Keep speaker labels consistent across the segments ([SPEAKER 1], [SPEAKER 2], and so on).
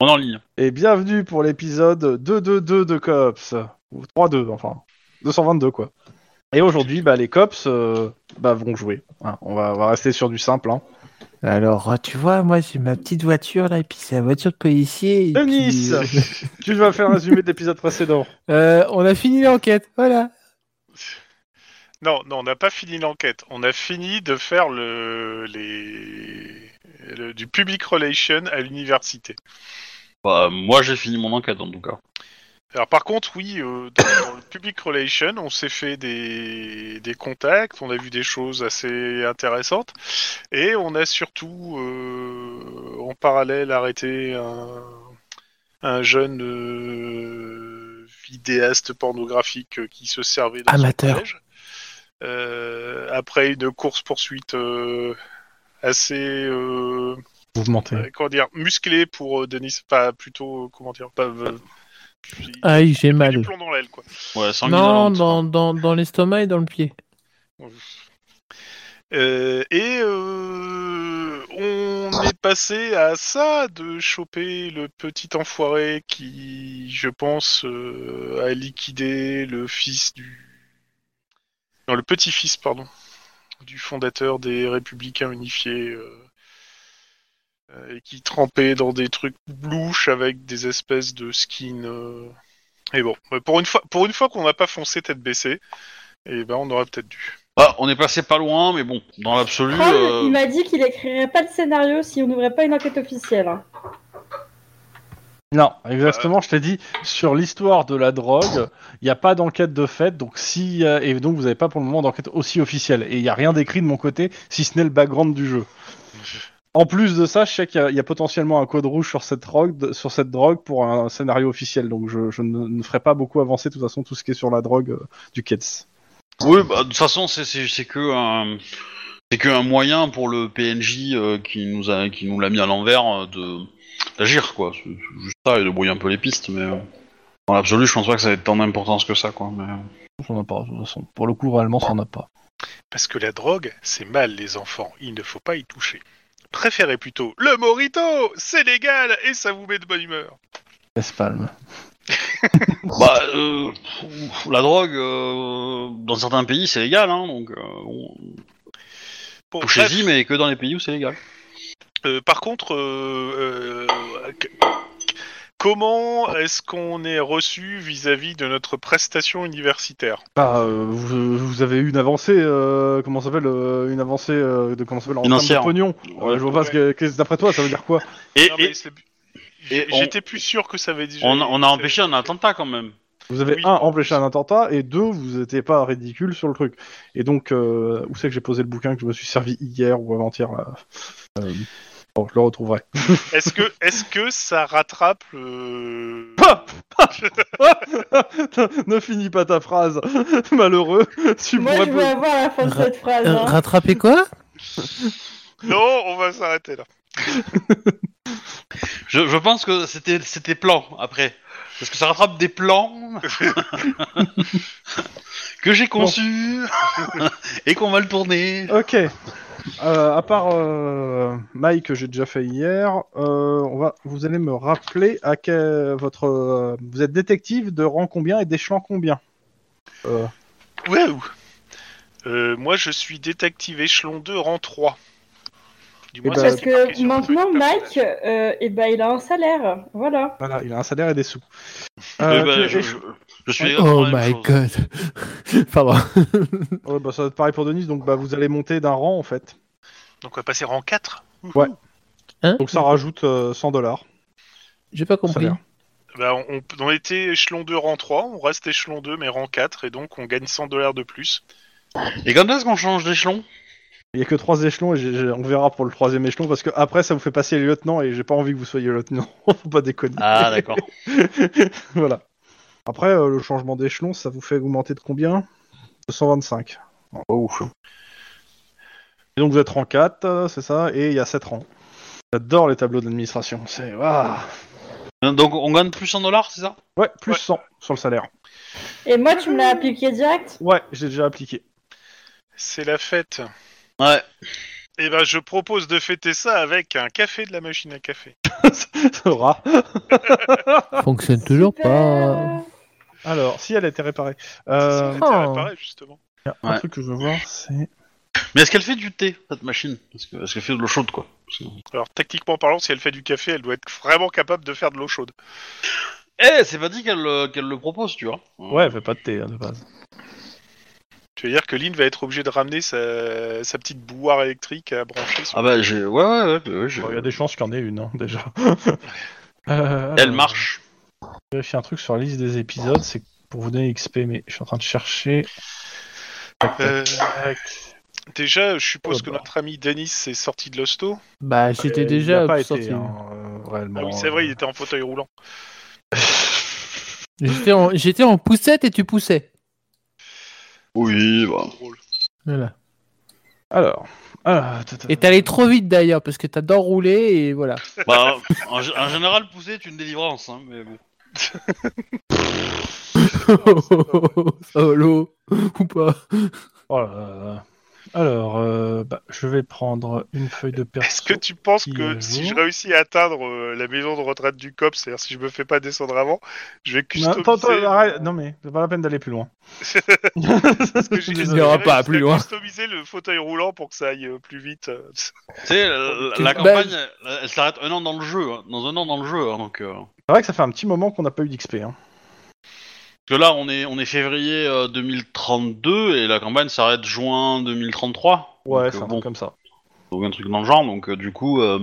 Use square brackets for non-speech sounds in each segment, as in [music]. [SPEAKER 1] On est en ligne.
[SPEAKER 2] Et bienvenue pour l'épisode 222 de Cops. Ou 3-2, enfin. 222, quoi. Et aujourd'hui, bah, les Cops euh, bah, vont jouer. hein. On, va, on va rester sur du simple. Hein.
[SPEAKER 3] Alors, euh, tu vois, moi j'ai ma petite voiture là, et puis c'est la voiture de policier. et puis-
[SPEAKER 2] Denis [laughs] Tu vas faire un résumé de l'épisode précédent.
[SPEAKER 3] Euh, On a fini l'enquête, voilà.
[SPEAKER 4] Non, non, on n'a pas fini l'enquête. On a fini de faire le, les, le- du public relation à l'université.
[SPEAKER 1] Bah, moi j'ai fini mon enquête en tout cas.
[SPEAKER 4] Alors par contre, oui, euh, dans, dans le public relation, on s'est fait des, des contacts, on a vu des choses assez intéressantes, et on a surtout euh, en parallèle arrêté un, un jeune euh, vidéaste pornographique euh, qui se servait dans son
[SPEAKER 3] Amateur.
[SPEAKER 4] collège. Euh, après une course poursuite assez euh,
[SPEAKER 2] Mouvementé.
[SPEAKER 4] euh, comment dire musclée pour euh, Denis, pas plutôt euh, comment dire pas euh, puis-
[SPEAKER 3] Aïe, Ah, j'ai
[SPEAKER 4] il y a du
[SPEAKER 3] mal.
[SPEAKER 4] plomb dans l'aile, quoi.
[SPEAKER 1] Ouais, sanguinolente.
[SPEAKER 3] Non, dans, dans, dans l'estomac et dans le pied.
[SPEAKER 4] Euh, et euh, on est passé à ça de choper le petit enfoiré qui, je pense, euh, a liquidé le fils du... Non, le petit-fils, pardon, du fondateur des Républicains Unifiés. euh, euh, et qui trempait dans des trucs louches avec des espèces de skins. euh. Et bon, pour une fois, pour une fois qu'on n'a pas foncé tête baissée, et ben on aurait peut-être dû.
[SPEAKER 1] Bah, on est passé pas loin, mais bon, dans l'absolu.
[SPEAKER 5] Kroll,
[SPEAKER 1] euh,
[SPEAKER 5] il m'a dit qu'il écrirait pas de scénario si on n'ouvrait pas une enquête officielle. hein.
[SPEAKER 2] Non, exactement, je t'ai dit, sur l'histoire de la drogue, il n'y a pas d'enquête de fait, donc si, euh, et donc vous n'avez pas pour le moment d'enquête aussi officielle. Et il n'y a rien d'écrit de mon côté, si ce n'est le background du jeu. En plus de ça, je sais qu'il y a- il y, a potentiellement un code rouge sur cette drogue, sur cette drogue pour un scénario officiel, donc je, je ne, ne ferai pas beaucoup avancer de toute façon tout ce qui est sur la drogue euh, du Kets.
[SPEAKER 1] Oui, bah, de toute façon, c'est- c'est c'est que un, c'est que un moyen pour le PNJ euh, qui nous a, qui nous l'a mis à l'envers euh, de d'agir quoi. C'est c'est juste ça et de brouiller un peu les pistes, mais euh, dans l'absolu, je pense pas que ça ait tant d'importance que ça quoi. Mais euh,
[SPEAKER 2] J'en ai pas, de toute façon. Pour le coup, réellement, ça n'en a pas.
[SPEAKER 4] Parce que la drogue, c'est mal, les enfants. Il ne faut pas y toucher. Préférez plutôt le morito C'est légal et ça vous met de bonne humeur.
[SPEAKER 2] Espalme.
[SPEAKER 1] bah, euh, la drogue euh, dans certains pays c'est légal, hein, donc euh, on-
[SPEAKER 4] Bon,
[SPEAKER 1] touchez-y,
[SPEAKER 4] bref,
[SPEAKER 1] mais que dans les pays où c'est légal.
[SPEAKER 4] euh, par contre, euh, euh, que- comment est-ce qu'on est reçu vis-à-vis de notre prestation universitaire
[SPEAKER 2] Bah, euh, vous, vous avez eu une avancée, euh, comment ça s'appelle, euh, une avancée euh, de comment ça s'appelle, en termes
[SPEAKER 1] Financière.
[SPEAKER 2] de pognon. Euh, je vois pas ce que, qu'est-ce- d'après toi, ça veut dire quoi
[SPEAKER 1] Et,
[SPEAKER 4] Non,
[SPEAKER 1] et
[SPEAKER 4] mais c'est- J'ai-
[SPEAKER 1] on-
[SPEAKER 4] J'étais plus sûr que ça avait déjà.
[SPEAKER 1] on, a- on a empêché un attentat quand même.
[SPEAKER 2] Vous avez
[SPEAKER 4] Oui,
[SPEAKER 2] un
[SPEAKER 4] en
[SPEAKER 2] empêché un attentat et deux vous n'étiez pas ridicule sur le truc. Et donc euh, où c'est que j'ai posé le bouquin que je me suis servi hier ou avant-hier là Euh, Bon, je le retrouverai. [laughs]
[SPEAKER 4] Est-ce que, est-ce que ça rattrape le.
[SPEAKER 2] ne finis pas ta phrase, [laughs] malheureux. Tu
[SPEAKER 5] Moi,
[SPEAKER 2] pourrais
[SPEAKER 5] je veux
[SPEAKER 2] poser-
[SPEAKER 5] avoir la fin de
[SPEAKER 3] Ra-
[SPEAKER 5] cette phrase.
[SPEAKER 3] Euh,
[SPEAKER 5] hein.
[SPEAKER 3] rattraper quoi
[SPEAKER 4] Non, on va s'arrêter là.
[SPEAKER 1] Je, je pense que c'était c'était plan après. Parce que ça rattrape des
[SPEAKER 2] [laughs]
[SPEAKER 1] plans que j'ai conçus [laughs] et qu'on va le tourner.
[SPEAKER 2] Ok. Euh, à part euh, Mike que j'ai déjà fait hier, euh, on va, vous allez me rappeler à quel votre, euh, vous êtes détective de rang combien et d'échelon combien Euh,
[SPEAKER 4] Ouais. ou- Euh, moi, je suis détective échelon 2, rang 3. Du
[SPEAKER 2] Eh ben,
[SPEAKER 4] c'est
[SPEAKER 5] Parce
[SPEAKER 4] ce qui est marqué
[SPEAKER 5] que
[SPEAKER 4] sur mon truc
[SPEAKER 5] maintenant,
[SPEAKER 4] de
[SPEAKER 5] Mike,
[SPEAKER 4] personnage.
[SPEAKER 5] euh, eh ben, il a un salaire. Voilà.
[SPEAKER 2] Voilà, il a un salaire et des sous.
[SPEAKER 1] Eh
[SPEAKER 2] Euh,
[SPEAKER 1] ben,
[SPEAKER 2] tu-
[SPEAKER 1] je, je- je suis exactement
[SPEAKER 3] Oh
[SPEAKER 1] la même
[SPEAKER 3] my
[SPEAKER 1] chose.
[SPEAKER 3] god. [laughs] Pardon.
[SPEAKER 2] Ouais, bah, ça va être pareil pour Denise, donc bah, vous allez monter d'un rang en fait.
[SPEAKER 4] Donc, on va passer rang 4.
[SPEAKER 2] Ouais.
[SPEAKER 3] Hein
[SPEAKER 2] Donc ça rajoute euh, 100 dollars.
[SPEAKER 3] J'ai pas compris.
[SPEAKER 2] Salaire.
[SPEAKER 4] Bah, on, on était échelon 2, rang 3. On reste échelon 2, mais rang 4. Et donc, on gagne 100 dollars de plus.
[SPEAKER 1] Et quand est-ce qu'on change d'échelon
[SPEAKER 2] Il y a que trois échelons et j'ai- j'ai- on verra pour le troisième échelon parce que après ça vous fait passer les lieutenants et j'ai pas envie que vous soyez lieutenant. [laughs] Faut pas déconner.
[SPEAKER 1] Ah d'accord.
[SPEAKER 2] [laughs] voilà. Après euh, le changement d'échelon, ça vous fait augmenter de combien 225. Oh. Et donc vous êtes rang 4, euh, c'est ça, et il y a 7 rangs. J'adore les tableaux d'administration. C'est waouh.
[SPEAKER 1] [laughs] Donc on gagne plus 100 dollars, c'est ça
[SPEAKER 2] Ouais, plus
[SPEAKER 4] Ouais.
[SPEAKER 2] 100 sur le salaire.
[SPEAKER 5] Et moi, tu me l'as appliqué direct
[SPEAKER 2] [laughs] Ouais, j'ai déjà appliqué.
[SPEAKER 4] C'est la fête.
[SPEAKER 1] Ouais.
[SPEAKER 4] Eh ben, je propose de fêter ça avec un café de la machine à café.
[SPEAKER 2] Ce rat.
[SPEAKER 3] Fonctionne toujours
[SPEAKER 5] Super.
[SPEAKER 3] pas.
[SPEAKER 2] Alors, si elle a été réparée.
[SPEAKER 4] Ça
[SPEAKER 2] Euh,
[SPEAKER 4] aurait été
[SPEAKER 5] Oh.
[SPEAKER 4] réparé, justement.
[SPEAKER 2] y a Un
[SPEAKER 1] Ouais.
[SPEAKER 2] truc que je veux voir, c'est.
[SPEAKER 1] Mais est-ce qu'elle fait du thé, cette machine Parce que- Est-ce qu'elle fait de l'eau chaude, quoi Parce que-
[SPEAKER 4] Alors, techniquement parlant, si elle fait du café, elle doit être vraiment capable de faire de l'eau chaude.
[SPEAKER 1] Eh, c'est pas dit qu'elle euh, qu'elle le propose, tu vois.
[SPEAKER 2] Ouais, elle fait pas de thé hein, de base.
[SPEAKER 4] Tu veux dire que Lynn va être obligée de ramener sa, sa petite bouilloire électrique à brancher sur...
[SPEAKER 1] Ah bah, j'ai... Ouais, ouais, ouais. ouais, j'ai-
[SPEAKER 2] Bon, Il y a des chances qu'il y en ait une, hein, [laughs] déjà. Euh,
[SPEAKER 1] Elle
[SPEAKER 2] alors,
[SPEAKER 1] marche.
[SPEAKER 2] Je vérifie un truc sur la liste des épisodes, c'est pour vous donner XP, mais je suis en train de chercher. Tac, tac,
[SPEAKER 4] Euh,
[SPEAKER 2] tac.
[SPEAKER 4] Déjà, je suppose
[SPEAKER 2] Oh,
[SPEAKER 4] que
[SPEAKER 2] bah.
[SPEAKER 4] notre ami Denis est sorti de l'hosto.
[SPEAKER 3] Bah, j'étais
[SPEAKER 2] Euh, il
[SPEAKER 3] déjà
[SPEAKER 2] a pas
[SPEAKER 3] sorti.
[SPEAKER 2] été, hein, euh, réellement.
[SPEAKER 4] Ah oui, c'est vrai, il était en fauteuil roulant. [laughs]
[SPEAKER 3] J'étais en... j'étais en poussette et tu poussais.
[SPEAKER 1] Oui, bah...
[SPEAKER 3] Voilà.
[SPEAKER 2] Alors. ah, ta- ta-
[SPEAKER 3] Et t'allais trop vite d'ailleurs parce que t'as dents roulées et voilà. [laughs]
[SPEAKER 1] bah en, g- en général, pousser est une délivrance, hein, mais bon.
[SPEAKER 3] Solo ou pas.
[SPEAKER 2] oh là là. Alors, euh, bah, je vais prendre une feuille de perso.
[SPEAKER 4] Est-ce que tu penses
[SPEAKER 2] qui
[SPEAKER 4] que
[SPEAKER 2] est
[SPEAKER 4] si
[SPEAKER 2] jour.
[SPEAKER 4] je réussis à atteindre euh, la maison de retraite du COP, c'est-à-dire si je me fais pas descendre avant, je vais
[SPEAKER 2] Non,
[SPEAKER 4] customiser...
[SPEAKER 2] attends, attends, arrête. non mais c'est pas la peine d'aller plus
[SPEAKER 4] [laughs]
[SPEAKER 2] loin. [laughs]
[SPEAKER 4] Parce que j'ai-
[SPEAKER 3] Tu
[SPEAKER 4] j'ai-
[SPEAKER 3] n'iras
[SPEAKER 4] j'ai-
[SPEAKER 3] pas
[SPEAKER 4] j'ai
[SPEAKER 3] plus loin.
[SPEAKER 4] customisé le fauteuil roulant pour que ça aille euh, plus vite. [laughs] euh.
[SPEAKER 1] Tu sais, la, la- la
[SPEAKER 3] Bah,
[SPEAKER 1] campagne, elle, elle s'arrête un an dans le jeu, hein, dans un an dans le jeu, hein, donc... euh,
[SPEAKER 2] C'est vrai que ça fait un petit moment qu'on n'a pas eu d'XP. Hein.
[SPEAKER 1] Parce que là, on est, on est février euh, 2032, et la campagne s'arrête juin 2033.
[SPEAKER 2] Ouais,
[SPEAKER 1] Donc,
[SPEAKER 2] c'est
[SPEAKER 1] euh,
[SPEAKER 2] un
[SPEAKER 1] bon,
[SPEAKER 2] truc comme ça.
[SPEAKER 1] donc un truc dans le genre, donc euh, du coup... euh,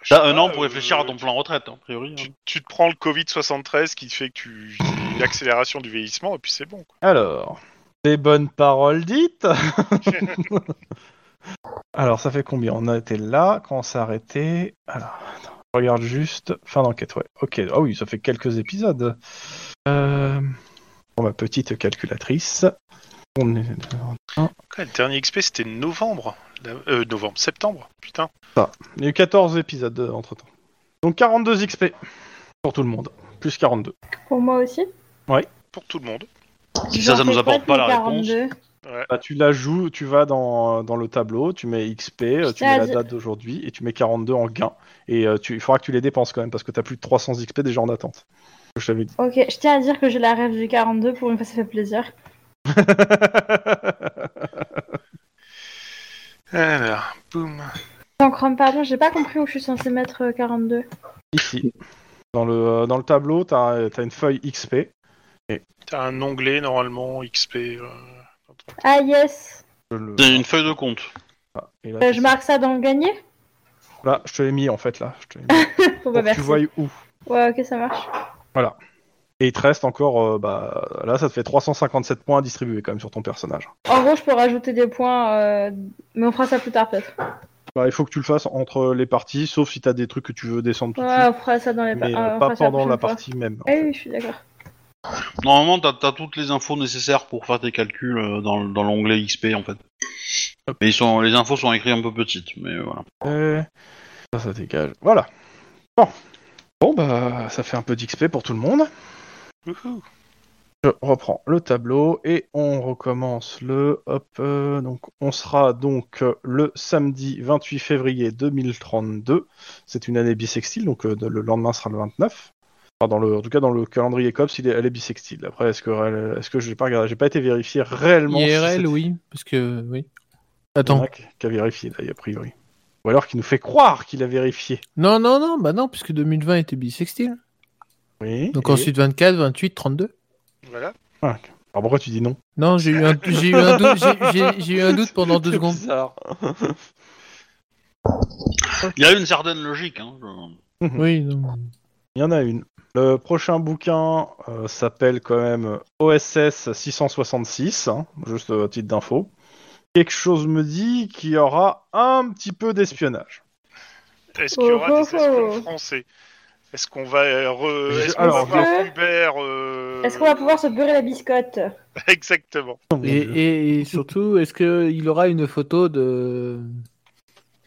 [SPEAKER 4] Je sais
[SPEAKER 1] T'as un
[SPEAKER 4] pas,
[SPEAKER 1] an pour
[SPEAKER 4] euh,
[SPEAKER 1] réfléchir à ton
[SPEAKER 4] tu-
[SPEAKER 1] plan retraite, hein, a priori. hein.
[SPEAKER 4] Tu, tu te prends le Covid-73 qui fait que tu... l'accélération du vieillissement, et puis c'est bon. quoi.
[SPEAKER 2] Alors, des bonnes paroles dites. [laughs] Alors, ça fait combien On a été là quand on s'est arrêté. Alors, attends, je regarde juste fin d'enquête. Ouais. Ok. Ah oui, ça fait quelques épisodes. Euh... Pour ma petite calculatrice, on est
[SPEAKER 4] Quoi, le dernier XP, c'était novembre. La- euh, novembre, septembre, putain.
[SPEAKER 2] Il y a eu 14 épisodes entre temps. Donc 42 XP pour tout le monde. Plus 42.
[SPEAKER 5] Pour moi aussi.
[SPEAKER 4] Pour tout le monde.
[SPEAKER 1] Si ça,
[SPEAKER 5] J'en
[SPEAKER 1] ça nous
[SPEAKER 5] fais
[SPEAKER 1] apporte pas
[SPEAKER 5] plus
[SPEAKER 1] la réponse.
[SPEAKER 5] 42.
[SPEAKER 2] Bah, tu la joues, tu vas dans, dans le tableau, tu mets XP, euh, tu mets
[SPEAKER 5] Ah,
[SPEAKER 2] la
[SPEAKER 5] je-
[SPEAKER 2] date d'aujourd'hui et tu mets 42 en gain. Et euh, tu, il faudra que tu les dépenses quand même parce que t'as plus de 300 XP déjà en attente. Je t'avais
[SPEAKER 5] [laughs]
[SPEAKER 2] dit.
[SPEAKER 5] Ok, je tiens à dire que j'ai la rêve du 42, pour une fois ça fait plaisir.
[SPEAKER 4] Alors, Ah boum.
[SPEAKER 5] Sans Chrome, pardon, j'ai pas compris où je suis censée mettre euh, 42.
[SPEAKER 2] Ici. Dans le, euh, dans le tableau, t'as euh, t'as une feuille XP.
[SPEAKER 4] T'as un onglet normalement XP. euh,
[SPEAKER 5] Ah yes
[SPEAKER 2] Je le-
[SPEAKER 1] C'est une feuille de compte.
[SPEAKER 2] Ah, et là,
[SPEAKER 5] Euh, Je marque ça dans le gagné
[SPEAKER 2] là, je te l'ai mis en fait là. Je te l'ai mis
[SPEAKER 5] Bon
[SPEAKER 2] pour
[SPEAKER 5] bah
[SPEAKER 2] que
[SPEAKER 5] merci.
[SPEAKER 2] tu vois où.
[SPEAKER 5] Ouais ok ça marche.
[SPEAKER 2] Et il te reste encore, euh, bah, là ça te fait 357 points à distribuer quand même sur ton personnage.
[SPEAKER 5] En gros je peux rajouter des points, euh, mais on fera ça plus tard peut-être.
[SPEAKER 2] Bah, il faut que tu le fasses entre les parties, sauf si t'as des trucs que tu veux descendre tout de
[SPEAKER 5] Ouais
[SPEAKER 2] suite,
[SPEAKER 5] on fera ça dans les
[SPEAKER 2] mais
[SPEAKER 5] ah,
[SPEAKER 2] euh,
[SPEAKER 5] on
[SPEAKER 2] pas
[SPEAKER 5] fera ça
[SPEAKER 2] pendant la
[SPEAKER 5] prochaine fois.
[SPEAKER 2] partie même. en
[SPEAKER 5] Ah
[SPEAKER 2] fait.
[SPEAKER 5] oui je suis d'accord.
[SPEAKER 1] Normalement, t'as as toutes les infos nécessaires pour faire tes calculs euh, dans, le- dans l'onglet XP en fait. Mais ils sont, les infos sont écrites un peu petites, mais voilà.
[SPEAKER 2] Euh, Ça, ça dégage. Voilà. Bon. Bon, bah, ça fait un peu d'XP pour tout le monde.
[SPEAKER 4] wouhou.
[SPEAKER 2] Je reprends le tableau et on recommence le. Hop. euh, donc, on sera donc euh, le samedi 28 février 2032. C'est une année bissextile, donc euh, le lendemain sera le 29. Enfin, dans le, en tout cas, dans le calendrier COPS, il est, elle est bissextile. Après, est-ce que, elle- est-ce que j'ai pas regardé, j'ai pas été vérifié réellement. si
[SPEAKER 3] IRL,
[SPEAKER 2] c'était-
[SPEAKER 3] oui. Parce que, oui.
[SPEAKER 2] Il y en
[SPEAKER 3] Attends.
[SPEAKER 2] a qui- qui a vérifié, là, a priori. Ou alors qui nous fait croire qu'il a vérifié.
[SPEAKER 3] Non, non, non, bah non, puisque 2020 était bisextile.
[SPEAKER 2] Oui.
[SPEAKER 3] Donc
[SPEAKER 2] et-
[SPEAKER 3] ensuite 24, 28, 32.
[SPEAKER 4] Voilà.
[SPEAKER 2] Ah, ok. Alors pourquoi tu dis non
[SPEAKER 3] Non, j'ai [laughs] eu, un- j'ai eu, un doute- j'ai- j'ai- j'ai eu un doute pendant deux secondes.
[SPEAKER 1] Il y a une certaine logique. Hein, je-
[SPEAKER 3] Oui, non.
[SPEAKER 2] Il y en a une. Le prochain bouquin euh, s'appelle quand même OSS 666, hein, juste à titre d'info. Quelque chose me dit qu'il y aura un petit peu d'espionnage.
[SPEAKER 4] Est-ce qu'il y aura
[SPEAKER 5] Oh, oh,
[SPEAKER 4] des espions
[SPEAKER 5] oh.
[SPEAKER 4] français Est-ce qu'on va, euh, re-
[SPEAKER 2] Je-
[SPEAKER 4] est-ce qu'on
[SPEAKER 2] alors,
[SPEAKER 4] va voir
[SPEAKER 5] je-
[SPEAKER 4] Hubert euh,
[SPEAKER 5] Est-ce qu'on va pouvoir se beurrer la biscotte
[SPEAKER 4] [laughs] Exactement.
[SPEAKER 3] Et, et- et surtout, est-ce qu'il aura une photo de.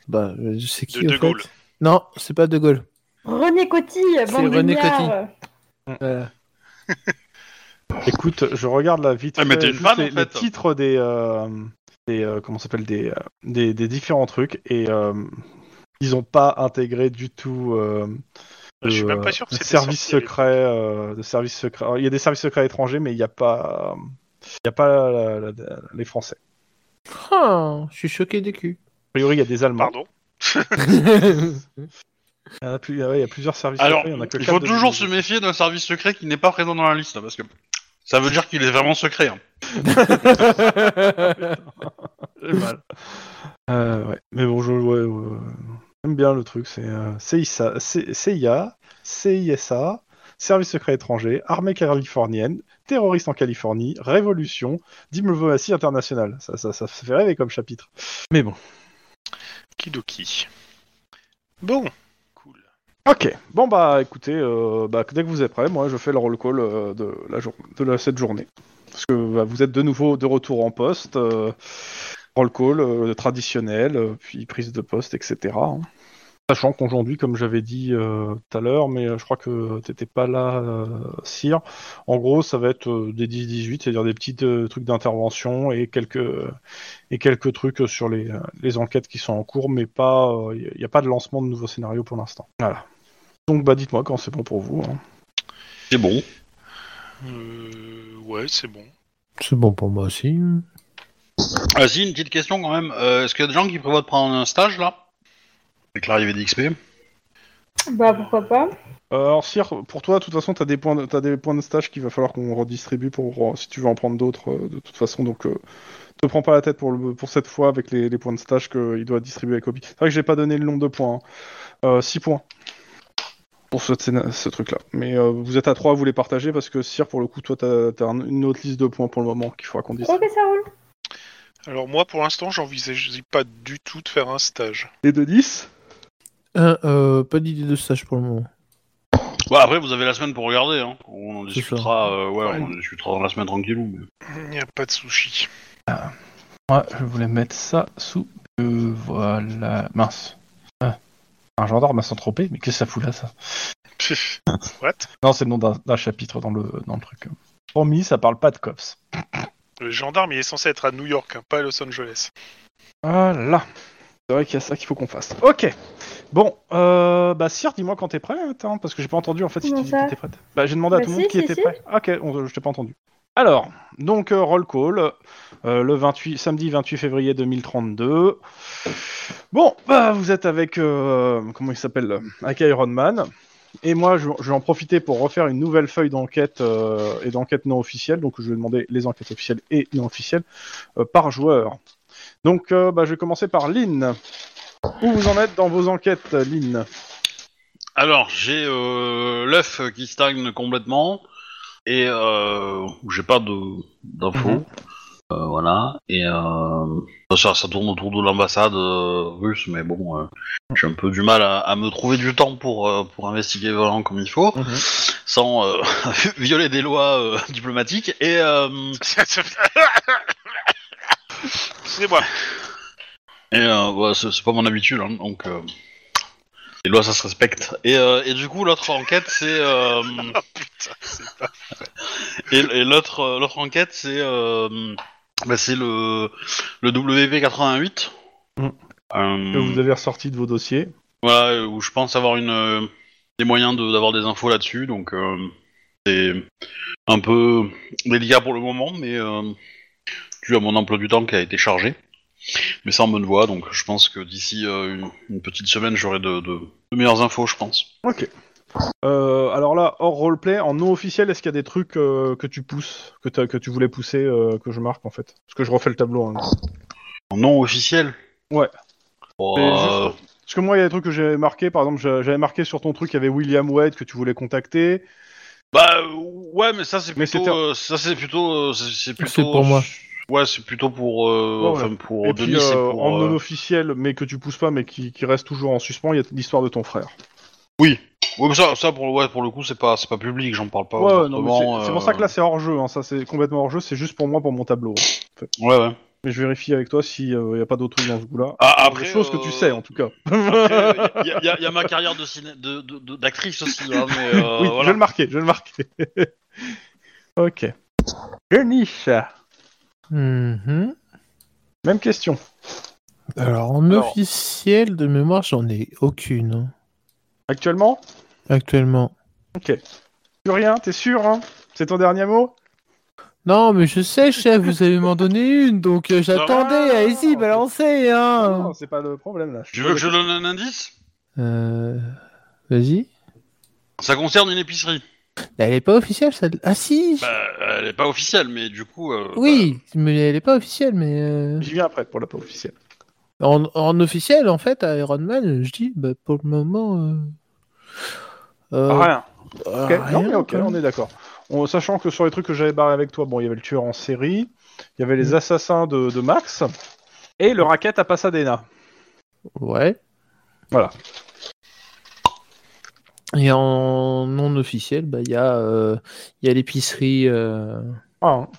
[SPEAKER 3] Bah, je sais qui.
[SPEAKER 4] De
[SPEAKER 3] en
[SPEAKER 4] De Gaulle.
[SPEAKER 3] fait. Non, c'est pas De Gaulle.
[SPEAKER 5] René Coty, bande de
[SPEAKER 3] René
[SPEAKER 5] mignards.
[SPEAKER 3] Voilà.
[SPEAKER 2] Écoute, je regarde la vite
[SPEAKER 1] Ah, mais t'es une
[SPEAKER 2] juste
[SPEAKER 1] fan,
[SPEAKER 2] les,
[SPEAKER 1] en
[SPEAKER 2] les
[SPEAKER 1] fait.
[SPEAKER 2] titres des, euh, des euh, comment ça s'appelle des, euh, des des différents trucs et euh, ils ont pas intégré du tout euh,
[SPEAKER 4] Je suis
[SPEAKER 2] de,
[SPEAKER 4] même
[SPEAKER 2] euh,
[SPEAKER 4] pas sûr que
[SPEAKER 2] de
[SPEAKER 4] c'était
[SPEAKER 2] services
[SPEAKER 4] sorti à l'époque.
[SPEAKER 2] secrets euh, de services secrets. Alors, Il y a des services secrets étrangers mais il n'y a pas euh, il y a pas la- la- la- les Français.
[SPEAKER 3] Ah, je suis choqué des [laughs] culs.
[SPEAKER 2] A priori, il y a des Allemands.
[SPEAKER 4] Pardon.
[SPEAKER 2] Il y, en a plus- ah ouais, il y a plusieurs services
[SPEAKER 1] Alors,
[SPEAKER 2] secrets. il y en a que
[SPEAKER 1] il
[SPEAKER 2] quatre
[SPEAKER 1] faut
[SPEAKER 2] de-
[SPEAKER 1] toujours se méfier d'un service secret qui n'est pas présent dans la liste, parce que ça veut dire qu'il est vraiment secret. hein.
[SPEAKER 2] J'ai mal. Euh, ouais. Mais bon, je ouais, ouais. j'aime bien le truc. C'est euh, CISA, C- CIA, CISA, Service secret étranger, Armée californienne, terroristes en Californie, Révolution, diplomatie internationale. Ça, ça, ça, fait rêver comme chapitre. Mais bon.
[SPEAKER 4] Kidoki. Bon. Cool.
[SPEAKER 2] Ok. Bon bah écoutez, euh, bah, dès que vous êtes prêts, moi je fais le roll call euh, de la jour- de la- cette journée. Parce que bah, vous êtes de nouveau de retour en poste. euh, roll call euh, traditionnel, euh, puis prise de poste, etc. hein. Sachant qu'aujourd'hui, comme j'avais dit euh, tout à l'heure, mais euh, je crois que t'étais pas là, euh, Cyr, en gros, ça va être euh, des 10-18, c'est-à-dire des petits euh, trucs d'intervention et quelques, et quelques trucs euh, sur les, euh, les enquêtes qui sont en cours, mais pas, il n'y a pas de lancement de nouveaux scénarios pour l'instant. Voilà. Donc, bah, dites-moi quand c'est bon pour vous. hein.
[SPEAKER 1] C'est bon.
[SPEAKER 4] Euh, ouais, c'est bon.
[SPEAKER 3] C'est bon pour moi aussi.
[SPEAKER 1] Ah si, une petite question quand même. Euh, Est-ce qu'il y a des gens qui prévoient de prendre un stage là Avec l'arrivée d'XP
[SPEAKER 5] Bah pourquoi pas.
[SPEAKER 2] Euh, alors, Cyr, pour toi, de toute façon, t'as des points, de, t'as des points de stage qu'il va falloir qu'on redistribue pour euh, si tu veux en prendre d'autres. euh, de toute façon, donc, euh, te prends pas la tête pour le, pour cette fois avec les, les points de stage qu'il doit distribuer à Kobe. C'est vrai que j'ai pas donné le nombre de points. 6 points pour ce, scéna- ce truc-là. Mais euh, vous êtes à 3 à vous les partager parce que Cyr, pour le coup, toi, t'as, t'as un- une autre liste de points pour le moment qu'il faudra qu'on distribue.
[SPEAKER 5] Ok, ça roule.
[SPEAKER 4] Alors moi, pour l'instant, j'envisage pas du tout de faire un stage.
[SPEAKER 2] Les deux 10
[SPEAKER 3] Euh, euh, pas d'idée de stage pour le moment.
[SPEAKER 1] Ouais, Bah, après vous avez la semaine pour regarder. Hein. On en
[SPEAKER 3] C'est
[SPEAKER 1] discutera. euh, ouais, on en discutera dans la semaine tranquillou. mais-
[SPEAKER 4] Il n'y a pas de sushi.
[SPEAKER 2] Ouais, je voulais mettre ça sous. voilà. Mince. Ah. Un gendarme à s'entroper, mais qu'est-ce que ça fout là, ça
[SPEAKER 4] What
[SPEAKER 2] Non, c'est le nom d'un d'un chapitre dans le, dans le truc. Promis, ça parle pas de cops.
[SPEAKER 4] [laughs] Le gendarme, il est censé être à New York, hein, pas à Los Angeles. [laughs]
[SPEAKER 2] Voilà. C'est vrai qu'il y a ça qu'il faut qu'on fasse. Ok. Bon, euh, bah Cyr, dis-moi quand t'es prêt, attends, parce que j'ai pas entendu en fait si tu
[SPEAKER 5] Comment
[SPEAKER 2] dis
[SPEAKER 5] ça
[SPEAKER 2] que t'étais prête. Bah j'ai demandé à
[SPEAKER 5] Bah
[SPEAKER 2] tout le
[SPEAKER 5] si,
[SPEAKER 2] monde qui
[SPEAKER 5] si,
[SPEAKER 2] était
[SPEAKER 5] si.
[SPEAKER 2] prêt. Ah, Ok, on- je t'ai pas entendu. Alors, donc euh, roll call, euh, le 28, samedi 28 février 2032. Bon, bah vous êtes avec, euh, comment il s'appelle, euh, avec Iron Man. Et moi, je, je vais en profiter pour refaire une nouvelle feuille d'enquête euh, et d'enquête non officielle. Donc, je vais demander les enquêtes officielles et non officielles euh, par joueur. Donc, euh, bah, je vais commencer par Lynn. Où vous en êtes dans vos enquêtes, Lynn
[SPEAKER 1] Alors j'ai euh, l'œuf qui stagne complètement et euh, j'ai pas de d'infos.
[SPEAKER 2] Mhm.
[SPEAKER 1] Euh, voilà et euh, ça, ça tourne autour de l'ambassade euh, russe, mais bon, euh, j'ai un peu du mal à, à me trouver du temps pour euh, pour investiguer vraiment comme il faut, sans euh, [laughs] violer des lois euh, diplomatiques et euh,
[SPEAKER 4] Excusez-moi.
[SPEAKER 1] Et euh, ouais, c'est c'est pas mon habitude, hein, donc euh, les lois ça se respecte. Et, euh, et du coup l'autre enquête c'est
[SPEAKER 4] [laughs]
[SPEAKER 1] euh,
[SPEAKER 4] Ah, putain, c'est pas...
[SPEAKER 1] et, et l'autre euh, l'autre enquête c'est euh, bah, c'est le le WP 88
[SPEAKER 2] Mm.
[SPEAKER 1] Euh,
[SPEAKER 2] que vous avez ressorti de vos dossiers
[SPEAKER 1] voilà euh, où je pense avoir une euh, des moyens de- d'avoir des infos là-dessus, donc euh, c'est un peu délicat pour le moment, mais euh, dû à mon emploi du temps qui a été chargé. Mais c'est en bonne voie, donc je pense que d'ici euh, une, une petite semaine, j'aurai de, de- de meilleures infos, je pense.
[SPEAKER 2] Ok. Euh, alors là, hors roleplay, en non officiel, est-ce qu'il y a des trucs euh, que tu pousses, que, t'as- que tu voulais pousser, euh, que je marque en fait Parce que je refais le tableau. hein.
[SPEAKER 1] En non officiel
[SPEAKER 2] Ouais.
[SPEAKER 1] Oh,
[SPEAKER 2] Mais juste-
[SPEAKER 1] euh,
[SPEAKER 2] Parce que moi, il y a des trucs que j'avais marqué. Par exemple, j'a- j'avais marqué sur ton truc, il y avait William Wade que tu voulais contacter.
[SPEAKER 1] Bah euh, ouais, mais ça c'est
[SPEAKER 2] Mais
[SPEAKER 1] plutôt,
[SPEAKER 2] c'était-
[SPEAKER 1] euh, ça c'est plutôt, euh, c'est c'est plutôt
[SPEAKER 3] C'est pour moi.
[SPEAKER 1] Ouais, c'est plutôt pour, euh,
[SPEAKER 2] Ouais, ouais.
[SPEAKER 1] enfin, pour
[SPEAKER 2] et
[SPEAKER 1] Denis,
[SPEAKER 2] puis,
[SPEAKER 1] c'est
[SPEAKER 2] euh,
[SPEAKER 1] pour,
[SPEAKER 2] en
[SPEAKER 1] euh,
[SPEAKER 2] non officiel, mais que tu pousses pas, mais qui, qui reste toujours en suspens, il y a l'histoire de ton frère.
[SPEAKER 1] Oui. Ouais, mais ça, ça pour, le- ouais, pour le coup, c'est pas, c'est pas public, j'en parle pas.
[SPEAKER 2] Ouais, ouais, non, mais
[SPEAKER 1] ouvertement,
[SPEAKER 2] c'est
[SPEAKER 1] euh,
[SPEAKER 2] c'est pour ça que là, c'est hors jeu. hein. Ça, c'est complètement hors jeu. C'est juste pour moi, pour mon tableau. hein.
[SPEAKER 1] Ouais, ouais.
[SPEAKER 2] Mais je vérifie avec toi s'il n'y a pas d'autres trucs dans ce goût-là.
[SPEAKER 1] Ah,
[SPEAKER 2] Des
[SPEAKER 1] après,
[SPEAKER 2] choses
[SPEAKER 1] euh,
[SPEAKER 2] que tu sais, en tout cas.
[SPEAKER 1] Après, [laughs] Il y, a- y a- y a ma carrière de ciné- de- de- de- d'actrice aussi, hein, mais euh,
[SPEAKER 2] oui, je vais
[SPEAKER 1] voilà.
[SPEAKER 2] le marquer, je vais le marquer. [laughs] ok. Denis.
[SPEAKER 3] Mhm.
[SPEAKER 2] Même question.
[SPEAKER 3] Alors, en
[SPEAKER 4] Alors-
[SPEAKER 3] officiel de mémoire, j'en ai aucune hein,
[SPEAKER 2] Actuellement
[SPEAKER 3] actuellement.
[SPEAKER 2] Plus rien, t'es sûr hein C'est ton dernier mot
[SPEAKER 3] Non, mais je sais, chef, vous allez m'en donner une, donc euh, j'attendais.
[SPEAKER 2] Ah,
[SPEAKER 3] Allez-y,
[SPEAKER 2] ok.
[SPEAKER 3] balancez,
[SPEAKER 2] Non,
[SPEAKER 3] hein.
[SPEAKER 2] c'est pas le problème là.
[SPEAKER 1] Tu veux que je donne un indice
[SPEAKER 3] Euh, Vas-y.
[SPEAKER 1] Ça concerne une épicerie.
[SPEAKER 3] Elle est pas officielle, celle Ah si.
[SPEAKER 1] Bah, elle est pas officielle, mais du coup. euh,
[SPEAKER 2] bah.
[SPEAKER 3] oui, mais elle est pas officielle, mais euh,
[SPEAKER 2] J'y viens après pour la pas officielle.
[SPEAKER 3] en, en officiel, en fait, à Iron Man, je dis, bah, pour le moment. euh, euh,
[SPEAKER 2] Rien.
[SPEAKER 3] euh,
[SPEAKER 2] Ok, non, mais
[SPEAKER 3] rien,
[SPEAKER 2] ok,
[SPEAKER 3] quoi.
[SPEAKER 2] on est d'accord. On- Sachant que sur les trucs que j'avais barré avec toi, bon, il y avait le tueur en série, il y avait
[SPEAKER 3] Mm.
[SPEAKER 2] les assassins de, de Max, et le racket à Pasadena.
[SPEAKER 3] Ouais.
[SPEAKER 2] Voilà.
[SPEAKER 3] Et en non officiel, bah, il y a, euh, il y a l'épicerie. euh,
[SPEAKER 2] Ah, hein.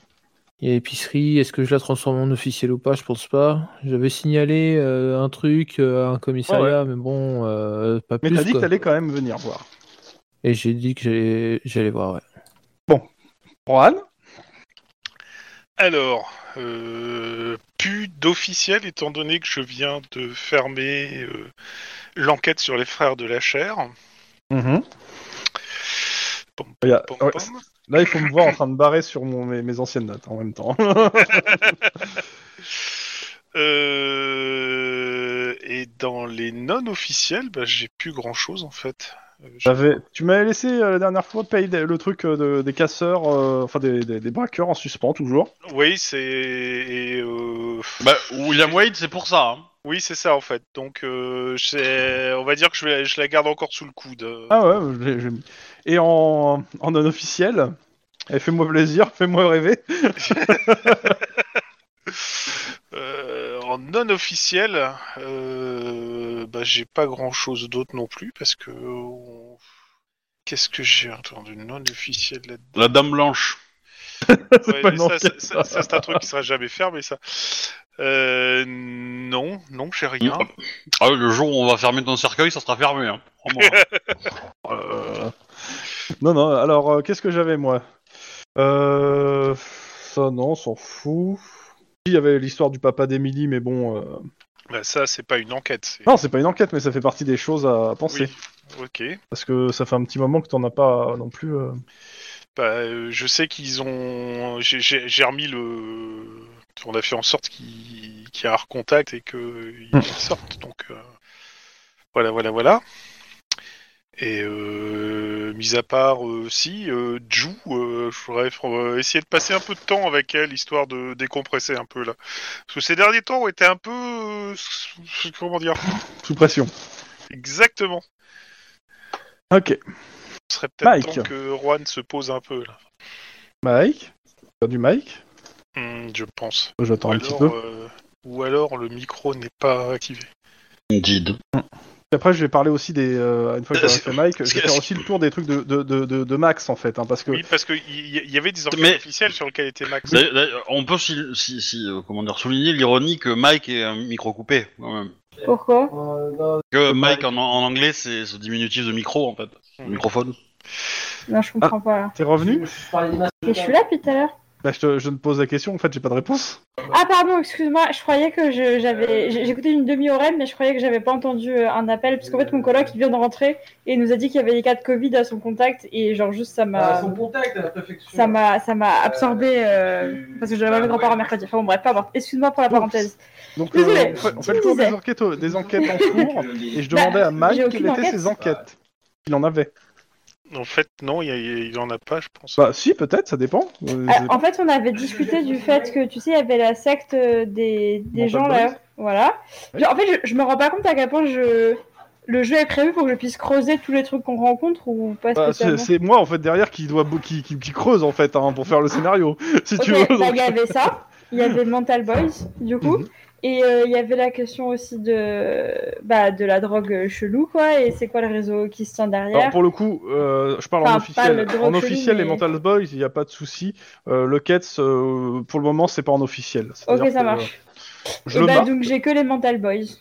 [SPEAKER 3] Il y a l'épicerie. Est-ce que je la transforme en officiel ou pas Je pense pas. J'avais signalé euh, un truc euh, à un commissariat, mais bon, euh, pas
[SPEAKER 2] Mais
[SPEAKER 3] plus.
[SPEAKER 2] t'as dit que
[SPEAKER 3] quoi.
[SPEAKER 2] t'allais quand même venir voir.
[SPEAKER 3] Et j'ai dit que j'allais- j'allais voir, ouais.
[SPEAKER 2] Juan
[SPEAKER 4] Alors, euh, plus d'officiel étant donné que je viens de fermer euh, l'enquête sur les frères de la chair.
[SPEAKER 3] Mhm.
[SPEAKER 4] Pom,
[SPEAKER 2] Regarde,
[SPEAKER 4] pom,
[SPEAKER 2] ouais,
[SPEAKER 4] pom.
[SPEAKER 2] Là, il faut me voir en train de barrer sur mon- mes, mes anciennes notes hein, en même temps. [laughs]
[SPEAKER 4] Euh, et dans les non officiels, bah, j'ai plus grand chose en fait. Euh, j'ai-
[SPEAKER 2] J'avais, tu m'avais laissé euh, la dernière fois payer le truc euh, de- des casseurs, euh, enfin des, des- des braqueurs en suspens toujours.
[SPEAKER 4] Oui, c'est et, euh,
[SPEAKER 1] Bah, William Wade, c'est pour ça. hein.
[SPEAKER 4] oui, c'est ça en fait. Donc, euh, c'est- on va dire que je, vais- je la garde encore sous le coude. euh.
[SPEAKER 2] Ah ouais. je l'ai- je l'ai mis. Et en, en non officiel, eh, fais-moi plaisir, [laughs] fais-moi rêver.
[SPEAKER 4] Euh, en non officiel, euh, bah, j'ai pas grand chose d'autre non plus parce que on- qu'est-ce que j'ai entendu non officiel là-dedans
[SPEAKER 1] La Dame Blanche.
[SPEAKER 4] Ouais,
[SPEAKER 2] pas
[SPEAKER 4] mais
[SPEAKER 2] une
[SPEAKER 4] ça, ça,
[SPEAKER 2] enquête.
[SPEAKER 4] ça, ça, c'est un truc qui sera jamais fermé ça. Euh, non, non, j'ai rien.
[SPEAKER 1] Ah, oui, le jour où on va fermer ton cercueil, ça sera fermé. Hein. [laughs] Crois-moi.
[SPEAKER 2] Euh, Non non. Alors euh, qu'est-ce que j'avais moi euh... Ça non, on s'en fout. Il y avait l'histoire du papa d'Emily, mais bon. euh,
[SPEAKER 4] Bah, ça c'est pas une enquête. c'est-
[SPEAKER 2] Non, c'est pas une enquête, mais ça fait partie des choses à penser.
[SPEAKER 4] Oui. Ok.
[SPEAKER 2] Parce que ça fait un petit moment que t'en as pas euh, non plus. euh.
[SPEAKER 4] Bah, euh, je sais qu'ils ont. j'ai- J'ai j'ai remis le. On a fait en sorte qu'il qu'il y ait un recontact et qu'ils
[SPEAKER 2] Hmm.
[SPEAKER 4] sortent. Donc euh, voilà, voilà, voilà. Et euh, mis à part, euh, si, euh, Ju, euh, je voudrais euh, essayer de passer un peu de temps avec elle, histoire de décompresser un peu là. Parce que ces derniers temps ont été un peu. euh, comment dire
[SPEAKER 2] Sous pression.
[SPEAKER 4] Exactement.
[SPEAKER 2] Ok.
[SPEAKER 4] Ce serait peut-être
[SPEAKER 2] Mike.
[SPEAKER 4] temps que Juan se pose un peu là.
[SPEAKER 2] Mike Faire du Mike Oh,
[SPEAKER 4] Hmm, je pense.
[SPEAKER 2] J'attends
[SPEAKER 4] Ou
[SPEAKER 2] un petit
[SPEAKER 4] alors,
[SPEAKER 2] peu.
[SPEAKER 4] euh, ou alors le micro n'est pas activé.
[SPEAKER 1] Indeed.
[SPEAKER 2] Puis Après, je vais parler aussi des. euh, une fois
[SPEAKER 4] [laughs]
[SPEAKER 2] que
[SPEAKER 1] Euh,
[SPEAKER 2] j'aurai
[SPEAKER 1] c'est-
[SPEAKER 2] fait Mike, je
[SPEAKER 1] c'est-
[SPEAKER 2] vais faire
[SPEAKER 1] c'est-
[SPEAKER 2] aussi le tour des trucs de, de, de, de- de Max en fait. hein, parce que.
[SPEAKER 4] Oui, parce qu'il y, y- y avait des enquêtes
[SPEAKER 1] Mais-
[SPEAKER 4] officielles sur lesquelles était Max.
[SPEAKER 1] D'ailleurs- d'ailleurs, On peut si, si- si, euh, comment dire, souligner l'ironie que Mike est un micro coupé. Quand même.
[SPEAKER 5] Pourquoi
[SPEAKER 1] Que Mike en, en anglais, c'est ce diminutif de micro en fait. Le Microphone.
[SPEAKER 5] Non, je comprends pas. là.
[SPEAKER 2] T'es revenu
[SPEAKER 5] Mais je suis là depuis tout à l'heure.
[SPEAKER 2] Bah, je, te- je ne pose la question, en fait, j'ai pas de réponse.
[SPEAKER 5] Ah, pardon, excuse-moi, je croyais que je- j'avais. j'ai- J'écoutais une demi-oreille, mais je croyais que j'avais pas entendu euh, un appel, parce qu'en fait, mon coloc, il vient de rentrer et il nous a dit qu'il y avait des cas de Covid à son contact, et genre, juste, ça m'a.
[SPEAKER 6] son contact à la préfecture.
[SPEAKER 5] Bah, Ça m'a, ça m'a absorbé euh, parce que j'avais mes grands-parents mercredi. Enfin bon, bref, pas importe. Excuse-moi pour la parenthèse.
[SPEAKER 2] Donc, euh,
[SPEAKER 5] Désolé,
[SPEAKER 2] on, fait, on
[SPEAKER 5] je
[SPEAKER 2] fait le tour
[SPEAKER 5] disais.
[SPEAKER 2] des enquêtes, au- Euh, des enquêtes en
[SPEAKER 5] [laughs]
[SPEAKER 4] [laughs]
[SPEAKER 2] cours. Et je
[SPEAKER 5] Bah,
[SPEAKER 2] demandais à Mike
[SPEAKER 5] j'ai aucune
[SPEAKER 2] quelles étaient
[SPEAKER 5] enquête.
[SPEAKER 2] ses enquêtes. Il en avait.
[SPEAKER 4] En fait, non, il y a- il y en a pas, je pense.
[SPEAKER 2] Bah, si, peut-être, ça dépend. Euh,
[SPEAKER 5] Euh,
[SPEAKER 2] je-
[SPEAKER 5] en fait, on avait discuté du fait que, tu sais, il y avait la secte euh, des, des
[SPEAKER 2] Mental
[SPEAKER 5] gens là. Voilà.
[SPEAKER 2] Ouais.
[SPEAKER 5] En fait, je, je me rends pas compte à quel point je... le jeu est prévu pour que je puisse creuser tous les trucs qu'on rencontre ou pas
[SPEAKER 2] Bah, c'est
[SPEAKER 5] spécialement.
[SPEAKER 2] c'est moi en fait derrière qui doit bou- qui, qui, qui creuse en fait hein, pour faire le scénario [laughs] si
[SPEAKER 5] Ok,
[SPEAKER 2] tu veux.
[SPEAKER 5] bah,
[SPEAKER 2] donc.
[SPEAKER 5] il y avait ça, il y avait Mental Boys, du coup,
[SPEAKER 2] Mhm.
[SPEAKER 5] et euh, il y avait la question aussi de, bah, de la drogue chelou, quoi, et c'est quoi le réseau qui se tient
[SPEAKER 2] Alors
[SPEAKER 5] derrière
[SPEAKER 2] pour le coup, euh, je parle en
[SPEAKER 5] Enfin, pas
[SPEAKER 2] officiel.
[SPEAKER 5] le drug
[SPEAKER 2] En
[SPEAKER 5] free,
[SPEAKER 2] officiel,
[SPEAKER 5] mais-
[SPEAKER 2] les Mental Boys, il n'y a pas de souci. Euh, le Kets, euh, pour le moment, c'est pas en officiel. C'est-à-dire
[SPEAKER 5] Ok, ça
[SPEAKER 2] que,
[SPEAKER 5] marche.
[SPEAKER 2] euh, Je
[SPEAKER 5] et
[SPEAKER 2] le
[SPEAKER 5] bah,
[SPEAKER 2] marque,
[SPEAKER 5] donc j'ai que les Mental Boys.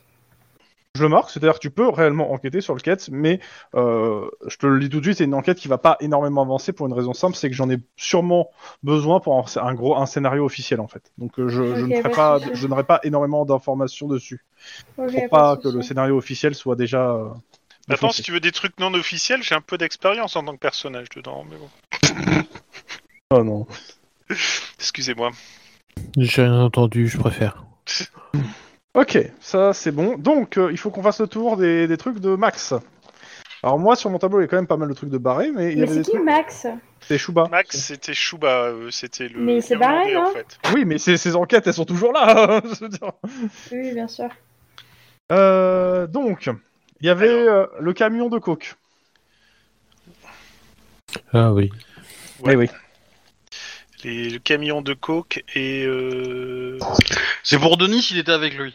[SPEAKER 2] je le marque, c'est-à-dire que tu peux réellement enquêter sur le quête, mais euh, je te le dis tout de suite, c'est une enquête qui va pas énormément avancer pour une raison simple, c'est que j'en ai sûrement besoin pour un, un gros un scénario officiel en fait. Donc euh, je, je
[SPEAKER 5] Ok,
[SPEAKER 2] ne ferai
[SPEAKER 5] pas
[SPEAKER 2] pas,
[SPEAKER 5] de souci.
[SPEAKER 2] je n'aurai pas énormément d'informations dessus
[SPEAKER 5] Ok,
[SPEAKER 2] pour pas
[SPEAKER 5] de
[SPEAKER 2] que le
[SPEAKER 5] souci.
[SPEAKER 2] scénario officiel soit déjà. euh,
[SPEAKER 4] Maintenant,
[SPEAKER 2] défoncé.
[SPEAKER 4] si tu veux des trucs non officiels, j'ai un peu d'expérience en tant que personnage dedans, mais bon.
[SPEAKER 2] Oh non.
[SPEAKER 4] Excusez-moi.
[SPEAKER 3] J'ai rien entendu, je préfère.
[SPEAKER 2] Ok, ça c'est bon. Donc, euh, il faut qu'on fasse le tour des, des trucs de Max. Alors moi, sur mon tableau, il y a quand même pas mal de trucs de barré, mais il y
[SPEAKER 5] Mais
[SPEAKER 2] avait
[SPEAKER 5] c'est
[SPEAKER 2] des
[SPEAKER 5] qui
[SPEAKER 2] trucs...
[SPEAKER 5] Max
[SPEAKER 2] C'est Chouba.
[SPEAKER 4] Max, c'était Chouba, euh, c'était le.
[SPEAKER 5] Mais c'est
[SPEAKER 4] Irlandais,
[SPEAKER 5] pareil,
[SPEAKER 4] en
[SPEAKER 5] hein
[SPEAKER 4] fait.
[SPEAKER 2] Oui, mais ces, ces enquêtes, elles sont toujours là. [laughs] je veux dire.
[SPEAKER 5] Oui, bien sûr.
[SPEAKER 2] Euh, donc, il y avait euh, le camion de coke.
[SPEAKER 3] Ah oui.
[SPEAKER 4] Ouais.
[SPEAKER 2] Eh oui.
[SPEAKER 4] Les, le camion de coke et. euh,
[SPEAKER 1] C'est pour Denis, il était avec lui.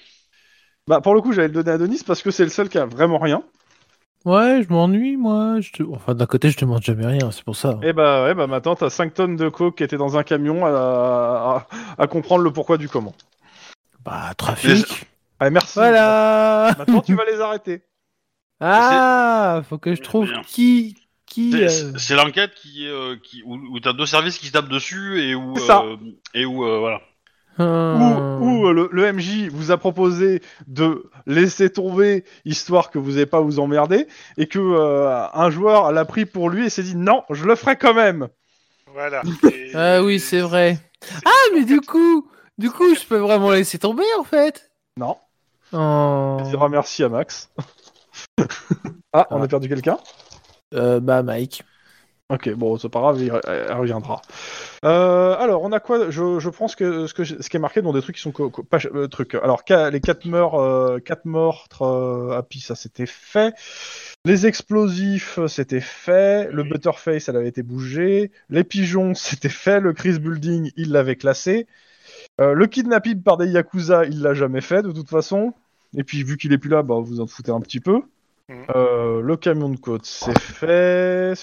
[SPEAKER 2] Bah pour le coup, j'allais le donner à Denis parce que c'est le seul qui a vraiment rien.
[SPEAKER 3] Ouais, je m'ennuie, moi. Je te- Enfin, d'un côté, je demande jamais rien, c'est pour ça.
[SPEAKER 2] Et bah ouais, bah maintenant t'as 5 tonnes de coke qui étaient dans un camion à, à- à comprendre le pourquoi du comment.
[SPEAKER 3] Bah, trafic.
[SPEAKER 2] Allez, merci.
[SPEAKER 3] Voilà
[SPEAKER 2] Maintenant tu vas les arrêter.
[SPEAKER 3] Ah Faut que je trouve
[SPEAKER 1] Bien.
[SPEAKER 3] qui. qui
[SPEAKER 1] C'est-
[SPEAKER 3] euh,
[SPEAKER 1] C'est c'est l'enquête qui, est, euh, qui où, où t'as deux services qui se tapent dessus et où
[SPEAKER 2] C'est ça. Ah
[SPEAKER 1] euh, et où euh, voilà.
[SPEAKER 2] Ou,
[SPEAKER 3] hein.
[SPEAKER 2] ou, euh, le, le MJ vous a proposé de laisser tomber histoire que vous n'ayez pas à vous emmerder et que euh, un joueur l'a pris pour lui et s'est dit non, je le ferai quand même.
[SPEAKER 4] Voilà. Et-
[SPEAKER 3] Ah oui, c'est vrai. Ah, mais du coup, du coup, je peux vraiment laisser tomber en fait.
[SPEAKER 2] Non.
[SPEAKER 3] Oh.
[SPEAKER 2] On dira merci à
[SPEAKER 3] [laughs]
[SPEAKER 2] Max. ah, on
[SPEAKER 3] Ah.
[SPEAKER 2] a perdu quelqu'un
[SPEAKER 3] Euh, bah, Mike.
[SPEAKER 2] Ok, bon, c'est pas grave, il- elle elle reviendra. Euh, alors, on a quoi je, je pense que ce, que ce qui est marqué dans des trucs qui sont co- co- pas, euh, trucs. Alors, ca- les quatre morts, euh, quatre morts euh, happy, ça c'était fait. Les explosifs, euh, c'était fait. Le
[SPEAKER 4] Oui.
[SPEAKER 2] butterface, elle avait été bougée. Les pigeons, [laughs] c'était fait. Le Chris Building, il l'avait classé. Euh, le kidnapping par des yakuza, il l'a jamais fait de toute façon. Et puis, vu qu'il est plus là, bah, vous en foutez un petit peu.
[SPEAKER 4] Mhm.
[SPEAKER 2] Euh, le camion de côte, c'est fait.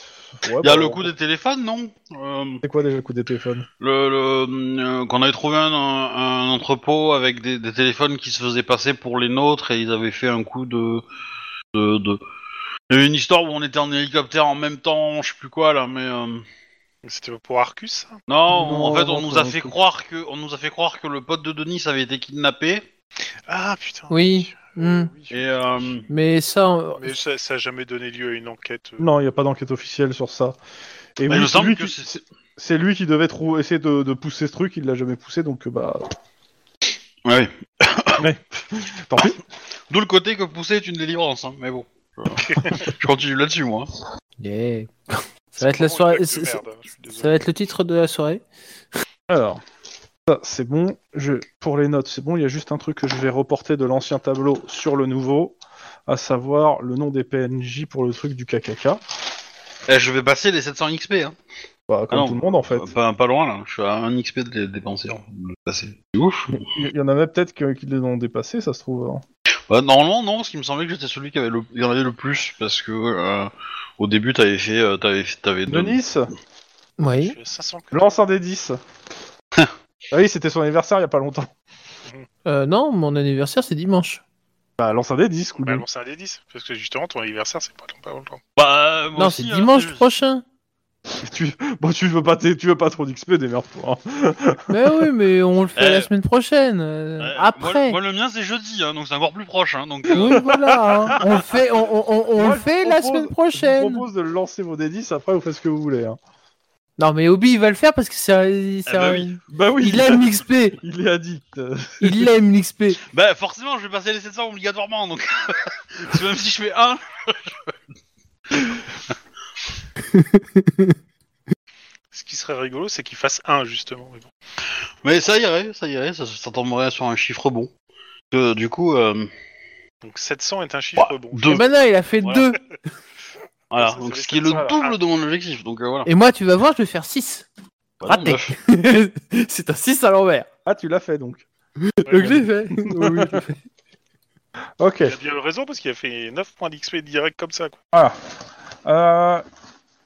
[SPEAKER 2] Ouais,
[SPEAKER 1] Il y a
[SPEAKER 2] bah,
[SPEAKER 1] le coup des téléphones, non Euh,
[SPEAKER 2] c'est quoi déjà le coup des téléphones
[SPEAKER 1] le, le, euh, Qu'on avait trouvé un, un- un entrepôt avec des, des téléphones qui se faisaient passer pour les nôtres et ils avaient fait un coup de. de, de... Il y avait une histoire où on était en hélicoptère en même temps, je sais plus quoi là, mais. euh,
[SPEAKER 4] C'était pour Arcus, hein. ça
[SPEAKER 1] Non,
[SPEAKER 2] Non,
[SPEAKER 1] en fait,
[SPEAKER 2] non,
[SPEAKER 1] on nous
[SPEAKER 2] c'est
[SPEAKER 1] a
[SPEAKER 2] un
[SPEAKER 1] fait
[SPEAKER 2] truc.
[SPEAKER 1] croire que on nous a fait croire que le pote de Denis avait été kidnappé
[SPEAKER 4] Ah putain.
[SPEAKER 3] Oui.
[SPEAKER 4] Euh,
[SPEAKER 3] Hmm.
[SPEAKER 4] oui, je-
[SPEAKER 1] et euh,
[SPEAKER 3] Mais ça, on-
[SPEAKER 4] Mais ça n'a jamais donné lieu à une enquête. euh.
[SPEAKER 2] Non, il n'y a pas d'enquête officielle sur ça. Et
[SPEAKER 1] bah,
[SPEAKER 2] oui,
[SPEAKER 1] il me
[SPEAKER 2] c'est
[SPEAKER 1] semble
[SPEAKER 2] lui,
[SPEAKER 1] que
[SPEAKER 2] qui,
[SPEAKER 1] c'est
[SPEAKER 2] c'est lui qui devait trou- essayer de, de pousser ce truc, il l'a jamais poussé, donc euh, bah
[SPEAKER 1] ouais.
[SPEAKER 2] tant pis.
[SPEAKER 1] [laughs] D'où le côté que pousser est une délivrance, hein, mais bon. Je, je continue là-dessus, moi.
[SPEAKER 3] Yeah.
[SPEAKER 4] C'est
[SPEAKER 3] ça va être la
[SPEAKER 4] vraiment
[SPEAKER 3] soirée.
[SPEAKER 4] une blague de
[SPEAKER 3] c'est-
[SPEAKER 4] merde, hein, je suis
[SPEAKER 3] c'est-
[SPEAKER 4] désolé.
[SPEAKER 3] Ça va être le titre de la soirée.
[SPEAKER 2] Alors, ça c'est bon. Je, pour les notes, c'est bon. Il y a juste un truc que je vais reporter de l'ancien tableau sur le nouveau, à savoir le nom des PNJ pour le truc du KKK.
[SPEAKER 1] Eh, je vais passer les 700 XP, hein.
[SPEAKER 2] Bah, comme
[SPEAKER 1] Ah non.
[SPEAKER 2] tout le monde en fait.
[SPEAKER 1] Pas, pas loin, là. Je suis à 1 XP de les dépenser. hein, de les passer. C'est ouf.
[SPEAKER 2] Il y- il y en a même peut-être que- qui les ont dépassés, ça se trouve. hein.
[SPEAKER 1] Bah, normalement, non, parce qu'il me semblait que j'étais celui qui avait le, il y en avait le plus, parce que euh, au début, t'avais fait. euh, t'avais, t'avais deux-
[SPEAKER 2] Denis,
[SPEAKER 4] Je
[SPEAKER 3] Oui.
[SPEAKER 4] suis à 500.
[SPEAKER 2] lance un
[SPEAKER 1] [laughs]
[SPEAKER 2] des 10. Ah oui, c'était son anniversaire il y a pas longtemps.
[SPEAKER 3] Euh, non, mon anniversaire c'est dimanche.
[SPEAKER 2] Bah, lance un des 10, cool.
[SPEAKER 4] Bah, bon, c'est un des 10, parce que justement, ton anniversaire, c'est pas dans pas longtemps.
[SPEAKER 1] Bah, moi
[SPEAKER 3] non,
[SPEAKER 1] aussi,
[SPEAKER 3] c'est
[SPEAKER 1] hein,
[SPEAKER 3] dimanche
[SPEAKER 1] je-
[SPEAKER 3] prochain.
[SPEAKER 2] Tu... Bon, tu veux pas, t'es- tu veux pas trop d'XP, démerde-toi. hein.
[SPEAKER 3] mais oui, mais on le fait
[SPEAKER 1] Euh,
[SPEAKER 3] la semaine prochaine.
[SPEAKER 1] Euh,
[SPEAKER 3] euh,
[SPEAKER 1] moi-
[SPEAKER 3] après.
[SPEAKER 1] Moi, le mien, c'est jeudi, hein, donc c'est encore plus proche. Hein, donc, euh,
[SPEAKER 3] Oui, voilà. hein. On le fait, on, on- on- on
[SPEAKER 2] Moi,
[SPEAKER 3] le
[SPEAKER 2] je
[SPEAKER 3] fait
[SPEAKER 2] vous
[SPEAKER 3] la
[SPEAKER 2] propose-
[SPEAKER 3] semaine
[SPEAKER 2] Je vous
[SPEAKER 3] prochaine.
[SPEAKER 2] propose de lancer vos D10, après vous faites ce que vous voulez. Hein.
[SPEAKER 3] Non, mais Obi, il va le faire parce que c'est un- c'est
[SPEAKER 1] Ah bah
[SPEAKER 3] un-
[SPEAKER 1] oui.
[SPEAKER 2] Bah oui,
[SPEAKER 3] Il aime l'XP.
[SPEAKER 2] il est addict. euh.
[SPEAKER 1] [laughs]
[SPEAKER 3] Il aime l'XP.
[SPEAKER 1] Bah, forcément, je vais passer les 700 obligatoirement, donc. [laughs] Parce que même si je fais 1,
[SPEAKER 4] Ce qui serait rigolo, c'est qu'il fasse 1, justement. mais bon.
[SPEAKER 1] Mais ça irait, ça irait, ça, ça tomberait sur un chiffre bon. Que, du coup, euh,
[SPEAKER 4] Donc 700 est un chiffre
[SPEAKER 1] Bah,
[SPEAKER 4] bon.
[SPEAKER 1] deux.
[SPEAKER 3] Et maintenant, il a fait
[SPEAKER 1] Voilà.
[SPEAKER 3] deux.
[SPEAKER 1] voilà,
[SPEAKER 4] ça, ça
[SPEAKER 1] donc
[SPEAKER 4] fait
[SPEAKER 1] ce qui est le
[SPEAKER 4] 700,
[SPEAKER 1] double
[SPEAKER 4] alors.
[SPEAKER 1] de mon objectif, donc euh, voilà.
[SPEAKER 3] Et moi, tu vas voir, je vais faire 6.
[SPEAKER 1] Bah,
[SPEAKER 3] raté.
[SPEAKER 1] non, neuf.
[SPEAKER 3] [laughs] c'est un 6 à l'envers.
[SPEAKER 2] Ah, tu l'as fait donc.
[SPEAKER 3] Donc je l'ai fait. Oui, je l'ai fait.
[SPEAKER 2] Ok.
[SPEAKER 4] Il a bien le raison, parce qu'il a fait 9 points d'XP direct comme ça. Quoi.
[SPEAKER 2] Ah. Euh,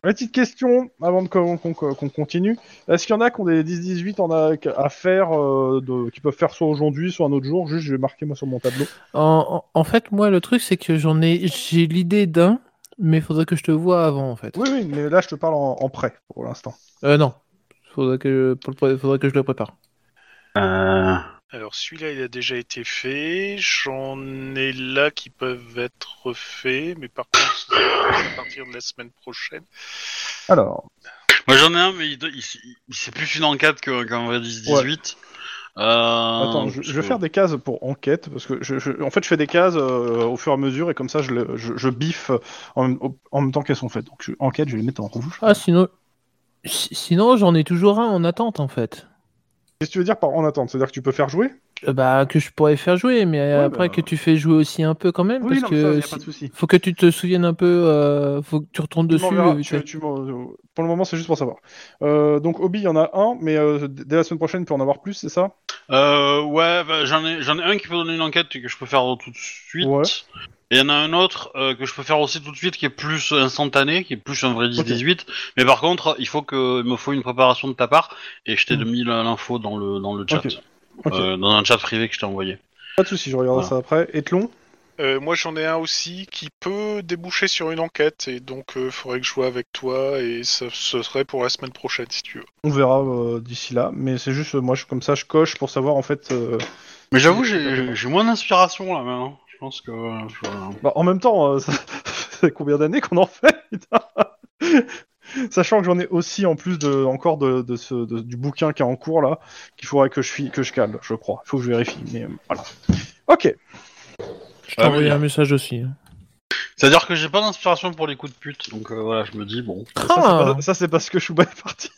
[SPEAKER 2] Petite question avant de qu'on qu'on- qu'on continue. Est-ce qu'il y en a qui ont des 10-18 en a à faire, euh, de, qui peuvent faire soit aujourd'hui, soit un autre jour Juste, je vais marquer moi sur mon tableau.
[SPEAKER 3] En, en- en fait, moi, le truc, c'est que j'en ai, j'ai l'idée d'un, mais faudrait que je te vois avant, en fait.
[SPEAKER 2] Oui, oui, mais là je te parle en, en prêt pour l'instant.
[SPEAKER 3] Euh, non. Faudrait que, pour le pré- faudrait que je le prépare.
[SPEAKER 4] Alors celui-là, il a déjà été fait. J'en ai là qui peuvent être refaits, mais par contre, ça va à partir de la semaine prochaine.
[SPEAKER 2] Alors,
[SPEAKER 1] Moi j'en ai un, mais il, do- il s- il- c'est plus une enquête que- qu'un vrai 10-18. Euh,
[SPEAKER 2] attends, je, je
[SPEAKER 1] parce
[SPEAKER 2] vais
[SPEAKER 1] que-
[SPEAKER 2] faire des cases pour enquête parce que je, je- en fait je fais des cases euh, au fur et à mesure et comme ça je, le- je, je biffe euh, en, même- au- en même temps qu'elles sont faites. Donc je- enquête, je vais les mettre en rouge.
[SPEAKER 3] Ah, sinon, si- sinon, j'en ai toujours un en attente, en fait.
[SPEAKER 2] Qu'est-ce que tu veux dire par en attente C'est-à-dire que tu peux faire jouer
[SPEAKER 3] Euh, bah, que je pourrais faire jouer, mais
[SPEAKER 2] Oui,
[SPEAKER 3] après
[SPEAKER 2] bah.
[SPEAKER 3] que tu fais jouer aussi un peu quand même, parce
[SPEAKER 2] non, mais ça,
[SPEAKER 3] que
[SPEAKER 2] y a pas
[SPEAKER 3] si-
[SPEAKER 2] de souci.
[SPEAKER 3] faut que tu te souviennes un peu, euh, faut que tu retournes
[SPEAKER 2] Tu
[SPEAKER 3] dessus.
[SPEAKER 2] m'enverras,
[SPEAKER 3] euh, vite
[SPEAKER 2] tu-
[SPEAKER 3] fait.
[SPEAKER 2] tu m'en- euh, pour le moment, c'est juste pour savoir. Euh, donc, Obi, il y en a un, mais euh, d- dès la semaine prochaine, il peut en avoir plus, c'est ça
[SPEAKER 1] Euh, ouais, bah, j'en ai, j'en ai un qui peut donner une enquête que je peux faire tout de suite.
[SPEAKER 2] Ouais.
[SPEAKER 1] Et il y en a un autre euh, que je peux faire aussi tout de suite qui est plus instantané, qui est plus un vrai 10-18. Mais par contre, il faut que, il me faut une préparation de ta part et je t'ai
[SPEAKER 2] Hmm.
[SPEAKER 1] mis la- l'info dans le, dans le chat.
[SPEAKER 2] Ok. Ok,
[SPEAKER 1] Euh, dans un chat privé que je t'ai envoyé.
[SPEAKER 2] pas de souci, je regarderai
[SPEAKER 1] voilà.
[SPEAKER 2] ça après. Etlon
[SPEAKER 4] Euh, moi, j'en ai un aussi qui peut déboucher sur une enquête, et donc euh, faudrait que je joue avec toi, et ça, ce serait pour la semaine prochaine, si tu veux.
[SPEAKER 2] on verra euh, d'ici là, mais c'est juste, euh, moi, je, comme ça, je coche pour savoir, en fait... euh,
[SPEAKER 1] Mais j'avoue, j'ai j'ai moins d'inspiration là maintenant. Je pense que. euh, je-
[SPEAKER 2] bah, en même temps, euh, [laughs] ça fait combien d'années qu'on en fait [laughs] putain Sachant que j'en ai aussi, en plus, de, encore de, de ce, de- du bouquin qui est en cours, là, qu'il faudrait que je, fi- que je cale, je crois. Il faut que je vérifie, mais euh, voilà. Ok,
[SPEAKER 3] Je
[SPEAKER 1] Ah,
[SPEAKER 3] t'envoie
[SPEAKER 1] oui.
[SPEAKER 3] un message aussi. hein.
[SPEAKER 1] C'est-à-dire que j'ai pas d'inspiration pour les coups de pute, donc euh, voilà, je me dis bon.
[SPEAKER 2] ça, c'est
[SPEAKER 3] Ah
[SPEAKER 2] pas- ça, c'est parce que Chouba est parti.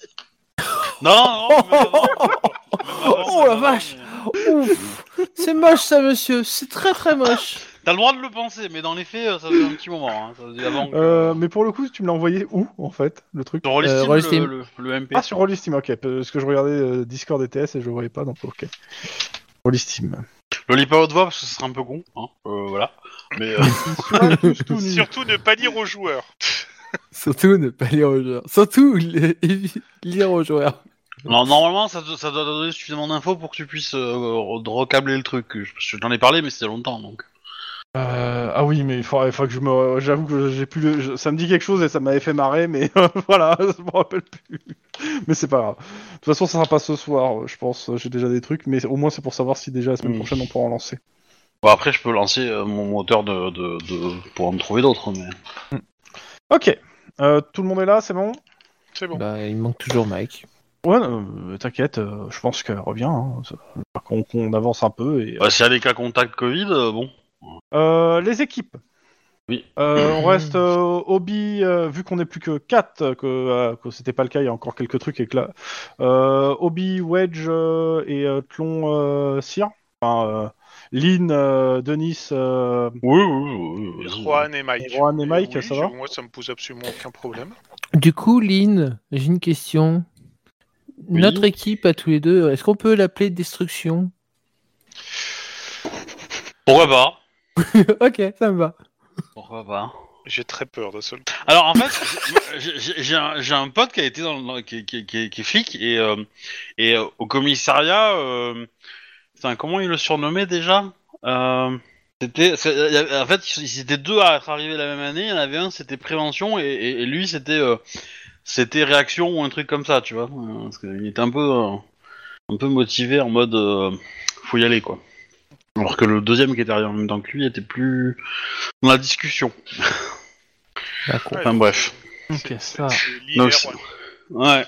[SPEAKER 1] Non, non, mais avant, même
[SPEAKER 2] [laughs]
[SPEAKER 1] avant,
[SPEAKER 3] Oh,
[SPEAKER 1] même
[SPEAKER 3] la
[SPEAKER 1] avant,
[SPEAKER 3] vache.
[SPEAKER 1] mais-
[SPEAKER 3] Ouf C'est moche ça, monsieur. C'est très très moche.
[SPEAKER 1] T'as le droit de le penser, mais dans les faits, euh, ça faisait un petit moment. Hein. Ça faisait avant que...
[SPEAKER 2] Euh, mais pour le coup, tu me l'as envoyé où, en fait, le truc
[SPEAKER 1] Sur Rollisteam,
[SPEAKER 3] Euh, Rollisteam.
[SPEAKER 1] Le, le- le MP.
[SPEAKER 2] Ah, sur Rollisteam, ok. Parce que je regardais euh, Discord et TS et je le voyais pas, donc ok. Rollisteam.
[SPEAKER 1] Le lis pas à haute voix, parce que ce serait un peu con. Hein. Euh, voilà. Mais euh,
[SPEAKER 2] Surtout tous, [laughs] tout nus.
[SPEAKER 4] Surtout ne pas lire aux joueurs.
[SPEAKER 3] Surtout ne pas lire aux joueurs. Surtout lire aux joueurs.
[SPEAKER 1] non, normalement, ça, doit- ça doit donner suffisamment d'infos pour que tu puisses euh, re- recabler le truc. Je- parce que J'en ai parlé, mais c'était longtemps, donc.
[SPEAKER 2] Euh, ah oui, mais il faudrait, faudrait que je me. J'avoue que j'ai plus. le- je- Ça me dit quelque chose et ça m'avait fait marrer, mais [laughs] euh, voilà, je me rappelle plus. Mais c'est pas grave. De toute façon, ça sera pas ce soir, euh, je pense. J'ai déjà des trucs, mais au moins c'est pour savoir si déjà la semaine
[SPEAKER 1] Mm.
[SPEAKER 2] prochaine on pourra en lancer.
[SPEAKER 1] Bon, après, je peux lancer euh, mon moteur de, de, de- pour en trouver d'autres. Mais...
[SPEAKER 2] Ok. Euh, tout le monde est là, c'est bon
[SPEAKER 4] C'est bon.
[SPEAKER 3] Bah, il manque toujours Mike.
[SPEAKER 2] Ouais, euh, t'inquiète, euh, je pense qu'elle revient. Hein. Ça- Qu'on qu'on avance un peu et.
[SPEAKER 1] Bah, si elle est cas contact Covid, euh, bon.
[SPEAKER 2] Euh, les équipes.
[SPEAKER 1] Oui.
[SPEAKER 2] Euh, on
[SPEAKER 3] [clears throat] Mhm.
[SPEAKER 2] reste euh, Obi, euh, vu qu'on n'est plus que 4, que, euh, que c'était pas le cas, il y a encore quelques trucs et que là. euh, Obi, Wedge euh, et euh, Tlon euh, Cyr. Enfin, euh, Lynn, euh, Denis, euh,
[SPEAKER 1] Oui, oui, oui. oui, oui.
[SPEAKER 4] Juan et Mike.
[SPEAKER 2] Juan et Mike,
[SPEAKER 4] oui,
[SPEAKER 2] ça
[SPEAKER 4] je-
[SPEAKER 2] va
[SPEAKER 4] Moi, ça me pose absolument aucun problème.
[SPEAKER 3] Du coup, Lynn, j'ai une question.
[SPEAKER 1] Oui.
[SPEAKER 3] Notre équipe à tous les deux, est-ce qu'on peut l'appeler Destruction [laughs]
[SPEAKER 1] Pourquoi pas
[SPEAKER 3] Ok, ça me va.
[SPEAKER 1] Pourquoi pas
[SPEAKER 4] J'ai très peur d'un seul. coup.
[SPEAKER 1] Alors en fait, j'ai- j'ai j'ai un, j'ai un pote qui a été dans, le- qui, qui, qui, qui est flic et euh, et euh, au commissariat, euh, putain, comment il le surnommait déjà Euh, C'était c'est- il y avait- en fait ils étaient deux à être arrivés la même année. Il y en avait un c'était prévention et, et- et lui c'était euh, c'était réaction ou un truc comme ça, tu vois Euh, Parce qu'il était un peu euh, un peu motivé en mode euh, faut y aller quoi. Alors que le deuxième qui était arrivé en même temps que lui était plus dans la discussion.
[SPEAKER 3] D'accord.
[SPEAKER 1] Enfin,
[SPEAKER 4] Ouais,
[SPEAKER 1] bref.
[SPEAKER 4] c'est-
[SPEAKER 3] Ok,
[SPEAKER 2] [laughs]
[SPEAKER 4] c'est-
[SPEAKER 3] ça.
[SPEAKER 4] c'est
[SPEAKER 1] Donc,
[SPEAKER 4] l'hiver,
[SPEAKER 1] c'est-
[SPEAKER 4] ouais.
[SPEAKER 1] Ouais.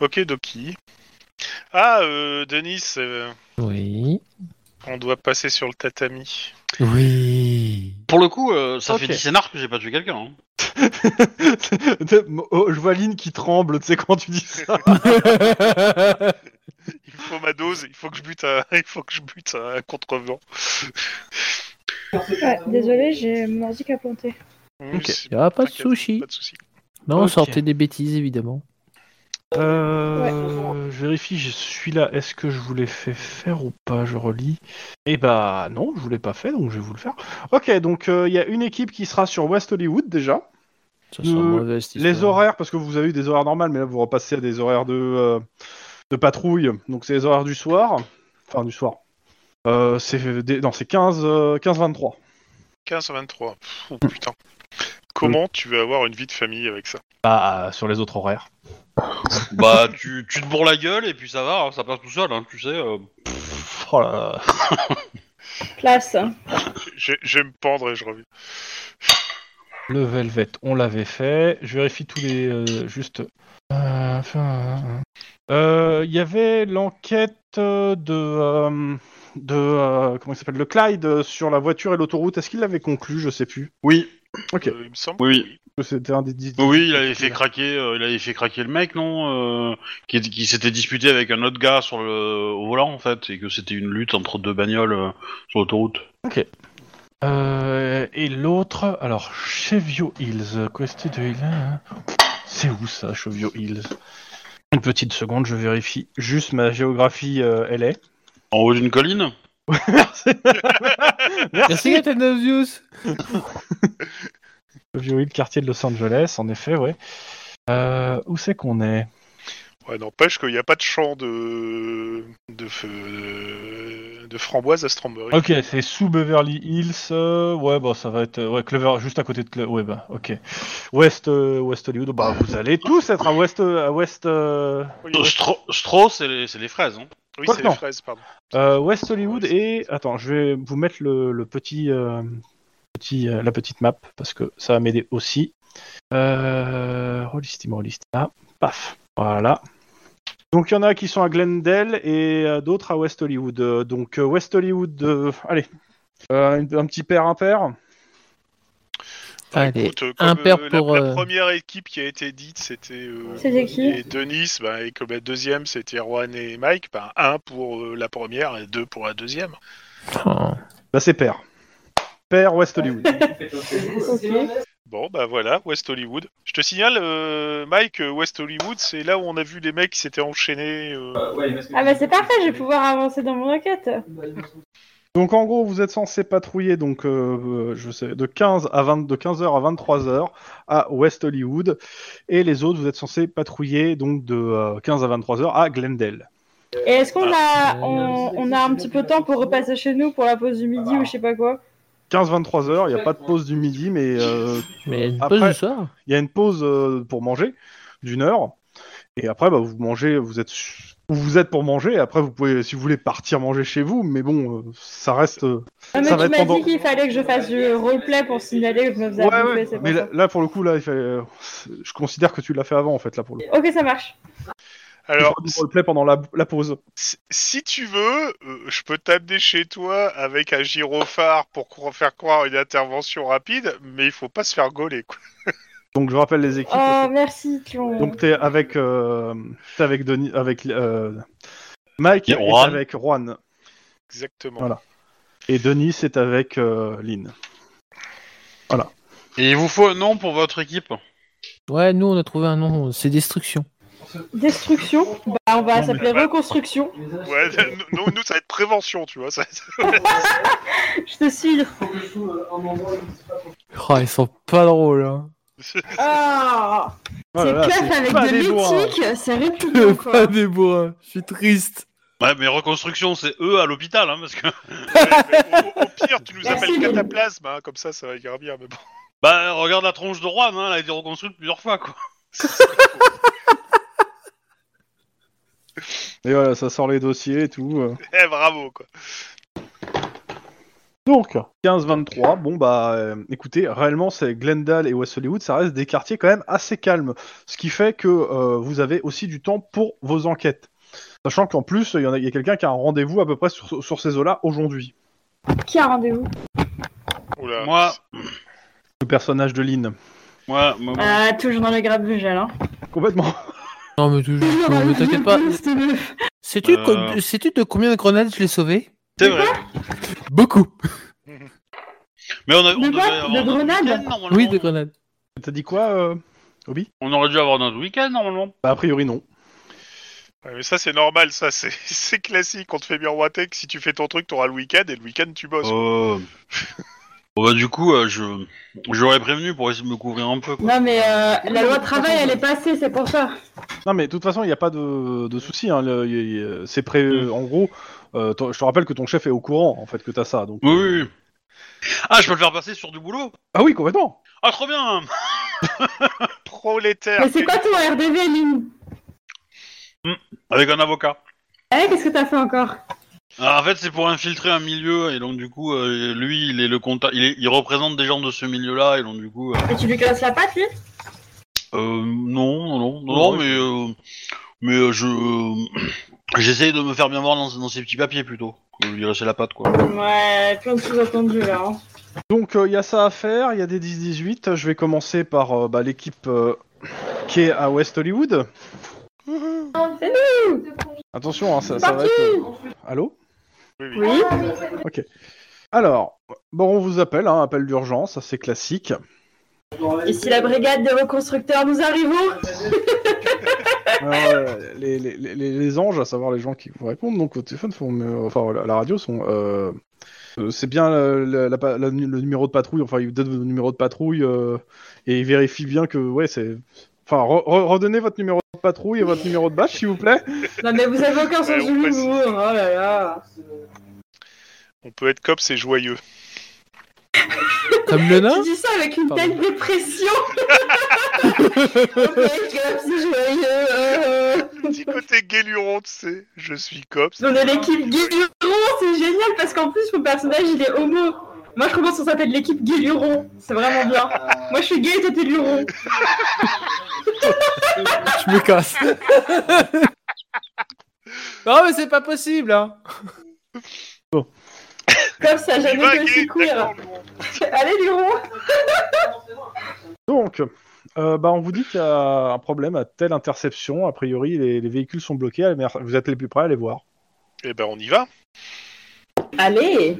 [SPEAKER 4] Ok, Doki. Ah, euh, Denis, euh,
[SPEAKER 3] Oui.
[SPEAKER 4] on doit passer sur le tatami.
[SPEAKER 3] Oui.
[SPEAKER 1] Pour le coup, euh, ça
[SPEAKER 2] Ok.
[SPEAKER 1] fait 10 scénars que j'ai pas tué quelqu'un. hein.
[SPEAKER 2] Oh, je vois Lynn qui tremble, tu sais, quand tu dis
[SPEAKER 3] [laughs]
[SPEAKER 2] ça.
[SPEAKER 4] Il faut ma dose, il faut que je bute un, [laughs] il faut que je bute un contrevent.
[SPEAKER 5] Ouais, désolé, j'ai mon ordi qui a planté.
[SPEAKER 4] Oui,
[SPEAKER 2] Ok.
[SPEAKER 4] c'est-
[SPEAKER 3] Y a pas de
[SPEAKER 4] t'inquiète,
[SPEAKER 3] sushi.
[SPEAKER 4] Pas de souci.
[SPEAKER 3] Non,
[SPEAKER 2] Ok.
[SPEAKER 3] sortez des bêtises, évidemment.
[SPEAKER 2] Euh, Je vérifie, je suis là. Est-ce que je vous l'ai fait faire ou pas Je relis. Eh bah non, je vous l'ai pas fait, donc je vais vous le faire. Ok, donc euh, il y a une équipe qui sera sur West Hollywood déjà.
[SPEAKER 3] Ça sent
[SPEAKER 2] Euh,
[SPEAKER 3] mauvais, cette
[SPEAKER 2] Les
[SPEAKER 3] histoire.
[SPEAKER 2] horaires, parce que vous avez eu des horaires normales, mais là vous repassez à des horaires de, euh, de patrouille. Donc c'est les horaires du soir. Enfin, du soir. Euh, c'est des- non, c'est 15, euh, 15-23.
[SPEAKER 4] 15-23. Pff,
[SPEAKER 2] Hmm.
[SPEAKER 4] oh, putain. Comment tu veux avoir une vie de famille avec ça
[SPEAKER 2] Bah, sur les autres horaires.
[SPEAKER 1] [laughs] bah, tu, tu te bourres la gueule et puis ça va, hein, ça passe tout seul, hein, tu sais. euh.
[SPEAKER 2] Oh là là.
[SPEAKER 5] Classe.
[SPEAKER 4] je, je vais me pendre et je reviens.
[SPEAKER 2] Le Velvet, on l'avait fait. Je vérifie tous les. euh, juste. Euh, enfin, euh, euh, Il y avait l'enquête euh, de. euh, de. euh, comment il s'appelle Le Clyde euh, sur la voiture et l'autoroute. Est-ce qu'il l'avait conclu Je sais plus.
[SPEAKER 1] Oui,
[SPEAKER 2] Ok.
[SPEAKER 4] Euh, il me semble.
[SPEAKER 1] oui, oui.
[SPEAKER 2] que C'était un des dix.
[SPEAKER 1] Bah Oui, il avait fait craquer, euh, il avait fait craquer le mec, non euh, Qui, qui s'était disputé avec un autre gars sur le au volant en fait, et que c'était une lutte entre deux bagnoles euh, sur l'autoroute.
[SPEAKER 2] Euh, et l'autre, alors Chevio Hills, euh, Quest de Hill, hein. C'est où ça, Chevio Hills Une petite seconde, je vérifie juste ma géographie. euh, elle est.
[SPEAKER 1] En haut d'une colline
[SPEAKER 2] [laughs] Merci.
[SPEAKER 3] Merci Gatenausius
[SPEAKER 2] Chevio Hills, quartier de Los Angeles, en effet, ouais. Euh, où c'est qu'on est
[SPEAKER 4] Ouais, N'empêche qu'il n'y a pas de champ de. de, feu- de framboise à Strawberry.
[SPEAKER 2] Ok, c'est sous Beverly Hills. euh, ouais, bah ça va être euh, ouais Clover, juste à côté de Clover. Ouais, bah ok. West, euh, West Hollywood. Bah vous allez tous être à West, à West. euh,
[SPEAKER 4] Oui,
[SPEAKER 1] Euh, Stro- Strauss, c'est les, c'est les fraises. Hein.
[SPEAKER 4] oui,
[SPEAKER 2] quoi
[SPEAKER 4] c'est
[SPEAKER 2] que non.
[SPEAKER 4] les fraises, pardon.
[SPEAKER 2] Euh, West Hollywood et attends, je vais vous mettre le, le petit, euh, petit euh, la petite map parce que ça va m'aider aussi. Euh... Rollistim, Rollistim. paf, voilà. Donc il y en a qui sont à Glendale et euh, d'autres à West Hollywood. Euh, donc euh, West Hollywood, euh, allez, Euh, un, un petit père impair.
[SPEAKER 4] Bah,
[SPEAKER 3] Allez,
[SPEAKER 4] écoute, euh,
[SPEAKER 3] un
[SPEAKER 4] comme,
[SPEAKER 3] père
[SPEAKER 4] euh, la-
[SPEAKER 3] pour,
[SPEAKER 4] La,
[SPEAKER 3] euh,
[SPEAKER 4] première équipe qui a été dite, c'était. euh,
[SPEAKER 5] C'était qui
[SPEAKER 4] et Denis, bah, et que la deuxième, c'était Juan et Mike. Bah, un pour euh, la première et deux pour la deuxième.
[SPEAKER 3] Oh.
[SPEAKER 2] Bah c'est père. Père West Hollywood.
[SPEAKER 5] Ok.
[SPEAKER 4] Bon, bah voilà, West Hollywood. Je te signale, euh, Mike, euh, West Hollywood, c'est là où on a vu les mecs qui s'étaient enchaînés. euh,
[SPEAKER 5] Ah bah c'est parfait, je vais pouvoir avancer dans mon enquête.
[SPEAKER 2] donc en gros, vous êtes censé patrouiller donc euh, euh, je sais de 15 à 20 de 15h à 23h à West Hollywood et les autres vous êtes censé patrouiller donc de euh, 15 à 23h à Glendale.
[SPEAKER 5] Et est-ce qu'on a,
[SPEAKER 3] Ah.
[SPEAKER 5] on, on a un petit peu de temps pour repasser chez nous pour la pause du midi ou je sais pas quoi
[SPEAKER 2] 15 23h, il n'y a pas de pause du midi mais euh,
[SPEAKER 3] Mais une
[SPEAKER 2] Après-
[SPEAKER 3] pause du soir
[SPEAKER 2] il y a une pause euh, pour manger d'une heure et après bah, vous mangez vous êtes où vous êtes pour manger et après vous pouvez si vous voulez partir manger chez vous mais bon euh, ça reste euh,
[SPEAKER 5] Ah, mais
[SPEAKER 2] ça va
[SPEAKER 5] tu
[SPEAKER 2] être
[SPEAKER 5] m'as
[SPEAKER 2] pendant
[SPEAKER 5] dit qu'il fallait que je fasse du roleplay pour signaler que je me faisais
[SPEAKER 2] Ouais,
[SPEAKER 5] bouffer,
[SPEAKER 2] ouais,
[SPEAKER 5] c'est pas
[SPEAKER 2] mais
[SPEAKER 5] ça.
[SPEAKER 2] là, là, pour le coup là il fallait, euh, je considère que tu l'as fait avant en fait là pour le
[SPEAKER 5] Ok, ça marche.
[SPEAKER 4] Alors,
[SPEAKER 2] Il faudra du roleplay pendant la, la pause.
[SPEAKER 4] si- si tu veux, euh, je peux t'amener chez toi avec un gyrophare pour cro- faire croire une intervention rapide, mais il faut pas se faire gauler. Quoi. [laughs]
[SPEAKER 2] Donc je rappelle les équipes.
[SPEAKER 5] Oh, merci, Tlon.
[SPEAKER 2] Donc t'es avec euh, t'es avec Denis, avec euh, Mike
[SPEAKER 1] Et
[SPEAKER 2] et
[SPEAKER 1] Juan.
[SPEAKER 2] avec Juan
[SPEAKER 4] Exactement.
[SPEAKER 2] Voilà. et Denis c'est avec euh, Lynn.
[SPEAKER 1] Et il vous faut un nom pour votre équipe.
[SPEAKER 3] Ouais, nous on a trouvé un nom, c'est Destruction.
[SPEAKER 5] Destruction. Bah, on va
[SPEAKER 2] Non,
[SPEAKER 5] s'appeler Reconstruction.
[SPEAKER 4] Ouais, [laughs] nous, nous, ça va être prévention, tu vois. Ça,
[SPEAKER 5] Je te suis. euh,
[SPEAKER 3] Oh, ils sont pas drôles, hein.
[SPEAKER 5] Ah
[SPEAKER 2] Oh là
[SPEAKER 5] c'est
[SPEAKER 2] là,
[SPEAKER 5] clair avec
[SPEAKER 2] pas
[SPEAKER 5] de
[SPEAKER 2] des hein. bourrins.
[SPEAKER 5] l'éthique, c'est répugnant quoi.
[SPEAKER 3] Pas [laughs] des bourrins, je suis triste.
[SPEAKER 1] Ouais, mais reconstruction, c'est eux à l'hôpital, hein, parce que. [laughs]
[SPEAKER 4] au, au pire, tu nous
[SPEAKER 5] Merci,
[SPEAKER 4] appelles
[SPEAKER 5] Denis.
[SPEAKER 4] cataplasme, hein, comme ça, ça va ira bien. Mais bon. [laughs]
[SPEAKER 1] Bah, regarde la tronche de Juan, hein, elle a été reconstruite plusieurs fois, quoi.
[SPEAKER 2] Et voilà, ça sort les dossiers et tout. euh.
[SPEAKER 4] Eh, bravo, quoi.
[SPEAKER 2] Donc 15-23, bon bah euh, écoutez, réellement c'est Glendale et West Hollywood, ça reste des quartiers quand même assez calmes, ce qui fait que euh, vous avez aussi du temps pour vos enquêtes. Sachant qu'en plus, il y en a, il y a quelqu'un qui a un rendez-vous à peu près sur, sur ces eaux-là aujourd'hui.
[SPEAKER 5] Qui a rendez-vous
[SPEAKER 4] Oula.
[SPEAKER 1] Moi,
[SPEAKER 2] Le personnage de Lynn.
[SPEAKER 1] moi, moi. moi.
[SPEAKER 5] Ah, toujours dans les grappes de gel, hein.
[SPEAKER 2] Complètement.
[SPEAKER 3] Non, mais toujours,
[SPEAKER 5] Toujours dans
[SPEAKER 3] ne
[SPEAKER 5] le
[SPEAKER 3] t'inquiète pas.
[SPEAKER 5] de
[SPEAKER 3] Sais-tu
[SPEAKER 1] Euh.
[SPEAKER 3] com- sais-tu de combien de grenades je l'ai sauvé
[SPEAKER 1] C'est vrai.
[SPEAKER 3] Beaucoup.
[SPEAKER 1] Mais on, a, on
[SPEAKER 5] De quoi
[SPEAKER 1] devait avoir
[SPEAKER 5] De
[SPEAKER 1] notre
[SPEAKER 5] grenades
[SPEAKER 1] week-end, normalement.
[SPEAKER 3] Oui, de grenades.
[SPEAKER 2] [laughs] T'as dit quoi, euh, Obi
[SPEAKER 1] On aurait dû avoir notre week-end normalement.
[SPEAKER 2] Bah, a priori non.
[SPEAKER 4] Ouais, mais ça, c'est normal, ça. C'est- [laughs] C'est classique. On te fait miroiter que si tu fais ton truc, t'auras le week-end, et le week-end, tu bosses.
[SPEAKER 1] Euh... [laughs] Bon, bah, du coup, euh, je j'aurais prévenu pour essayer de me couvrir un peu. Quoi.
[SPEAKER 5] Non, mais euh, la loi travail, elle est passée, c'est pour ça.
[SPEAKER 2] Non, mais de toute façon, il n'y a pas de, de souci. hein, le- y- y- C'est pré... En gros, euh, ton- je te rappelle que ton chef est au courant, en fait, que t'as ça. Donc...
[SPEAKER 1] Oui, oui, oui. Ah, je peux le faire passer sur du boulot
[SPEAKER 2] Ah oui, complètement
[SPEAKER 1] Ah, trop bien
[SPEAKER 4] Prolétaire.
[SPEAKER 5] Mais c'est quoi ton RDV, Lynn
[SPEAKER 1] Avec un avocat.
[SPEAKER 5] Eh, qu'est-ce que t'as fait encore
[SPEAKER 1] Ah, en fait, c'est pour infiltrer un milieu, et donc du coup, euh, lui, il est le contact, il, est- il représente des gens de ce milieu-là, et donc du coup, euh,
[SPEAKER 5] Et tu lui casses la patte, lui
[SPEAKER 1] euh, non, non, non, non, non, mais euh, mais euh, je euh, [clears throat] j'essaye de me faire bien voir dans, dans ces petits papiers plutôt. Je lui laisser la patte quoi.
[SPEAKER 5] Ouais, plein de sous-entendus, là. hein.
[SPEAKER 2] Donc, euh, il y a ça à faire, il y a des 10-18. Je vais commencer par euh, bah, l'équipe euh, qui est à West Hollywood.
[SPEAKER 5] C'est
[SPEAKER 2] Attention, hein, ça, ça va
[SPEAKER 5] parti
[SPEAKER 2] être... euh, Allô
[SPEAKER 5] Oui
[SPEAKER 2] Alors, bon, on vous appelle, hein, appel d'urgence, ça, c'est classique.
[SPEAKER 5] Ici la brigade des reconstructeurs, nous arrivons
[SPEAKER 2] Alors, euh, les, les- les- les anges, à savoir les gens qui vous répondent, donc au téléphone, font, euh, enfin voilà, la radio sont. euh, euh, c'est bien euh, la- la pa- la nu- le numéro de patrouille, enfin ils vous donnent le numéro de patrouille euh, et ils vérifient bien que ouais c'est. Enfin re- re- redonnez votre numéro de patrouille et votre numéro de bâche s'il vous plaît.
[SPEAKER 5] Non, mais vous avez aucun
[SPEAKER 4] Ouais,
[SPEAKER 5] sens
[SPEAKER 4] on
[SPEAKER 5] de l'humour
[SPEAKER 4] passe.
[SPEAKER 5] Oh là là
[SPEAKER 4] On peut être cop, c'est
[SPEAKER 5] [laughs]
[SPEAKER 4] joyeux.
[SPEAKER 3] Comme le nain
[SPEAKER 5] Tu dis ça avec une
[SPEAKER 3] Pardon.
[SPEAKER 5] telle dépression [laughs] Ok, c'est joyeux euh, euh.
[SPEAKER 4] Petit côté guéluron, tu sais. Je suis cop.
[SPEAKER 5] On est l'équipe Guéluron, c'est génial parce qu'en plus mon personnage il est homo. Moi je commence on s'appelle l'équipe Guéluron, c'est vraiment bien.
[SPEAKER 4] Ah.
[SPEAKER 5] Moi je suis gay et toi t'es luron.
[SPEAKER 3] [laughs] Je me casse. [laughs] non, mais c'est pas possible, hein.
[SPEAKER 5] Comme ça,
[SPEAKER 4] Il
[SPEAKER 5] jamais
[SPEAKER 4] va,
[SPEAKER 5] été
[SPEAKER 4] gay,
[SPEAKER 5] aussi queer.
[SPEAKER 4] d'accord, bon.
[SPEAKER 5] Allez luron
[SPEAKER 2] Donc euh, bah on vous dit qu'il y a un problème à telle interception. A priori les, les véhicules sont bloqués. Allez, mer- Vous êtes les plus près, allez voir.
[SPEAKER 4] Eh ben, on y va.
[SPEAKER 5] Allez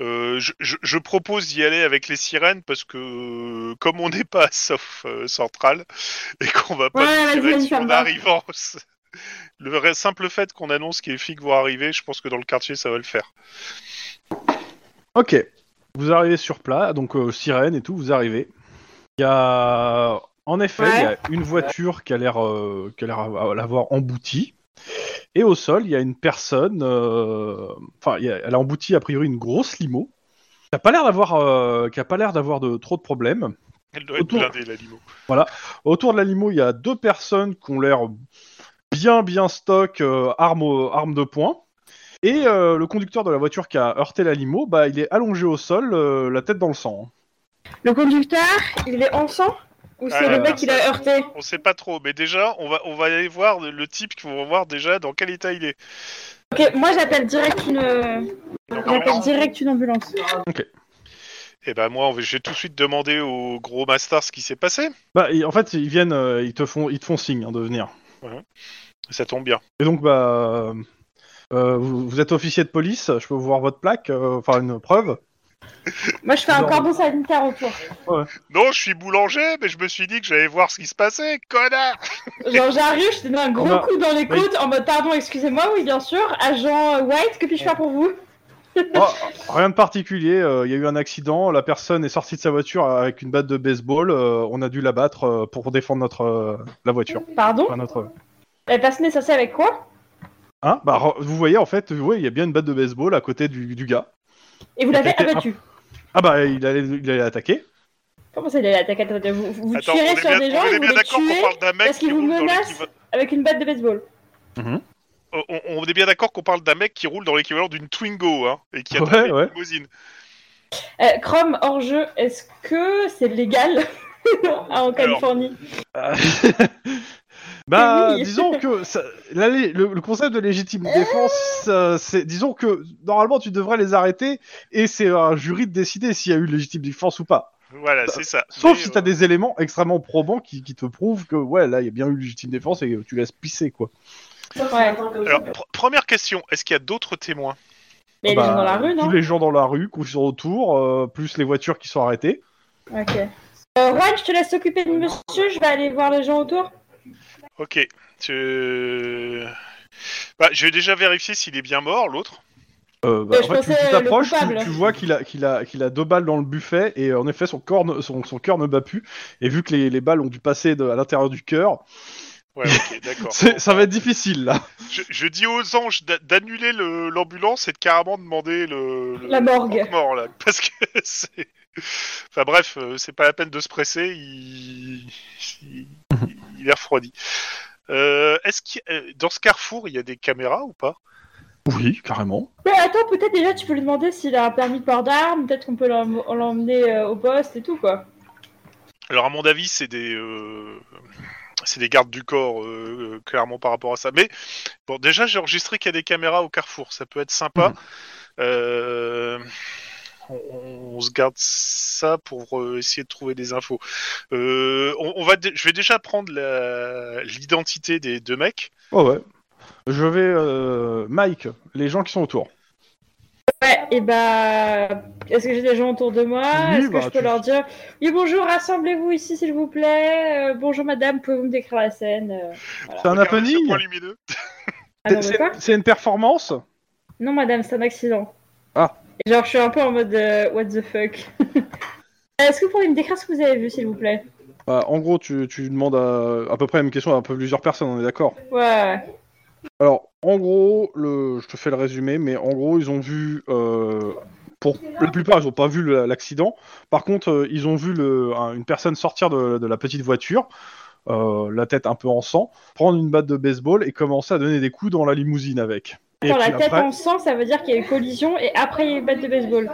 [SPEAKER 4] Euh, je, je- je propose d'y aller avec les sirènes parce que euh, comme on n'est pas à South euh, Central et qu'on va pas
[SPEAKER 5] Ouais,
[SPEAKER 4] nous
[SPEAKER 5] vas-y,
[SPEAKER 4] tirer
[SPEAKER 5] vas-y,
[SPEAKER 4] dessus
[SPEAKER 5] ça me
[SPEAKER 4] en
[SPEAKER 5] va.
[SPEAKER 4] arrivant, c'est- le vrai- simple fait qu'on annonce que les flics vont arriver, je pense que dans le quartier ça va le faire.
[SPEAKER 2] Ok. Vous arrivez sur plat, donc euh, sirène et tout, vous arrivez. Il y a, en effet, il y a une voiture qui a l'air, euh, qui a l'air av- l'avoir emboutie. Et au sol, il y a une personne. euh, Enfin, il y a- elle a embouti a priori une grosse limo. Qui a pas l'air d'avoir, euh, qui a pas l'air d'avoir de trop de problèmes.
[SPEAKER 4] Elle doit être
[SPEAKER 2] Autour.
[SPEAKER 4] blindée, la limo.
[SPEAKER 2] Autour de la limo, il y a deux personnes qui ont l'air bien, bien stock, euh, armes, au- armes de poing. Et euh, le conducteur de la voiture qui a heurté la limo, bah, il est allongé au sol, euh, la tête dans le sang.
[SPEAKER 5] Le conducteur, il est en sang Ou c'est
[SPEAKER 4] Ah,
[SPEAKER 5] le
[SPEAKER 4] la
[SPEAKER 5] mec qui l'a heurté
[SPEAKER 4] On sait pas trop, mais déjà on va on va aller voir le type qu'on va voir déjà dans quel état il est.
[SPEAKER 5] Ok, moi j'appelle direct une... euh, J'appelle direct une ambulance.
[SPEAKER 4] Et ben moi on va- je vais tout de suite demander au gros master ce qui s'est passé.
[SPEAKER 2] Bah, et en fait, ils viennent, euh, ils te font, ils te font signe hein, de venir.
[SPEAKER 4] Ça tombe bien.
[SPEAKER 2] Et donc, bah, euh, vous, vous êtes officier de police. Je peux vous voir votre plaque, euh, enfin une preuve.
[SPEAKER 5] Moi je fais un
[SPEAKER 2] Non.
[SPEAKER 5] cordon sanitaire autour.
[SPEAKER 4] Non, je suis boulanger, mais je me suis dit que j'allais voir ce qui se passait, connard.
[SPEAKER 5] Genre j'arrive, je te donne un gros
[SPEAKER 2] Bah,
[SPEAKER 5] coup dans les
[SPEAKER 2] oui.
[SPEAKER 5] côtes en mode pardon, excusez-moi, oui bien sûr, agent White, que puis-je faire pour vous
[SPEAKER 2] Oh, rien de particulier. euh, Il y a eu un accident. La personne est sortie de sa voiture avec une batte de baseball. euh, on a dû l'abattre euh, pour défendre notre euh, la voiture.
[SPEAKER 5] Pardon Eh,
[SPEAKER 2] Enfin, notre.
[SPEAKER 5] La personne est censée avec quoi
[SPEAKER 2] Hein bah, re- vous voyez en fait, oui, il y a bien une batte de baseball à côté du, du gars.
[SPEAKER 5] Et vous l'avez
[SPEAKER 2] Quelqu'un-
[SPEAKER 5] abattu.
[SPEAKER 2] Ah bah, il allait, il allait attaquer.
[SPEAKER 5] Comment ça, il allait attaquer Attendez, Vous, vous
[SPEAKER 4] Attends, on est
[SPEAKER 5] tirez sur
[SPEAKER 4] bien,
[SPEAKER 5] des gens
[SPEAKER 4] on
[SPEAKER 5] et
[SPEAKER 4] est
[SPEAKER 5] vous
[SPEAKER 4] bien
[SPEAKER 5] les
[SPEAKER 4] d'accord qu'on
[SPEAKER 5] tuez
[SPEAKER 4] parle d'un mec
[SPEAKER 5] parce
[SPEAKER 4] qui
[SPEAKER 5] qu'il vous
[SPEAKER 4] roule dans
[SPEAKER 5] menace.
[SPEAKER 4] l'équivalent-
[SPEAKER 5] avec une batte de baseball.
[SPEAKER 4] On, on- on est bien d'accord qu'on parle d'un mec qui roule dans l'équivalent d'une Twingo, hein, et qui a
[SPEAKER 2] Ouais,
[SPEAKER 4] tapé une
[SPEAKER 2] ouais.
[SPEAKER 4] limousine.
[SPEAKER 5] Euh, Chrome, hors jeu, est-ce que c'est légal [laughs] ah, en Californie
[SPEAKER 2] Bah,
[SPEAKER 5] Ah Oui. Eh
[SPEAKER 2] disons que ça- la lé- le, le concept de légitime défense, ça, c'est disons que normalement tu devrais les arrêter et c'est à un jury de décider s'il y a eu légitime défense ou pas.
[SPEAKER 4] Voilà, c'est ça.
[SPEAKER 2] Bah, Sauf
[SPEAKER 4] Mais,
[SPEAKER 2] si t'as
[SPEAKER 4] euh,
[SPEAKER 2] des éléments extrêmement probants qui, qui te prouvent que ouais là il y a bien eu légitime défense et tu laisses pisser quoi.
[SPEAKER 5] Ouais.
[SPEAKER 4] Alors, pr- première question, est-ce qu'il y a d'autres témoins
[SPEAKER 5] Mais
[SPEAKER 2] Bah,
[SPEAKER 5] les gens dans la rue, non
[SPEAKER 2] Tous les gens dans la rue qui sont autour, euh, plus les voitures qui sont arrêtées.
[SPEAKER 5] Ok. Euh, Juan, je te laisse s'occuper de monsieur, je vais aller voir les gens autour.
[SPEAKER 4] Ok. Tu... Bah, je vais déjà vérifier s'il est bien mort, l'autre.
[SPEAKER 2] Euh, bah,
[SPEAKER 5] Ouais,
[SPEAKER 2] en fait, tu-
[SPEAKER 5] je
[SPEAKER 2] tu
[SPEAKER 5] pensais, euh, le
[SPEAKER 2] t'approches, tu,
[SPEAKER 5] coupable.
[SPEAKER 2] tu vois qu'il a, qu'il a, qu'il a deux balles dans le buffet, et euh, en effet, son corps, ne- son, son cœur ne bat plus. Et vu que les, les balles ont dû passer de- à l'intérieur du cœur,
[SPEAKER 4] Ouais, ok,
[SPEAKER 2] [laughs]
[SPEAKER 4] d'accord.
[SPEAKER 2] c'est- ça va être difficile là.
[SPEAKER 4] Je, je dis aux anges d'a- d'annuler le- l'ambulance et de carrément demander le, le-
[SPEAKER 5] La morgue.
[SPEAKER 4] le mort là, [laughs] parce que c'est. Enfin bref, euh, c'est pas la peine de se presser. Il, il, il est refroidi. Euh, Est-ce qu'il y a- euh, dans ce carrefour il y a des caméras ou pas
[SPEAKER 2] Oui, carrément.
[SPEAKER 5] Mais attends, peut-être déjà tu peux lui demander s'il a un permis de port d'armes, peut-être qu'on peut l'em- l'emmener euh, au poste et tout quoi.
[SPEAKER 4] Alors à mon avis c'est des euh, c'est des gardes du corps euh, euh, clairement par rapport à ça. Mais bon déjà j'ai enregistré qu'il y a des caméras au carrefour, ça peut être sympa.
[SPEAKER 2] Mhm.
[SPEAKER 4] Euh, on, on se garde ça pour euh, essayer de trouver des infos. Euh, on, on va dé- je vais déjà prendre la- l'identité des deux mecs.
[SPEAKER 2] Oh ouais. Je vais. euh, Mike, les gens qui sont autour.
[SPEAKER 5] Ouais, et bah. Est-ce que j'ai des gens autour de moi
[SPEAKER 2] Oui,
[SPEAKER 5] Est-ce que
[SPEAKER 2] bah,
[SPEAKER 5] je peux
[SPEAKER 2] tu-
[SPEAKER 5] leur dire Oui, bonjour, rassemblez-vous ici s'il vous plaît. Euh, bonjour madame, pouvez-vous me décrire la scène Euh,
[SPEAKER 2] C'est un
[SPEAKER 4] Regardez ce
[SPEAKER 2] happening
[SPEAKER 4] point lumineux.
[SPEAKER 5] Ah
[SPEAKER 2] C'est-
[SPEAKER 5] non, mais
[SPEAKER 2] c'est-
[SPEAKER 5] quoi
[SPEAKER 2] C'est une performance
[SPEAKER 5] Non madame, c'est un accident.
[SPEAKER 2] Ah.
[SPEAKER 5] Et genre, je suis un peu en mode euh, What the fuck. [laughs] Est-ce que vous pourriez me décrire ce que vous avez vu s'il vous plaît
[SPEAKER 2] Bah, En gros, tu, tu demandes à, à peu près la même question à un peu plusieurs personnes, on est d'accord
[SPEAKER 5] Ouais.
[SPEAKER 2] Alors, en gros, le... je te fais le résumé, mais en gros, ils ont vu. euh, Pour la plupart, ils n'ont pas vu le- l'accident. Par contre, euh, ils ont vu le... un- une personne sortir de, de la petite voiture, euh, la tête un peu en sang, prendre une batte de baseball et commencer à donner des coups dans la limousine avec. Et
[SPEAKER 5] Attends, la
[SPEAKER 2] puis
[SPEAKER 5] tête hein.
[SPEAKER 2] après,
[SPEAKER 5] en sang, ça veut dire qu'il y a eu collision et après il y a eu batte de baseball.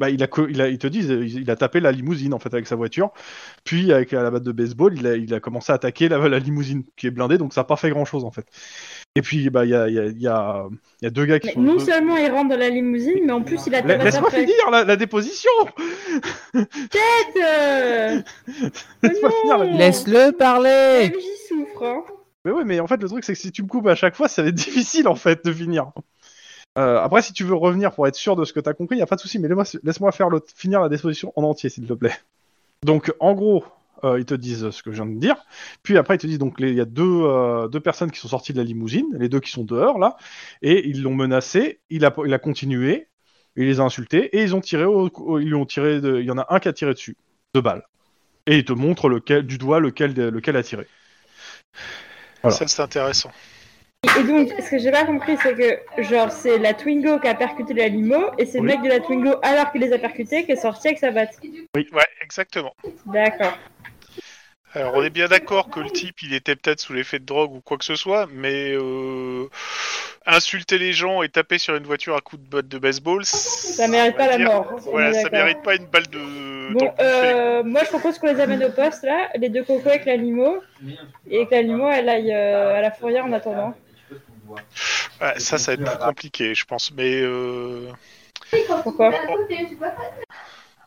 [SPEAKER 2] bah, il a co- il a- ils te disent, euh, il il a tapé la limousine en fait avec sa voiture. Puis avec la batte de baseball, il a, il a commencé à attaquer la, la limousine qui est blindée, donc ça n'a pas fait grand chose en fait. Et puis bah il y a, il y a- il y a- il y a deux gars qui
[SPEAKER 5] Mais
[SPEAKER 2] sont.
[SPEAKER 5] non
[SPEAKER 2] deux-
[SPEAKER 5] seulement il rentre dans la limousine, mais en plus il
[SPEAKER 2] La-
[SPEAKER 5] a tabassé
[SPEAKER 2] Laisse-moi
[SPEAKER 5] après.
[SPEAKER 2] finir la, la déposition
[SPEAKER 5] Euh,
[SPEAKER 2] Laisse-moi finir la-
[SPEAKER 5] non.
[SPEAKER 3] Laisse-le
[SPEAKER 5] la
[SPEAKER 3] parler
[SPEAKER 5] MJ souffre. hein.
[SPEAKER 2] Mais ouais, mais en fait, le truc, c'est que si tu me coupes à chaque fois, ça va être [laughs] difficile, en fait, de finir. Euh, après, si tu veux revenir pour être sûr de ce que t'as compris, y a pas de souci, mais laisse-moi laisse-moi faire le, finir la disposition en entier, s'il te plaît. Donc, en gros, euh, ils te disent ce que je viens de dire, puis après, ils te disent, donc, il y a deux, euh, deux personnes qui sont sorties de la limousine, les deux qui sont dehors, là, et ils l'ont menacé, il a, il a continué, il les a insultés, et ils ont tiré, au- au- ils lui ont tiré, de- il y en a un qui a tiré dessus, deux balles. Et il te montre lequel, du doigt lequel, lequel a tiré. Voilà.
[SPEAKER 4] Ça c'est intéressant.
[SPEAKER 5] Et- Et donc, ce que j'ai pas compris, c'est que genre c'est la Twingo qui a percuté la limo et c'est
[SPEAKER 2] Oui.
[SPEAKER 5] le mec de la Twingo alors qu'il les a percutés qui est sorti avec sa batte.
[SPEAKER 4] Ouais, exactement.
[SPEAKER 5] D'accord.
[SPEAKER 4] Alors on est bien d'accord que le type il était peut-être sous l'effet de drogue ou quoi que ce soit, mais euh, insulter les gens et taper sur une voiture à coups de botte de baseball, ça
[SPEAKER 5] mérite pas la mort. On
[SPEAKER 4] Voilà,
[SPEAKER 5] est
[SPEAKER 4] ça
[SPEAKER 5] d'accord.
[SPEAKER 4] mérite pas une balle de. dans
[SPEAKER 5] Bon,
[SPEAKER 4] le buffet.
[SPEAKER 5] euh, moi je propose qu'on les amène au poste là, les deux cocos avec la limo et que la limo elle aille euh, à la fourrière en attendant.
[SPEAKER 4] Ah, ça, ça va être plus compliqué, je pense. Mais euh,
[SPEAKER 5] Pourquoi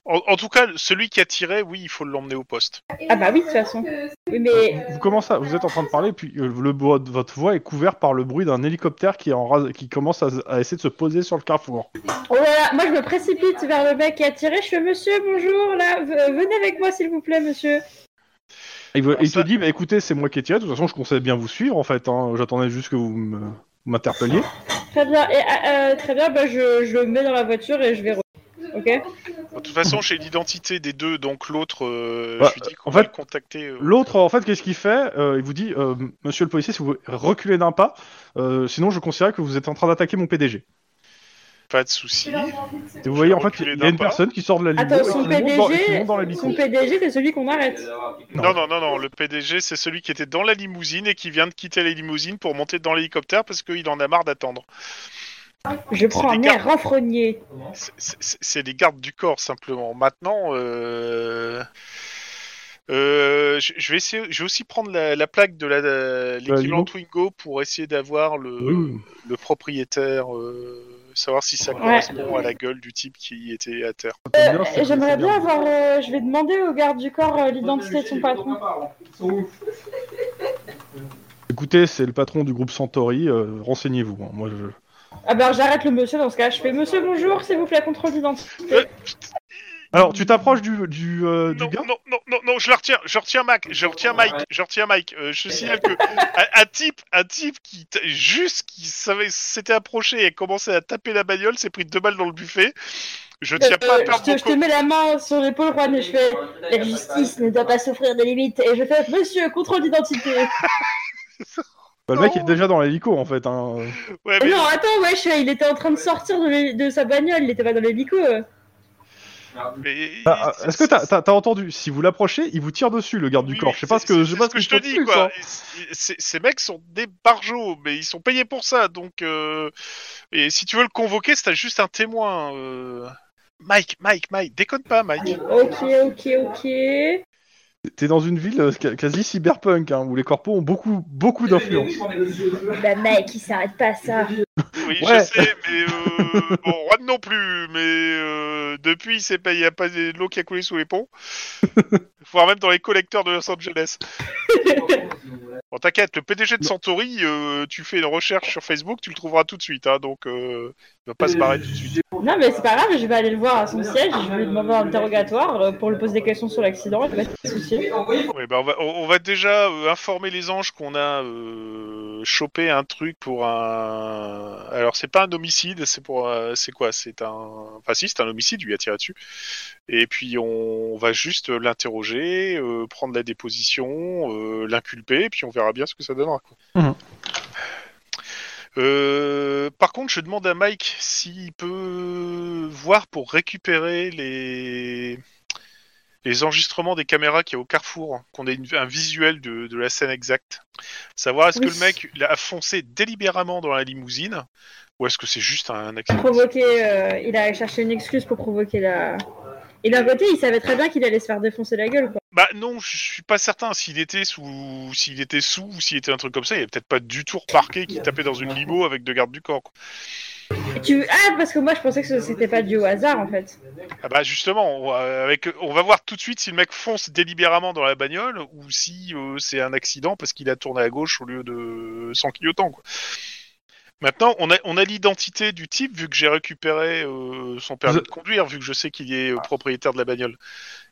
[SPEAKER 4] en, en tout cas, celui qui a tiré, oui, il faut l'emmener au poste.
[SPEAKER 5] Ah bah oui, de toute façon. Oui, mais
[SPEAKER 2] Vous commencez, à- vous êtes en train de parler, puis euh, le bo- votre voix est couverte par le bruit d'un hélicoptère qui, est en rase- qui commence à, à essayer de se poser sur le carrefour.
[SPEAKER 5] Oh là là, moi je me précipite vers le mec qui a tiré. Je fais monsieur, bonjour, là, v- venez avec moi s'il vous plaît, monsieur.
[SPEAKER 2] Et il,
[SPEAKER 4] Alors
[SPEAKER 2] il te
[SPEAKER 4] ça-
[SPEAKER 2] dit, bah, écoutez, c'est moi qui ai tiré. De toute façon, je conseille bien vous suivre, en fait. hein. J'attendais juste que vous me- m'interpelliez.
[SPEAKER 5] Très bien, et ah, euh, très bien, bah, je, je le mets dans la voiture et je vais. re- Ok
[SPEAKER 4] De toute façon, j'ai l'identité des deux, donc l'autre, euh,
[SPEAKER 2] Bah,
[SPEAKER 4] je lui dis
[SPEAKER 2] en
[SPEAKER 4] qu'on va
[SPEAKER 2] fait,
[SPEAKER 4] le contacter. euh,
[SPEAKER 2] L'autre, en fait, qu'est-ce qu'il fait Euh, Il vous dit, euh, monsieur le policier, si vous reculez d'un pas, euh, sinon je considère que vous êtes en train d'attaquer mon PDG.
[SPEAKER 4] Pas de souci.
[SPEAKER 2] Et vous voyez,
[SPEAKER 4] Je
[SPEAKER 2] en fait,
[SPEAKER 4] reculais
[SPEAKER 2] il y
[SPEAKER 4] d'un
[SPEAKER 2] a une
[SPEAKER 4] pas.
[SPEAKER 2] personne qui sort de la limo
[SPEAKER 5] Attends,
[SPEAKER 2] et
[SPEAKER 5] son
[SPEAKER 2] qui monte dans- et qui
[SPEAKER 5] PDG,
[SPEAKER 2] monte dans la
[SPEAKER 5] son
[SPEAKER 2] limousine.
[SPEAKER 5] PDG c'est celui qu'on arrête.
[SPEAKER 4] Non, non, non, non. Le PDG, c'est celui qui était dans la limousine et qui vient de quitter la limousine pour monter dans l'hélicoptère parce qu'il en a marre d'attendre.
[SPEAKER 5] Je prends un air renfrogné.
[SPEAKER 4] C'est- C'est c'est les gardes du corps simplement. Maintenant, euh, euh, je, je vais essayer. Je vais aussi prendre la, la plaque de la- la- l'équivalent
[SPEAKER 2] limo.
[SPEAKER 4] Twingo pour essayer d'avoir le,
[SPEAKER 2] Bah, Oui, oui.
[SPEAKER 4] le propriétaire, euh, savoir si ça
[SPEAKER 2] Ouais.
[SPEAKER 4] correspond à la gueule du type qui était à terre.
[SPEAKER 2] Ça tombe bien, c'est-
[SPEAKER 5] Et Euh, J'aimerais
[SPEAKER 2] c'est
[SPEAKER 5] bien avoir. euh, je vais demander au garde du corps euh, l'identité de son patron.
[SPEAKER 2] Écoutez, c'est le patron du groupe Centauri. euh, Renseignez-vous. hein. Moi, je...
[SPEAKER 4] Euh,
[SPEAKER 5] Ah bah j'arrête le monsieur dans ce cas. Je fais monsieur, bonjour, s'il vous plaît, contrôle d'identité.
[SPEAKER 2] Alors, tu t'approches du, du, euh, du
[SPEAKER 4] Non,
[SPEAKER 2] gars
[SPEAKER 4] non, non, non, non, je la retiens, je retiens Mac, je retiens Mike, je retiens Mike. Euh, je signale que un, un type, un type qui t- juste qui savait s'était approché et commençait à taper la bagnole, s'est pris deux balles dans le buffet. Je tiens pas à
[SPEAKER 5] Euh, je,
[SPEAKER 4] perdre
[SPEAKER 5] te,
[SPEAKER 4] mon
[SPEAKER 5] je te mets la main sur l'épaule, Juan, et je fais La justice ne doit pas s'offrir des limites. Et je fais Monsieur, contrôle d'identité.
[SPEAKER 2] Bah, Le mec est déjà dans l'hélico en fait. Hein.
[SPEAKER 4] co- Ouais, mais-
[SPEAKER 5] non, attends, wesh, il était en train de sortir de, l'hé- de sa bagnole, il était pas dans euh. l'hélico.
[SPEAKER 4] mais-
[SPEAKER 2] Ah, ah, Est-ce que t'as- t'as t'as entendu Si vous l'approchez, il vous tire dessus, le garde du
[SPEAKER 4] Oui,
[SPEAKER 2] corps.
[SPEAKER 4] mais
[SPEAKER 2] Je sais pas ce
[SPEAKER 4] c'est-
[SPEAKER 2] que je
[SPEAKER 4] c'est-
[SPEAKER 2] hein. sais
[SPEAKER 4] c'est
[SPEAKER 2] pas
[SPEAKER 4] ce que je te
[SPEAKER 2] qu'il
[SPEAKER 4] dis
[SPEAKER 2] calcule,
[SPEAKER 4] quoi.
[SPEAKER 2] ça.
[SPEAKER 4] C'est- c'est- Ces mecs sont des barjots, mais ils sont payés pour ça. Donc, euh, et si tu veux le convoquer, c'est juste un témoin. euh. Mike, Mike, Mike, déconne pas, Mike.
[SPEAKER 5] Ok, ok, ok.
[SPEAKER 2] T'es dans une ville euh, ca- quasi cyberpunk hein, où les corpos ont beaucoup beaucoup d'influence.
[SPEAKER 5] Bah, mec, il s'arrête pas à ça.
[SPEAKER 4] Oui,
[SPEAKER 2] Ouais.
[SPEAKER 4] je sais, mais euh, bon, Juan non plus. Mais euh, depuis, il s'est pas- il n'y a pas de l'eau qui a coulé sous les ponts, voire même dans les collecteurs de Los Angeles. Bon, t'inquiète, le PDG de Santori, euh, tu fais une recherche sur Facebook, tu le trouveras tout de suite. Hein, donc, euh, il va pas se barrer tout de suite.
[SPEAKER 5] Non, mais c'est pas grave, je vais aller le voir à son siège, je vais lui demander un interrogatoire euh, pour lui poser des questions sur l'accident, il va se soucier.
[SPEAKER 4] Ouais, bah, on, va, on- on va déjà euh, informer les anges qu'on a euh, chopé un truc pour un. Alors c'est pas un homicide, c'est pour euh, c'est quoi C'est un. Enfin si, c'est un homicide, lui a tiré dessus. Et puis on, on va juste l'interroger, euh, prendre la déposition, euh, l'inculper, et puis on verra bien ce que ça donnera. quoi.
[SPEAKER 2] Mhm.
[SPEAKER 4] Euh, par contre, je demande à Mike s'il peut voir pour récupérer les les enregistrements des caméras qu'il y a au carrefour, hein, qu'on ait une- un visuel de, de la scène exacte. Savoir est-ce
[SPEAKER 5] Oui.
[SPEAKER 4] que le mec il a foncé délibérément dans la limousine ou est-ce que c'est juste un
[SPEAKER 5] Il a
[SPEAKER 4] accident
[SPEAKER 5] provoqué, euh, il a cherché une excuse pour provoquer la. Et d'un côté, il savait très bien qu'il allait se faire défoncer la gueule, quoi.
[SPEAKER 4] Bah non, je suis pas certain s'il était sous s'il était sous ou s'il était un truc comme ça, il est peut-être pas du tout reparqué qui tapait dans une limo avec deux gardes du corps. quoi.
[SPEAKER 5] Tu... Ah, parce que moi je pensais que ce- c'était pas dû au hasard en fait.
[SPEAKER 4] Ah bah justement, on, va- avec on va voir tout de suite si le mec fonce délibérément dans la bagnole ou si euh, c'est un accident parce qu'il a tourné à gauche au lieu de sans clignotant quoi. Maintenant, on a, on a l'identité du type vu que j'ai récupéré euh, son permis
[SPEAKER 2] Vous-
[SPEAKER 4] de conduire vu que je sais qu'il est euh, propriétaire de la bagnole.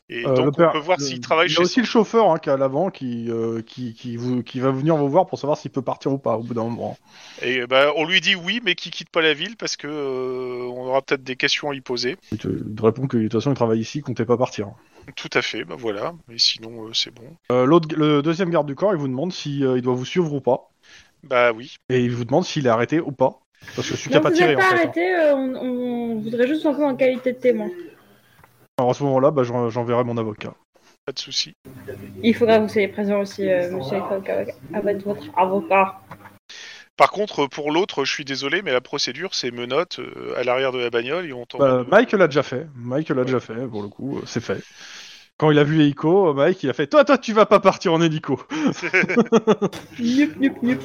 [SPEAKER 4] Et
[SPEAKER 2] Euh, le
[SPEAKER 4] donc
[SPEAKER 2] père-
[SPEAKER 4] on peut voir
[SPEAKER 2] le-
[SPEAKER 4] s'il travaille
[SPEAKER 2] Il y
[SPEAKER 4] chez
[SPEAKER 2] a aussi le chauffeur hein, qui est à l'avant qui, euh, qui, qui, vous, qui va venir vous voir pour savoir s'il peut partir ou pas au bout d'un moment.
[SPEAKER 4] Et euh, bah, on lui dit oui, mais qu'il quitte pas la ville parce que euh, on aura peut-être des questions à lui poser.
[SPEAKER 2] Il te, il te répond que de toute façon il travaille ici, comptez pas partir.
[SPEAKER 4] Tout à fait, bah voilà. Mais sinon, euh, c'est bon.
[SPEAKER 2] Euh, l'autre, le deuxième garde du corps il vous demande si euh, il doit vous suivre ou pas.
[SPEAKER 4] Bah oui.
[SPEAKER 2] Et il vous demande s'il est arrêté ou pas. Parce que celui qui a
[SPEAKER 5] Donc
[SPEAKER 2] pas
[SPEAKER 5] vous
[SPEAKER 2] tiré
[SPEAKER 5] n'êtes
[SPEAKER 2] en
[SPEAKER 5] pas
[SPEAKER 2] fait. hein.
[SPEAKER 5] arrêté, euh, on, on voudrait juste un peu en qualité de témoin.
[SPEAKER 2] Alors à ce moment-là, bah, j'en- j'enverrai mon avocat.
[SPEAKER 4] Pas de souci.
[SPEAKER 5] Il faudra que vous soyez présent aussi, euh, monsieur Kawakawa, avec votre avocat.
[SPEAKER 4] Par contre, euh, pour l'autre, je suis désolé, mais la procédure, c'est menottes euh, à l'arrière de la bagnole et on tombe. [laughs]
[SPEAKER 2] Bah, Mike l'a déjà fait. Mike l'a déjà fait pour le coup, euh, c'est fait. Quand il a vu l'hélico, euh, Mike il a fait Toi, toi, tu vas pas partir en hélico.
[SPEAKER 5] Nup, nup, nup.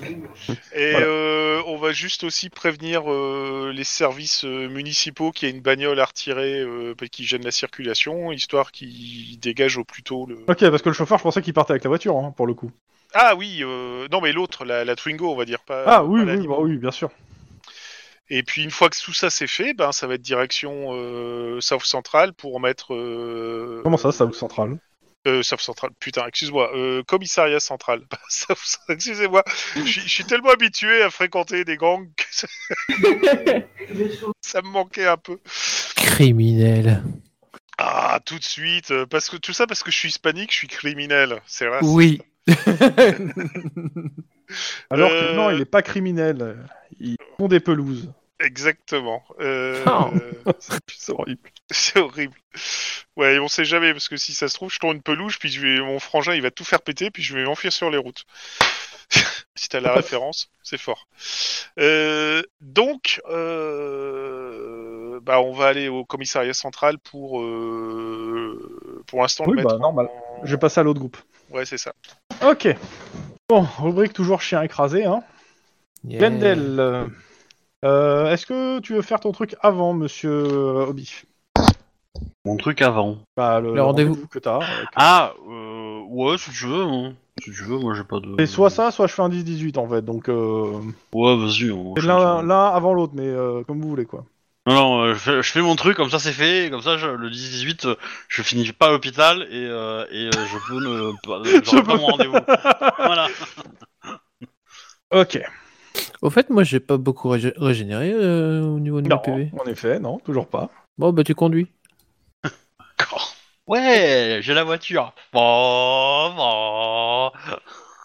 [SPEAKER 4] Et
[SPEAKER 2] Voilà.
[SPEAKER 4] euh, on va juste aussi prévenir euh, les services euh, municipaux qu'il y a une bagnole à retirer euh, parce qu'ils gênent la circulation, histoire qu'ils dégagent au plus tôt le.
[SPEAKER 2] Ok, parce que le chauffeur, je pensais qu'il partait avec la voiture hein, pour le coup.
[SPEAKER 4] Ah oui, euh, non mais l'autre, la, la Twingo, on va dire pas.
[SPEAKER 2] Ah oui,
[SPEAKER 4] pas Euh, la
[SPEAKER 2] oui,
[SPEAKER 4] limo.
[SPEAKER 2] bah, oui, bien sûr.
[SPEAKER 4] Et puis une fois que tout ça c'est fait, ben ça va être direction euh, South Central pour mettre. euh,
[SPEAKER 2] Comment ça, ça ou central
[SPEAKER 4] Euh, South Central, putain, excuse-moi, euh, commissariat central. [laughs] Bah, South Central, excusez-moi, je suis- je suis tellement habitué à fréquenter des gangs que ça, [laughs] ça me manquait un peu.
[SPEAKER 3] Criminel.
[SPEAKER 4] Ah, tout de suite, euh, parce que tout ça parce que je suis hispanique, je suis criminel, c'est vrai.
[SPEAKER 3] [laughs] Oui.
[SPEAKER 2] Alors
[SPEAKER 4] Euh,
[SPEAKER 2] que non, il est pas criminel. Ils font des pelouses.
[SPEAKER 4] Exactement. Euh, [laughs]
[SPEAKER 3] Oh.
[SPEAKER 4] euh,
[SPEAKER 2] [laughs] C'est horrible.
[SPEAKER 4] c'est horrible. Ouais, et on sait jamais parce que si ça se trouve, je tourne une pelouse, puis je vais, mon frangin, il va tout faire péter, puis je vais m'enfuir sur les routes. [laughs] si t'as la référence, c'est fort. Euh, donc, euh, bah, on va aller au commissariat central pour, euh, pour l'instant,
[SPEAKER 2] Oui,
[SPEAKER 4] le
[SPEAKER 2] bah,
[SPEAKER 4] mettre.
[SPEAKER 2] normal.
[SPEAKER 4] en-
[SPEAKER 2] Je vais passer à l'autre groupe.
[SPEAKER 4] Ouais, c'est ça.
[SPEAKER 2] Ok. Bon, rubrique toujours chien écrasé. Hein.
[SPEAKER 3] Yeah.
[SPEAKER 2] Glendale, euh, euh, est-ce que tu veux faire ton truc avant, monsieur euh, Obi
[SPEAKER 1] Mon truc avant.
[SPEAKER 2] Bah, le,
[SPEAKER 3] Le rendez-vous.
[SPEAKER 2] que t'as. avec-
[SPEAKER 1] Ah, euh, ouais, si tu veux, hein. Si tu veux, moi j'ai pas de.
[SPEAKER 2] C'est soit ça, soit je fais un 10-18 en fait. Donc, euh,
[SPEAKER 1] Ouais, vas-y. on-
[SPEAKER 2] c'est l'un l'un avant l'autre, mais euh, comme vous voulez quoi.
[SPEAKER 1] Non, non, euh, je fais, je fais mon truc, comme ça c'est fait, comme ça je- le 10-18, euh, je finis pas à l'hôpital et, euh, et euh, je peux ne pas, j'aurai pas
[SPEAKER 2] peux-
[SPEAKER 1] mon rendez-vous. voilà.
[SPEAKER 2] Ok.
[SPEAKER 3] Au fait, moi, j'ai pas beaucoup rég- régénéré euh, au niveau de
[SPEAKER 2] Non,
[SPEAKER 3] mon PV.
[SPEAKER 2] en effet, non, toujours pas.
[SPEAKER 3] Bon, bah, tu conduis.
[SPEAKER 1] D'accord. Ouais, j'ai la voiture. Bon, bon.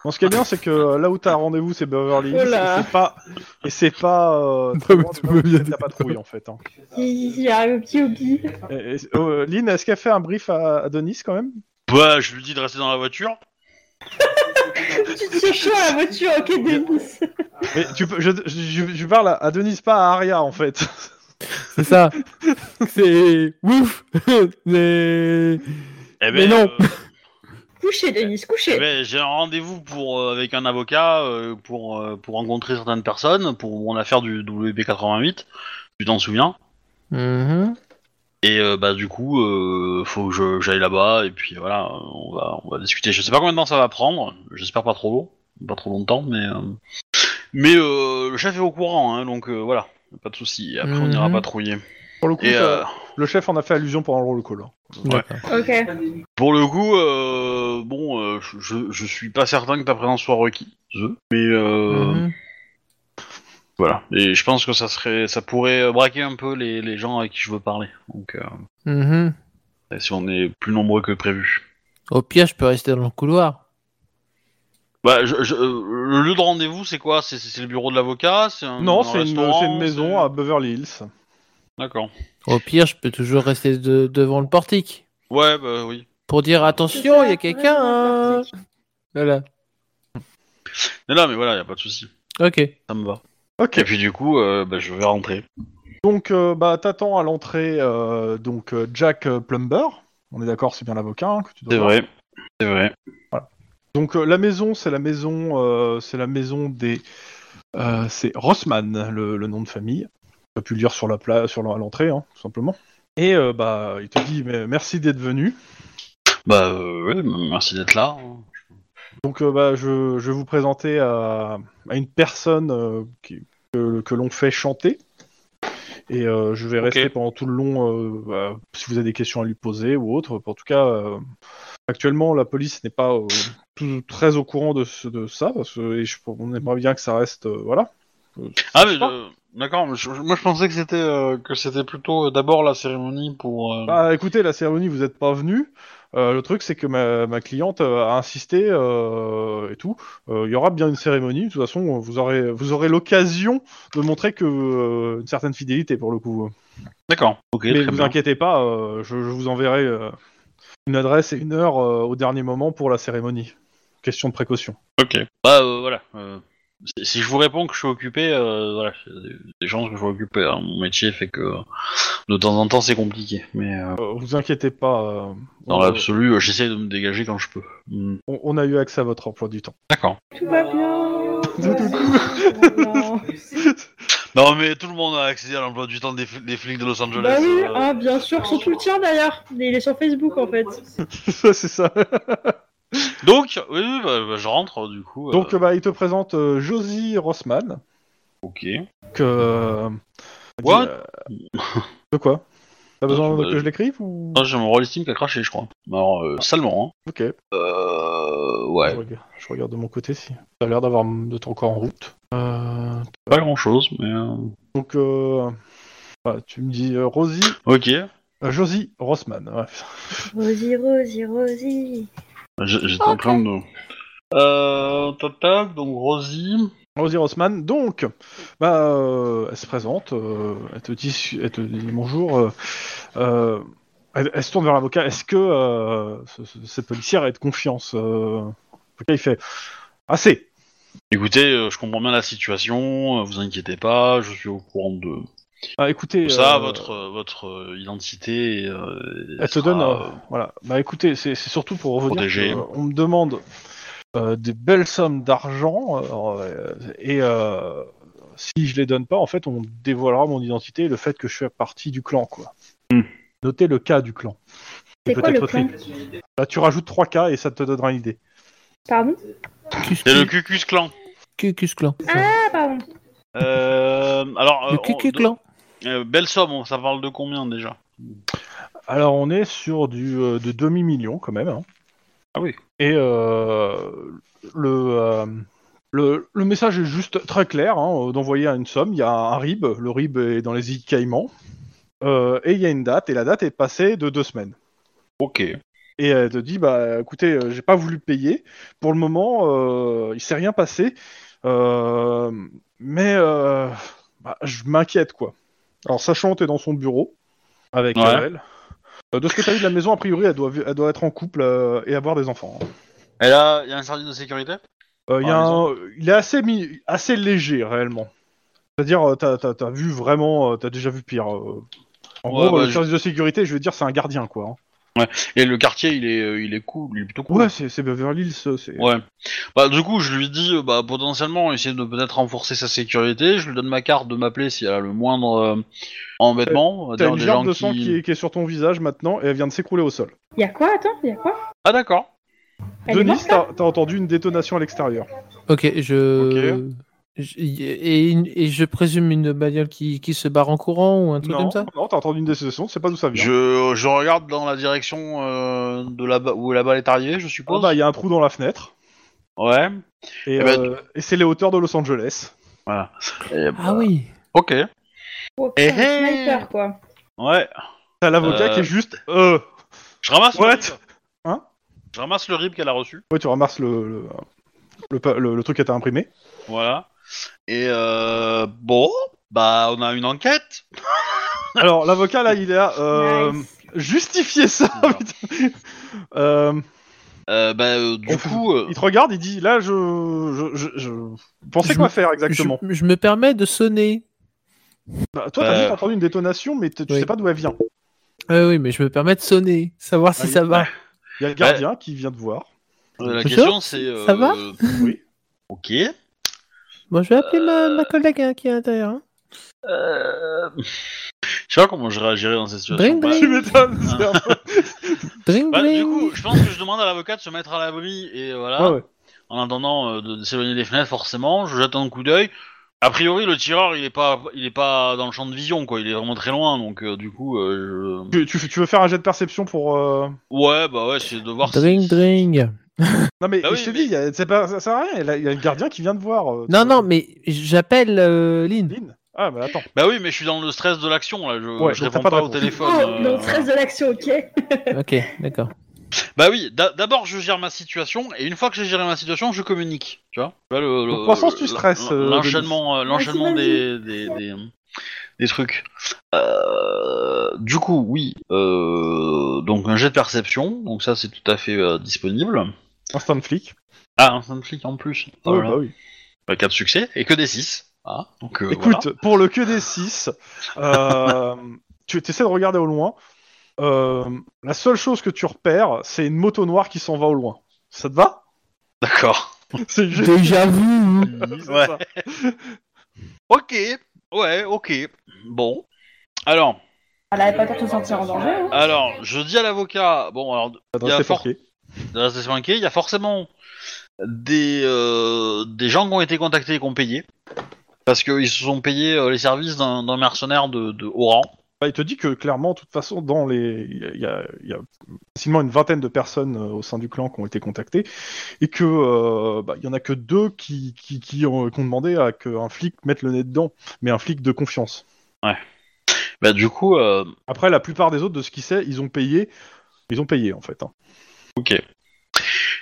[SPEAKER 2] Bon, ce qui est bien, c'est que euh, là où t'as rendez-vous, c'est Beverly Hills,
[SPEAKER 5] Oh là.
[SPEAKER 2] et c'est pas, et c'est pas,
[SPEAKER 3] [laughs]
[SPEAKER 2] euh,
[SPEAKER 3] Non,
[SPEAKER 2] très
[SPEAKER 3] mais
[SPEAKER 2] loin de
[SPEAKER 3] tout
[SPEAKER 2] là
[SPEAKER 3] va
[SPEAKER 2] où
[SPEAKER 3] bien.
[SPEAKER 2] t'as pas de trouille, en fait.
[SPEAKER 3] [laughs]
[SPEAKER 2] hein.
[SPEAKER 5] Si, si, si, arrive au petit [laughs] hobby.
[SPEAKER 2] Et- et- euh, Lynn, est-ce qu'elle fait un brief à, à Denis quand même
[SPEAKER 1] Bah, je lui dis de rester dans la voiture.
[SPEAKER 5] tu te chaud à la voiture, ok, Denis.
[SPEAKER 2] Mais tu peux, je, je- je- je parle à, à Denis, pas à Aria en fait. [laughs]
[SPEAKER 3] C'est ça. c'est ouf. [laughs] C'est-
[SPEAKER 1] Eh ben,
[SPEAKER 3] Mais non.
[SPEAKER 1] euh,
[SPEAKER 5] Couchez, Denis,
[SPEAKER 1] eh
[SPEAKER 5] couchez.
[SPEAKER 1] ben, j'ai un rendez-vous pour euh, avec un avocat euh, pour euh, pour rencontrer certaines personnes pour mon affaire du WP88. Tu t'en souviens
[SPEAKER 3] Mhm.
[SPEAKER 1] Et euh, bah du coup, euh, faut que je- j'aille là-bas et puis voilà, euh, on va on va discuter. Je sais pas combien de temps ça va prendre. J'espère pas trop long, pas trop longtemps, mais euh, mais euh, le chef est au courant, hein, donc euh, voilà, pas de souci. Et Après, on ira
[SPEAKER 3] Mhm.
[SPEAKER 1] pas trouiller.
[SPEAKER 2] Pour le coup,
[SPEAKER 1] Et
[SPEAKER 2] ça-
[SPEAKER 1] euh,
[SPEAKER 2] le chef en a fait allusion pendant le roll call. hein.
[SPEAKER 3] D'accord.
[SPEAKER 5] Ok.
[SPEAKER 1] pour le coup, euh, bon, euh, je, je- je suis pas certain que ta présence soit requise, mais euh,
[SPEAKER 3] Mhm.
[SPEAKER 1] voilà. Et je pense que ça serait, ça pourrait euh, braquer un peu les, les gens avec qui je veux parler. Donc, euh,
[SPEAKER 3] Mhm.
[SPEAKER 1] si on est plus nombreux que prévu.
[SPEAKER 3] Au pire, je peux rester dans le couloir.
[SPEAKER 1] Bah, je- je- euh, le lieu de rendez-vous, c'est quoi C'est- C'est c'est le bureau de l'avocat C'est un-
[SPEAKER 2] Non,
[SPEAKER 1] un
[SPEAKER 2] c'est une,
[SPEAKER 1] restaurant
[SPEAKER 2] c'est une maison à Beverly Hills.
[SPEAKER 1] D'accord.
[SPEAKER 3] Au pire, je peux toujours rester de- devant le portique.
[SPEAKER 1] Ouais, bah oui.
[SPEAKER 3] Pour dire attention, il y a quelqu'un. hein. Voilà.
[SPEAKER 1] Mais là, mais voilà, y a pas de souci.
[SPEAKER 3] Ok.
[SPEAKER 1] Ça me va.
[SPEAKER 2] Ok.
[SPEAKER 1] Et puis du coup, euh, bah, je vais rentrer.
[SPEAKER 2] Donc, euh, bah, t'attends à l'entrée euh, donc euh, Jack euh, Plumber. On est d'accord, c'est bien l'avocat hein, que tu dois
[SPEAKER 1] C'est
[SPEAKER 2] voir.
[SPEAKER 1] vrai. C'est vrai.
[SPEAKER 2] Donc euh, la maison, c'est la maison, euh, c'est la maison des, euh, c'est Rossman le, le nom de famille. Tu as pu le lire sur la pla- sur la- à l'entrée, hein, tout simplement. Et euh, bah, il te dit mais, merci d'être venu.
[SPEAKER 1] Bah, euh, ouais, m- merci d'être là.
[SPEAKER 2] Donc euh, bah, je, je vais vous présenter à, à une personne euh, qui- que, que l'on fait chanter. Et euh, je vais rester pendant tout le long euh, bah, si vous avez des questions à lui poser ou autre. En tout cas, euh, actuellement, la police n'est pas euh, tout- très au courant de, ce- de ça parce que et je- on aimerait bien que ça reste euh, voilà. Euh,
[SPEAKER 1] Ah, mais
[SPEAKER 2] je sais pas.
[SPEAKER 1] euh, d'accord. mais je- je- Moi, je pensais que c'était euh, que c'était plutôt euh, d'abord la cérémonie pour. euh,
[SPEAKER 2] Bah écoutez, la cérémonie, vous n'êtes pas venu. Euh, le truc, c'est que ma, ma cliente euh, a insisté euh, et tout. Euh, Il y aura bien une cérémonie. De toute façon, vous aurez, vous aurez l'occasion de montrer que euh, une certaine fidélité pour le coup.
[SPEAKER 1] D'accord. Ok.
[SPEAKER 2] Mais
[SPEAKER 1] Très
[SPEAKER 2] vous
[SPEAKER 1] bien.
[SPEAKER 2] inquiétez pas, euh, je, je vous enverrai euh, une adresse et une heure euh, au dernier moment pour la cérémonie. Question de précaution.
[SPEAKER 1] Ok. Bah euh, voilà. euh, si- si je vous réponds que je suis occupé, euh, voilà, c'est des- des chances que je sois occupé. hein. Mon métier fait que euh, de temps en temps c'est compliqué, mais euh,
[SPEAKER 2] Euh, vous inquiétez pas. euh,
[SPEAKER 1] dans
[SPEAKER 2] on-
[SPEAKER 1] l'absolu, euh, j'essaie de me dégager quand je peux. Hmm.
[SPEAKER 2] on, on a eu accès à votre emploi du temps. [laughs]
[SPEAKER 1] D'accord.
[SPEAKER 5] Tout va bien. Voilà.
[SPEAKER 1] Non mais tout le monde a accès à l'emploi du temps des, fl- des flics de Los Angeles.
[SPEAKER 5] Bah oui,
[SPEAKER 1] euh,
[SPEAKER 2] hein.
[SPEAKER 5] ah, bien sûr, surtout le tien d'ailleurs. Il est sur Facebook en fait.
[SPEAKER 2] Ça, c'est ça.
[SPEAKER 1] Euh. Donc oui, oui, bah, bah, je rentre du coup. euh,
[SPEAKER 2] Donc, bah, il te présente euh, Josie Rossman.
[SPEAKER 1] ok.
[SPEAKER 2] que. euh,
[SPEAKER 1] What Bah,
[SPEAKER 2] euh, De quoi T'as besoin
[SPEAKER 1] je-
[SPEAKER 2] que je l'écrive ou
[SPEAKER 1] Ah, J'ai mon Rolling Steam qui a craché, je crois. Alors euh, salement.
[SPEAKER 2] Ok.
[SPEAKER 1] Hein. Euh,
[SPEAKER 2] Je,
[SPEAKER 1] ouais.
[SPEAKER 2] regarde, je regarde de mon côté si. T'as l'air d'avoir de ton corps en route. Euh,
[SPEAKER 1] Pas grand chose, mais euh,
[SPEAKER 2] donc, euh, bah, tu me dis euh, Rosie,
[SPEAKER 1] ok.
[SPEAKER 2] euh, Josie Rossman. ouais. [laughs]
[SPEAKER 5] Rosie, Rosie, Rosie.
[SPEAKER 1] J- J'étais en train de. Euh, tac, tac, donc Rosie.
[SPEAKER 2] Rosie Rossman. Donc, bah, euh, elle se présente. euh, elle te dit, su- elle te dit bonjour. euh, euh, elle, elle se tourne vers l'avocat. Est-ce que euh, ce- ce- cette policière est de confiance euh, L'avocat, il fait assez.
[SPEAKER 1] Écoutez, euh, je comprends bien la situation, euh, vous inquiétez pas, je suis au courant de
[SPEAKER 2] Ah, écoutez,
[SPEAKER 1] de ça,
[SPEAKER 2] euh,
[SPEAKER 1] votre, euh, votre euh, identité. euh,
[SPEAKER 2] elle te
[SPEAKER 1] sera,
[SPEAKER 2] donne,
[SPEAKER 1] euh,
[SPEAKER 2] euh, voilà. Bah écoutez, c'est c'est surtout pour revenir.
[SPEAKER 1] Protégée.
[SPEAKER 2] que, euh, on me demande euh, des belles sommes d'argent euh, et euh, si je les donne pas, en fait, on dévoilera mon identité et le fait que je fais partie du clan, quoi.
[SPEAKER 1] Hmm.
[SPEAKER 2] Notez le cas du clan.
[SPEAKER 5] C'est quoi
[SPEAKER 2] Peut-être
[SPEAKER 5] le plan
[SPEAKER 2] tri- Bah, tu rajoutes trois cas et ça te donnera une idée.
[SPEAKER 5] Pardon
[SPEAKER 1] C'est le Cucus Clan.
[SPEAKER 3] Cucus Clan.
[SPEAKER 5] Ah, pardon.
[SPEAKER 1] Euh, alors, euh,
[SPEAKER 3] le
[SPEAKER 1] on-
[SPEAKER 3] Cucus
[SPEAKER 1] de-
[SPEAKER 3] Clan.
[SPEAKER 1] Euh, belle somme, on- ça parle de combien déjà
[SPEAKER 2] Alors on est sur du euh, de demi-million quand même. hein.
[SPEAKER 1] Ah oui.
[SPEAKER 2] Et euh, le, euh, le le message est juste très clair hein, euh, d'envoyer une somme. Il y a un RIB, le RIB est dans les îles Caïmans, Euh, et il y a une date et la date est passée de deux semaines.
[SPEAKER 1] Ok.
[SPEAKER 2] Et elle te dit bah écoutez euh, j'ai pas voulu payer pour le moment euh, il s'est rien passé Euh, mais euh, bah, je m'inquiète quoi. Alors sachant que t'es dans son bureau avec
[SPEAKER 1] Ouais.
[SPEAKER 2] euh, elle. Euh, de ce que t'as vu de la maison, a priori, elle doit, vi- elle doit être en couple euh, et avoir des enfants. hein.
[SPEAKER 1] Et là, il y a un service de sécurité
[SPEAKER 2] Euh, il y a
[SPEAKER 1] Ah,
[SPEAKER 2] un- il est assez, mi- assez léger réellement. C'est-à-dire, euh, t'as t'as- t'as vu vraiment, euh, t'as déjà vu pire. euh. En
[SPEAKER 1] Ouais,
[SPEAKER 2] gros,
[SPEAKER 1] bah,
[SPEAKER 2] le
[SPEAKER 1] je-
[SPEAKER 2] service de sécurité, je veux dire, c'est un gardien quoi. hein.
[SPEAKER 1] Et le quartier, il est, euh, il est cool, il est plutôt cool.
[SPEAKER 2] Ouais, c'est c'est Beverly Hills. euh, c'est-
[SPEAKER 1] Ouais. Bah du coup, je lui dis, euh, bah potentiellement, essayer de peut-être renforcer sa sécurité. Je lui donne ma carte de m'appeler s'il y a le moindre euh, embêtement.
[SPEAKER 2] Euh, T'as
[SPEAKER 1] Des-
[SPEAKER 2] une
[SPEAKER 1] des
[SPEAKER 2] gerbe
[SPEAKER 1] gens
[SPEAKER 2] de sang qui... est, qui est sur ton visage maintenant et elle vient de s'écrouler au sol.
[SPEAKER 5] Y'a quoi Attends, y'a quoi
[SPEAKER 1] Ah d'accord.
[SPEAKER 5] Elle est
[SPEAKER 2] Denis,
[SPEAKER 5] morte, là
[SPEAKER 2] t'as t'as entendu une détonation à l'extérieur.
[SPEAKER 3] Ok, je. je- Et, une- et je présume une bagnole qui, qui se barre en courant ou un truc
[SPEAKER 2] Non,
[SPEAKER 3] comme ça
[SPEAKER 2] non, t'as entendu une détonation, tu sais pas d'où ça vient.
[SPEAKER 1] Je, je regarde dans la direction euh, de là où la balle est arrivée, je
[SPEAKER 2] Ah
[SPEAKER 1] suppose.
[SPEAKER 2] bah, il y a un trou dans la fenêtre.
[SPEAKER 1] Ouais.
[SPEAKER 2] Et,
[SPEAKER 1] Eh ben-
[SPEAKER 2] euh, et c'est les hauteurs de Los Angeles. Eh,
[SPEAKER 1] Et bah,
[SPEAKER 3] Ah oui
[SPEAKER 1] Ok.
[SPEAKER 5] Oh, putain,
[SPEAKER 1] Eh,
[SPEAKER 5] le
[SPEAKER 1] eh.
[SPEAKER 5] sniper, quoi.
[SPEAKER 1] Ouais.
[SPEAKER 2] T'as l'avocat
[SPEAKER 1] Euh.
[SPEAKER 2] qui est juste. Euh.
[SPEAKER 1] Je ramasse.
[SPEAKER 2] What
[SPEAKER 1] le rib.
[SPEAKER 2] Hein
[SPEAKER 1] Je ramasse le rib qu'elle a reçu.
[SPEAKER 2] Ouais, tu ramasses le le, le, pa- le- le truc que t'as imprimé.
[SPEAKER 1] Voilà. Et euh, bon, bah on a une enquête.
[SPEAKER 2] Alors l'avocat là, il est là. Euh,
[SPEAKER 5] Nice.
[SPEAKER 2] Justifier ça. putain. Euh,
[SPEAKER 1] Euh, bah euh, du
[SPEAKER 2] On-
[SPEAKER 1] coup, euh,
[SPEAKER 2] il te regarde, il dit là, je je je, je pensais
[SPEAKER 3] Je
[SPEAKER 2] quoi
[SPEAKER 3] me-
[SPEAKER 2] faire
[SPEAKER 3] je,
[SPEAKER 2] exactement.
[SPEAKER 3] je me permets de sonner.
[SPEAKER 2] Bah, toi, t'as
[SPEAKER 1] Euh.
[SPEAKER 2] juste entendu une détonation, mais t- tu
[SPEAKER 3] Oui.
[SPEAKER 2] sais pas d'où elle vient.
[SPEAKER 3] Ah oui, mais je me permets de sonner, savoir si
[SPEAKER 2] Ah,
[SPEAKER 3] ça
[SPEAKER 2] il-
[SPEAKER 3] va.
[SPEAKER 2] Il y a le gardien qui vient te voir.
[SPEAKER 1] euh, la
[SPEAKER 3] Bonjour,
[SPEAKER 1] question c'est. euh,
[SPEAKER 3] ça va
[SPEAKER 2] Oui.
[SPEAKER 1] Ok.
[SPEAKER 3] Bon, je vais appeler ma, ma collègue hein, qui est à l'intérieur. hein.
[SPEAKER 1] Euh... Je sais pas comment je réagirais dans cette situation.
[SPEAKER 3] Bring,
[SPEAKER 1] Bah,
[SPEAKER 3] bring.
[SPEAKER 2] Tu m'étonnes. c'est un peu-
[SPEAKER 3] Bling,
[SPEAKER 1] bah,
[SPEAKER 3] bling. Ah
[SPEAKER 1] du coup, je pense que je demande à l'avocat de se mettre à l'abri et voilà.
[SPEAKER 2] Ah Ouais, ouais. [laughs]
[SPEAKER 1] en attendant euh, de, de s'éloigner des fenêtres forcément, je jette un coup d'œil. A priori, le tireur, il est pas, il est pas dans le champ de vision, quoi. Il est vraiment très loin, donc euh, du coup, euh, je-
[SPEAKER 2] Tu, tu- tu veux faire un jet de perception pour. euh,
[SPEAKER 1] ouais, bah ouais, c'est de voir. si-
[SPEAKER 3] Dring, dring.
[SPEAKER 2] Non mais
[SPEAKER 1] Bah
[SPEAKER 2] je
[SPEAKER 1] oui,
[SPEAKER 2] te
[SPEAKER 1] mais-
[SPEAKER 2] dis, il y a- c'est pas, ça sert à rien. Il y a- il y a le gardien qui vient te voir. euh,
[SPEAKER 3] Non,
[SPEAKER 2] tu-
[SPEAKER 3] non, mais j'appelle euh, Lynn.
[SPEAKER 2] Lynn Ah, mais attends.
[SPEAKER 1] Bah oui, mais je suis dans le stress de l'action là. Je,
[SPEAKER 2] Ouais,
[SPEAKER 1] je
[SPEAKER 2] donc
[SPEAKER 1] réponds pas,
[SPEAKER 2] t'as pas de
[SPEAKER 1] au
[SPEAKER 2] réponse.
[SPEAKER 1] téléphone.
[SPEAKER 5] Oh,
[SPEAKER 1] euh,
[SPEAKER 5] dans le stress de l'action, ok.
[SPEAKER 3] ok,
[SPEAKER 1] [laughs]
[SPEAKER 3] d'accord.
[SPEAKER 1] Bah oui. d'a- D'abord, je gère ma situation, et une fois que j'ai géré ma situation, je communique. Tu vois. Tu vois, le- le-
[SPEAKER 2] Donc, pour l'instant, tu
[SPEAKER 1] le-
[SPEAKER 2] stresses, euh,
[SPEAKER 1] L'enchaînement, euh, l'enchaînement des, des, des, des trucs. Euh, du coup, oui. euh, donc un jet de perception. Donc ça, c'est tout à fait euh, disponible.
[SPEAKER 2] Instant flic.
[SPEAKER 1] Ah, un sound flic en plus. Ah,
[SPEAKER 2] Ouais,
[SPEAKER 1] voilà.
[SPEAKER 2] bah oui.
[SPEAKER 1] Bah, quatre succès et que des 6. Ah, donc euh,
[SPEAKER 2] Écoute,
[SPEAKER 1] voilà.
[SPEAKER 2] pour le que des 6, [laughs] tu essaies de regarder au loin. Euh, la seule chose que tu repères, c'est une moto noire qui s'en va au loin. Ça te va [laughs]
[SPEAKER 1] D'accord.
[SPEAKER 2] C'est juste-
[SPEAKER 3] Déjà vu.
[SPEAKER 1] hein.
[SPEAKER 2] Oui, c'est
[SPEAKER 1] Ouais.
[SPEAKER 2] ça.
[SPEAKER 1] Ok. Ouais, ok. Bon. Alors,
[SPEAKER 5] Elle avait pas peur de se sentir en danger, hein
[SPEAKER 1] alors, je dis à l'avocat, bon, alors,
[SPEAKER 2] Attends,
[SPEAKER 1] Il y a
[SPEAKER 2] c'est
[SPEAKER 1] fort-
[SPEAKER 2] forqué.
[SPEAKER 1] de rester sur un quai, il y a forcément des, euh, des gens qui ont été contactés et qui ont payé. Parce qu'ils se sont payés euh, les services d'un d'un mercenaire de, de haut rang.
[SPEAKER 2] Bah, il te dit que clairement, de toute façon, dans les, il y a- il y, a- il y a facilement une vingtaine de personnes euh, au sein du clan qui ont été contactées et que euh, bah, il y en a que deux qui qui, qui ont, euh, qui ont demandé à qu'un flic mette le nez dedans, mais un flic de confiance.
[SPEAKER 1] Bah, du coup, euh,
[SPEAKER 2] Après, la plupart des autres, de ce qu'il sait, ils ont payé. Ils ont payé, en fait. hein.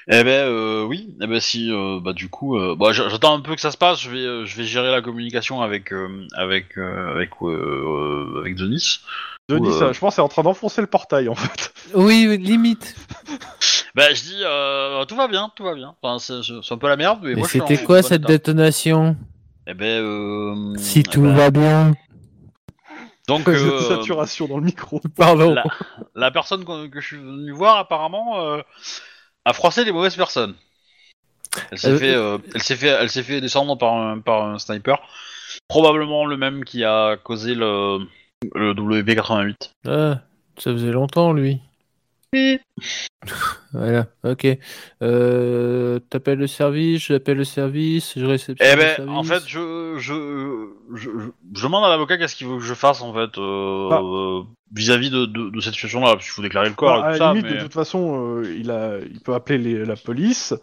[SPEAKER 1] Eh ben euh, oui, eh ben si, euh, bah du coup, euh, bah, j- j'attends un peu que ça se passe. Je vais, euh, je vais gérer la communication avec, euh, avec, euh, avec, euh, euh, avec Denis.
[SPEAKER 2] Denis,
[SPEAKER 1] Ouh,
[SPEAKER 2] ça,
[SPEAKER 1] euh.
[SPEAKER 2] je pense, est en train d'enfoncer le portail, en fait. [laughs]
[SPEAKER 3] Oui, oui, limite.
[SPEAKER 1] Bah je dis, euh, tout va bien, tout va bien. Enfin, c'est- c'est c'est un peu la merde, mais,
[SPEAKER 3] Mais
[SPEAKER 1] moi, je suis
[SPEAKER 3] c'était
[SPEAKER 1] en
[SPEAKER 3] quoi
[SPEAKER 1] bon
[SPEAKER 3] cette
[SPEAKER 1] état.
[SPEAKER 3] détonation
[SPEAKER 1] Eh ben, euh,
[SPEAKER 3] Si
[SPEAKER 1] eh
[SPEAKER 3] tout
[SPEAKER 1] ben,
[SPEAKER 3] va bien.
[SPEAKER 1] donc
[SPEAKER 2] J'ai
[SPEAKER 1] euh,
[SPEAKER 2] de saturation dans le micro.
[SPEAKER 3] [laughs] Pardon.
[SPEAKER 1] la, la personne qu'on- que je suis venu voir apparemment euh, a froissé les mauvaises personnes. Elle s'est
[SPEAKER 3] Euh,
[SPEAKER 1] fait, euh, elle s'est fait, elle s'est fait descendre par un, par un sniper, probablement le même qui a causé le, le WP88.
[SPEAKER 3] [laughs] Ah, ça faisait longtemps, lui. Voilà, ok. Euh, T'appelles le service, j'appelle le service, je réceptionne
[SPEAKER 1] Eh
[SPEAKER 3] le
[SPEAKER 1] ben,
[SPEAKER 3] service.
[SPEAKER 1] en fait, je, je, je, je- je demande à l'avocat qu'est-ce qu'il veut que je fasse, en fait, euh,
[SPEAKER 2] Ah.
[SPEAKER 1] euh, vis-à-vis de, de, de cette situation-là, parce qu'il faut déclarer le corps
[SPEAKER 2] Bah, à
[SPEAKER 1] et tout ça,
[SPEAKER 2] la limite,
[SPEAKER 1] mais...
[SPEAKER 2] de toute façon, euh, il, a, il peut appeler les- la police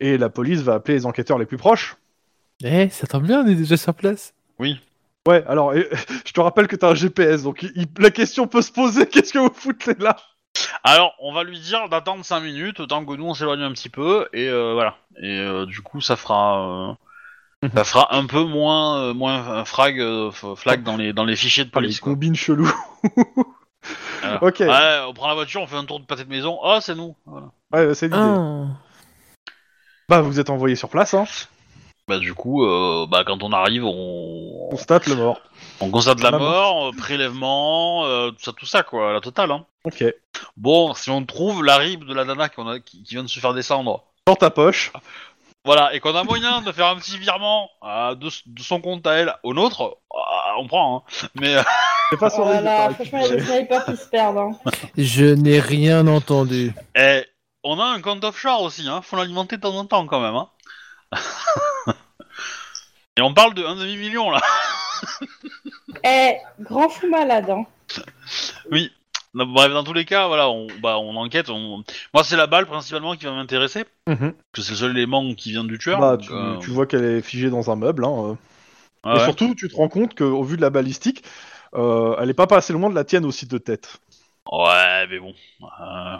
[SPEAKER 2] et la police va appeler les enquêteurs les plus proches.
[SPEAKER 3] Eh, ça tombe bien, on est déjà sur place.
[SPEAKER 2] Ouais, alors et- [laughs] je te rappelle que t'as un GPS, donc il- il- la question peut se poser [laughs] qu'est-ce que vous foutez là
[SPEAKER 1] Alors, on va lui dire d'attendre 5 minutes, tant que nous, on s'éloigne un petit peu, et euh, voilà. Et euh, du coup, ça fera... euh, ça fera un peu moins, euh, moins euh, frag, euh, f- flag dans les, dans les fichiers de
[SPEAKER 2] Les
[SPEAKER 1] police, quoi.
[SPEAKER 2] combines [laughs] chelou.
[SPEAKER 1] [laughs] Voilà.
[SPEAKER 2] ok, ouais,
[SPEAKER 1] Ouais, on prend la voiture, on fait un tour de pâté de maison, ah, c'est nous Voilà.
[SPEAKER 2] bah, c'est l'idée.
[SPEAKER 3] Ah.
[SPEAKER 2] Bah, vous êtes envoyé sur place, hein.
[SPEAKER 1] Bah, du coup, euh, bah, quand on arrive, on...
[SPEAKER 2] On constate le mort.
[SPEAKER 1] On constate la
[SPEAKER 2] La
[SPEAKER 1] mort, euh, prélèvement, euh, tout ça, tout ça, quoi, la totale. Hein.
[SPEAKER 2] Ok.
[SPEAKER 1] Bon, si on trouve la rib de la nana qu'on a, qui, qui vient de se faire descendre,
[SPEAKER 2] Dans ta poche.
[SPEAKER 1] Ah, voilà, et qu'on a moyen de faire un petit virement euh, de, s- de son compte à elle au nôtre, ah, on prend, hein. Mais euh,
[SPEAKER 2] C'est pas
[SPEAKER 5] Oh
[SPEAKER 2] sur
[SPEAKER 5] là
[SPEAKER 2] les-
[SPEAKER 5] là,
[SPEAKER 2] t'as
[SPEAKER 5] franchement, il y a
[SPEAKER 2] récupéré.
[SPEAKER 5] des snipers qui se perdent. hein.
[SPEAKER 3] Je n'ai rien entendu.
[SPEAKER 1] eh, on a un compte offshore aussi, hein. faut l'alimenter de temps en temps quand même. Hein. [laughs] et on parle de un demi-million, là.
[SPEAKER 5] Eh, grand fou malade. Hein.
[SPEAKER 1] Oui. Non, Bref, dans tous les cas, voilà, on, bah, on enquête. On... Moi, c'est la balle principalement qui va m'intéresser,
[SPEAKER 2] [laughs] Mhm.
[SPEAKER 1] parce que c'est le seul élément qui vient du tueur.
[SPEAKER 2] Bah,
[SPEAKER 1] donc,
[SPEAKER 2] tu,
[SPEAKER 1] euh,
[SPEAKER 2] tu vois qu'elle est figée dans un meuble. Hein.
[SPEAKER 1] ouais,
[SPEAKER 2] et
[SPEAKER 1] ouais.
[SPEAKER 2] surtout, tu te rends compte qu'au vu de la balistique, euh, elle est pas passée loin de la tienne aussi de tête.
[SPEAKER 1] Ouais, mais bon. euh,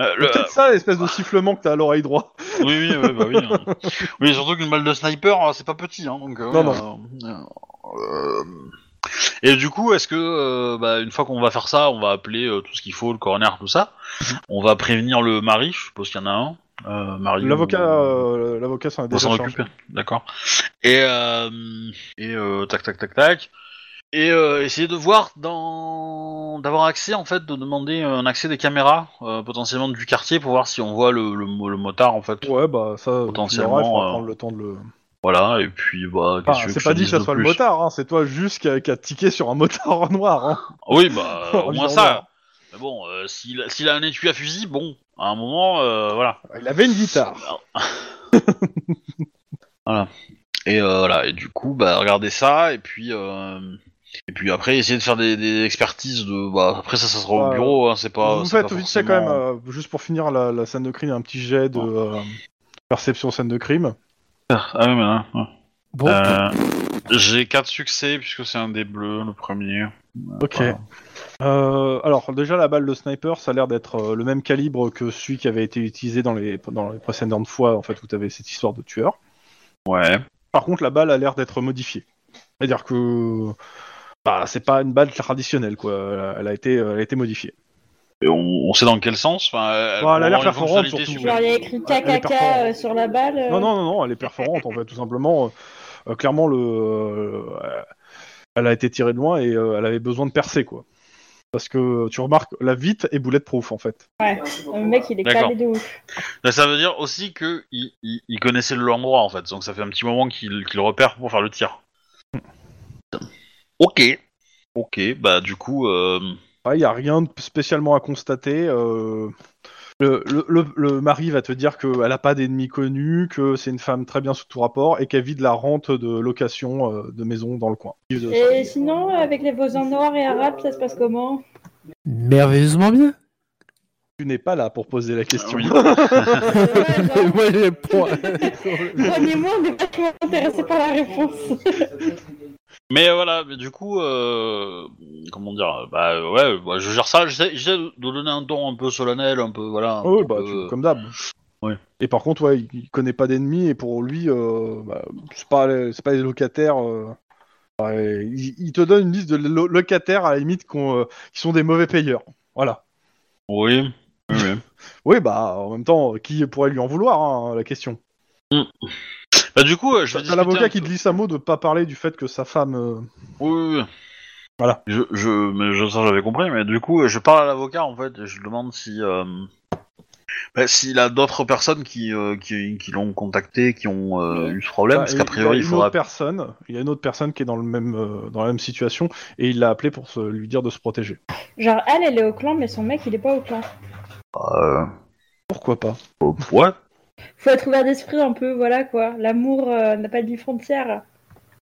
[SPEAKER 1] euh, le-
[SPEAKER 2] Peut-être ça, l'espèce de sifflement que t'as à l'oreille droite.
[SPEAKER 1] oui, oui, oui, bah oui.
[SPEAKER 2] [laughs]
[SPEAKER 1] hein. Oui, surtout qu'une balle de sniper, euh, c'est pas petit, hein, donc. euh,
[SPEAKER 2] Non,
[SPEAKER 1] euh, euh, Et du coup, est-ce que, euh, bah, une fois qu'on va faire ça, on va appeler euh, tout ce qu'il faut, le coroner, tout ça.
[SPEAKER 2] Mhm.
[SPEAKER 1] On va prévenir le mari, je suppose qu'il y en a un. Euh, mari.
[SPEAKER 2] L'avocat,
[SPEAKER 1] ou-
[SPEAKER 2] euh, l'avocat s'en est hein.
[SPEAKER 1] On
[SPEAKER 2] déjà
[SPEAKER 1] s'en
[SPEAKER 2] chargé.
[SPEAKER 1] occupe, d'accord. Et, euh, et euh, tac, tac, tac, tac. Et euh, essayer de voir dans d'avoir accès en fait, de demander un accès des caméras euh, potentiellement du quartier pour voir si on voit le, le, mo- le motard en fait.
[SPEAKER 2] Ouais, bah ça,
[SPEAKER 1] Potentiellement,
[SPEAKER 2] il faudra
[SPEAKER 1] euh,
[SPEAKER 2] prendre le temps de le.
[SPEAKER 1] Voilà. Et puis bah. qu'est-ce que
[SPEAKER 2] Enfin,
[SPEAKER 1] tu veux
[SPEAKER 2] c'est
[SPEAKER 1] que
[SPEAKER 2] pas
[SPEAKER 1] je
[SPEAKER 2] dit que
[SPEAKER 1] dise
[SPEAKER 2] ça
[SPEAKER 1] de
[SPEAKER 2] soit le
[SPEAKER 1] plus
[SPEAKER 2] motard, hein, c'est toi juste qui a, qui a tiqué sur un motard noir. Hein.
[SPEAKER 1] Oui,
[SPEAKER 2] [laughs]
[SPEAKER 1] bah au
[SPEAKER 2] En
[SPEAKER 1] moins
[SPEAKER 2] disant
[SPEAKER 1] ça. Mais bon, euh, s'il s'il a un étui à fusil, bon, à un moment, euh, voilà.
[SPEAKER 2] noir. Il avait une guitare.
[SPEAKER 1] [laughs] Voilà. Et euh, voilà, et du coup, bah, regardez ça, et puis, euh, et puis après, essayer de faire des, des expertises de. Bah, après, ça, ça sera au
[SPEAKER 2] Ouais.
[SPEAKER 1] bureau, hein, c'est pas.
[SPEAKER 2] vous
[SPEAKER 1] c'est
[SPEAKER 2] faites
[SPEAKER 1] pas
[SPEAKER 2] vite fait quand
[SPEAKER 1] forcément-
[SPEAKER 2] même, euh, juste pour finir la, la scène de crime, un petit jet de euh, perception scène de crime.
[SPEAKER 1] Ah oui, mais là, ouais.
[SPEAKER 3] Bon,
[SPEAKER 1] Euh, J'ai 4 succès, puisque c'est un des bleus, le premier.
[SPEAKER 2] Ok.
[SPEAKER 1] Voilà.
[SPEAKER 2] Euh, alors déjà la balle de sniper, ça a l'air d'être euh, le même calibre que celui qui avait été utilisé dans les, dans les précédentes fois en fait où tu avais cette histoire de tueur.
[SPEAKER 1] Ouais.
[SPEAKER 2] Par contre la balle a l'air d'être modifiée. C'est-à-dire que bah, c'est pas une balle traditionnelle quoi. Elle a, elle a été, elle a été modifiée.
[SPEAKER 1] Et on, on sait dans quel sens enfin, euh,
[SPEAKER 2] Bah, elle a
[SPEAKER 1] pour avoir
[SPEAKER 2] l'air
[SPEAKER 1] une
[SPEAKER 2] perforante,
[SPEAKER 1] fonctionnalité
[SPEAKER 2] surtout.
[SPEAKER 1] super-
[SPEAKER 5] Genre, il y a écrit
[SPEAKER 2] Ah, elle est performante.
[SPEAKER 5] KKK euh, sur la balle. euh.
[SPEAKER 2] Non non non non, elle est perforante en fait tout simplement. Euh, euh, clairement le, euh, elle a été tirée de loin et euh, elle avait besoin de percer quoi. Parce que tu remarques la vite est bulletproof en fait.
[SPEAKER 5] Ouais, le mec, il est
[SPEAKER 1] D'accord.
[SPEAKER 5] calé de ouf.
[SPEAKER 1] Mais Bah, ça veut dire aussi que il, il- il connaissait l'endroit, en fait, donc ça fait un petit moment qu'il qu'il repère pour faire le tir. Ok. Ok, bah, du coup. Euh...
[SPEAKER 2] Ah, Il n'y a rien de spécialement à constater. euh, Le, le- le- le mari va te dire qu'elle n'a pas d'ennemis connus, que c'est une femme très bien sous tout rapport et qu'elle vit de la rente de location euh, de maison dans le coin. euh,
[SPEAKER 5] Et sinon, avec les voisins noirs et arabes, ça se passe
[SPEAKER 2] [laughs]
[SPEAKER 5] comment
[SPEAKER 3] merveilleusement [laughs] bien.
[SPEAKER 2] Tu n'es pas là pour poser la question.
[SPEAKER 1] oui.
[SPEAKER 5] Dommage, hein.
[SPEAKER 3] Moi, j'ai point.
[SPEAKER 5] Prenez-moi, on n'est pas trop intéressé par la réponse.
[SPEAKER 1] Mais euh, voilà, mais du coup, euh, comment dire, euh, bah euh, ouais, bah, je gère ça, j'essaie j'essaie de de donner un ton un peu solennel, un peu, voilà. un
[SPEAKER 2] Ah oui,
[SPEAKER 1] peu,
[SPEAKER 2] bah,
[SPEAKER 1] euh,
[SPEAKER 2] tu- comme d'hab.
[SPEAKER 1] ouais.
[SPEAKER 2] Et par contre, ouais, il- il connaît pas d'ennemis et pour lui, euh, bah, c'est pas, les- c'est pas les locataires. euh, ouais, il, il te donne une liste de lo- locataires à la limite qu'on, euh, qui sont des mauvais payeurs. Voilà.
[SPEAKER 1] Oui, oui, oui.
[SPEAKER 2] Oui, bah, en même temps, qui pourrait lui en vouloir, hein, la question
[SPEAKER 1] bah du coup, euh, je vais
[SPEAKER 2] T'as
[SPEAKER 1] discuter
[SPEAKER 2] l'avocat
[SPEAKER 1] un
[SPEAKER 2] qui
[SPEAKER 1] peu-
[SPEAKER 2] te glisse un mot de pas parler du fait que sa femme... euh,
[SPEAKER 1] Oui, oui, oui.
[SPEAKER 2] Voilà.
[SPEAKER 1] Je, je, mais je, ça j'avais compris, mais du coup, euh, je parle à l'avocat, en fait, et je demande si... Euh... bah, s'il a d'autres personnes qui, euh, qui, qui l'ont contacté, qui ont euh, eu ce problème,
[SPEAKER 2] bah,
[SPEAKER 1] parce qu'a priori,
[SPEAKER 2] il y a
[SPEAKER 1] il
[SPEAKER 2] une
[SPEAKER 1] faudra...
[SPEAKER 2] autre personne, il y a une autre personne qui est dans, le même, euh, dans la même situation, et il l'a appelé pour se- lui dire de se protéger.
[SPEAKER 5] Genre, elle, elle est au clan, mais son mec, il est pas au clan.
[SPEAKER 1] Euh,
[SPEAKER 2] Pourquoi pas [laughs]
[SPEAKER 1] euh, ouais.
[SPEAKER 5] Faut être ouvert d'esprit un peu, voilà quoi. L'amour euh, n'a pas de frontière.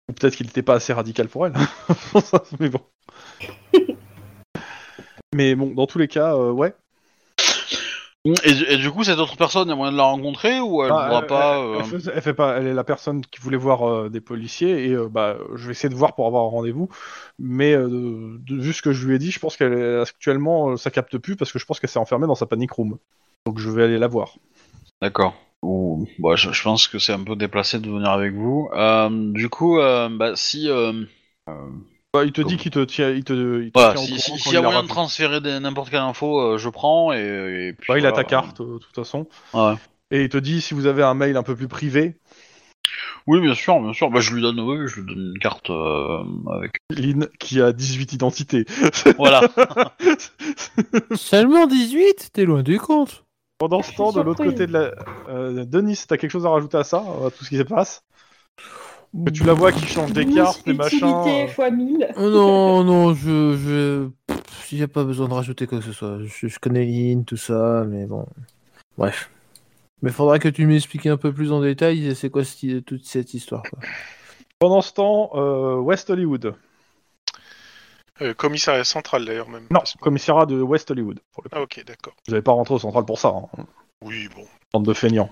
[SPEAKER 2] Ou peut-être qu'il n'était pas assez radical pour elle. [laughs]
[SPEAKER 1] [laughs]
[SPEAKER 2] mais bon. mais bon, dans tous les cas, euh, ouais.
[SPEAKER 1] Et, du- et du coup, cette autre personne, il y a moyen de la rencontrer ou elle ne
[SPEAKER 2] Ah,
[SPEAKER 1] pourra
[SPEAKER 2] elle-
[SPEAKER 1] pas
[SPEAKER 2] elle-
[SPEAKER 1] euh,
[SPEAKER 2] Elle, fait, elle fait pas. Elle est la personne qui voulait voir euh, des policiers et euh, bah, je vais essayer de voir pour avoir un rendez-vous. Mais euh, de- de- vu ce que je lui ai dit, je pense qu'elle est- actuellement euh, ça capte plus parce que je pense qu'elle s'est enfermée dans sa panic room. Donc je vais aller la voir.
[SPEAKER 1] D'accord. Ou, bah, je, je pense que c'est un peu déplacé de venir avec vous. Euh, du coup, euh, bah, si, euh,
[SPEAKER 2] Bah, il te
[SPEAKER 1] Donc-
[SPEAKER 2] dit qu'il te tient, il te, il te
[SPEAKER 1] voilà,
[SPEAKER 2] tient au
[SPEAKER 1] si,
[SPEAKER 2] courant
[SPEAKER 1] si-
[SPEAKER 2] quand
[SPEAKER 1] s'il y a
[SPEAKER 2] il la
[SPEAKER 1] moyen de
[SPEAKER 2] rappelle.
[SPEAKER 1] transférer des- n'importe quelle info, euh, je prends et, et puis.
[SPEAKER 2] Bah, il a ta
[SPEAKER 1] voilà.
[SPEAKER 2] carte euh, de toute façon.
[SPEAKER 1] Ouais.
[SPEAKER 2] Et il te dit si vous avez un mail un peu plus privé,
[SPEAKER 1] Oui, bien sûr, bien sûr. Bah, je lui donne, oui, je lui donne une carte euh, avec.
[SPEAKER 2] Lynn qui a 18 identités.
[SPEAKER 1] [laughs] Voilà.
[SPEAKER 3] Seulement 18 T'es loin du compte
[SPEAKER 2] Pendant ce
[SPEAKER 5] suis
[SPEAKER 2] temps, de l'autre
[SPEAKER 5] surprise.
[SPEAKER 2] côté de la. Euh, Denis, t'as quelque chose à rajouter à ça, euh, à tout ce qui se passe Que Tu la vois qui change des
[SPEAKER 5] Plus
[SPEAKER 2] cartes, des
[SPEAKER 5] utilité
[SPEAKER 2] machins. euh,
[SPEAKER 5] fois 1000.
[SPEAKER 3] Oh Non, non, je. je... pff, y a pas besoin de rajouter quoi que ce soit. Je, je connais Lynn, tout ça, mais bon. Bref. Mais faudra que tu m'expliques un peu plus en détail c'est quoi cette- toute cette histoire. quoi.
[SPEAKER 2] Pendant ce temps, euh, West Hollywood.
[SPEAKER 4] Euh, commissariat central d'ailleurs même.
[SPEAKER 2] Non,
[SPEAKER 4] Parce que-
[SPEAKER 2] commissariat de West Hollywood. Pour le coup.
[SPEAKER 4] Ah ok, d'accord.
[SPEAKER 2] Vous n'avez pas rentré au central pour ça, hein.
[SPEAKER 4] Oui, bon.
[SPEAKER 2] bande de feignants.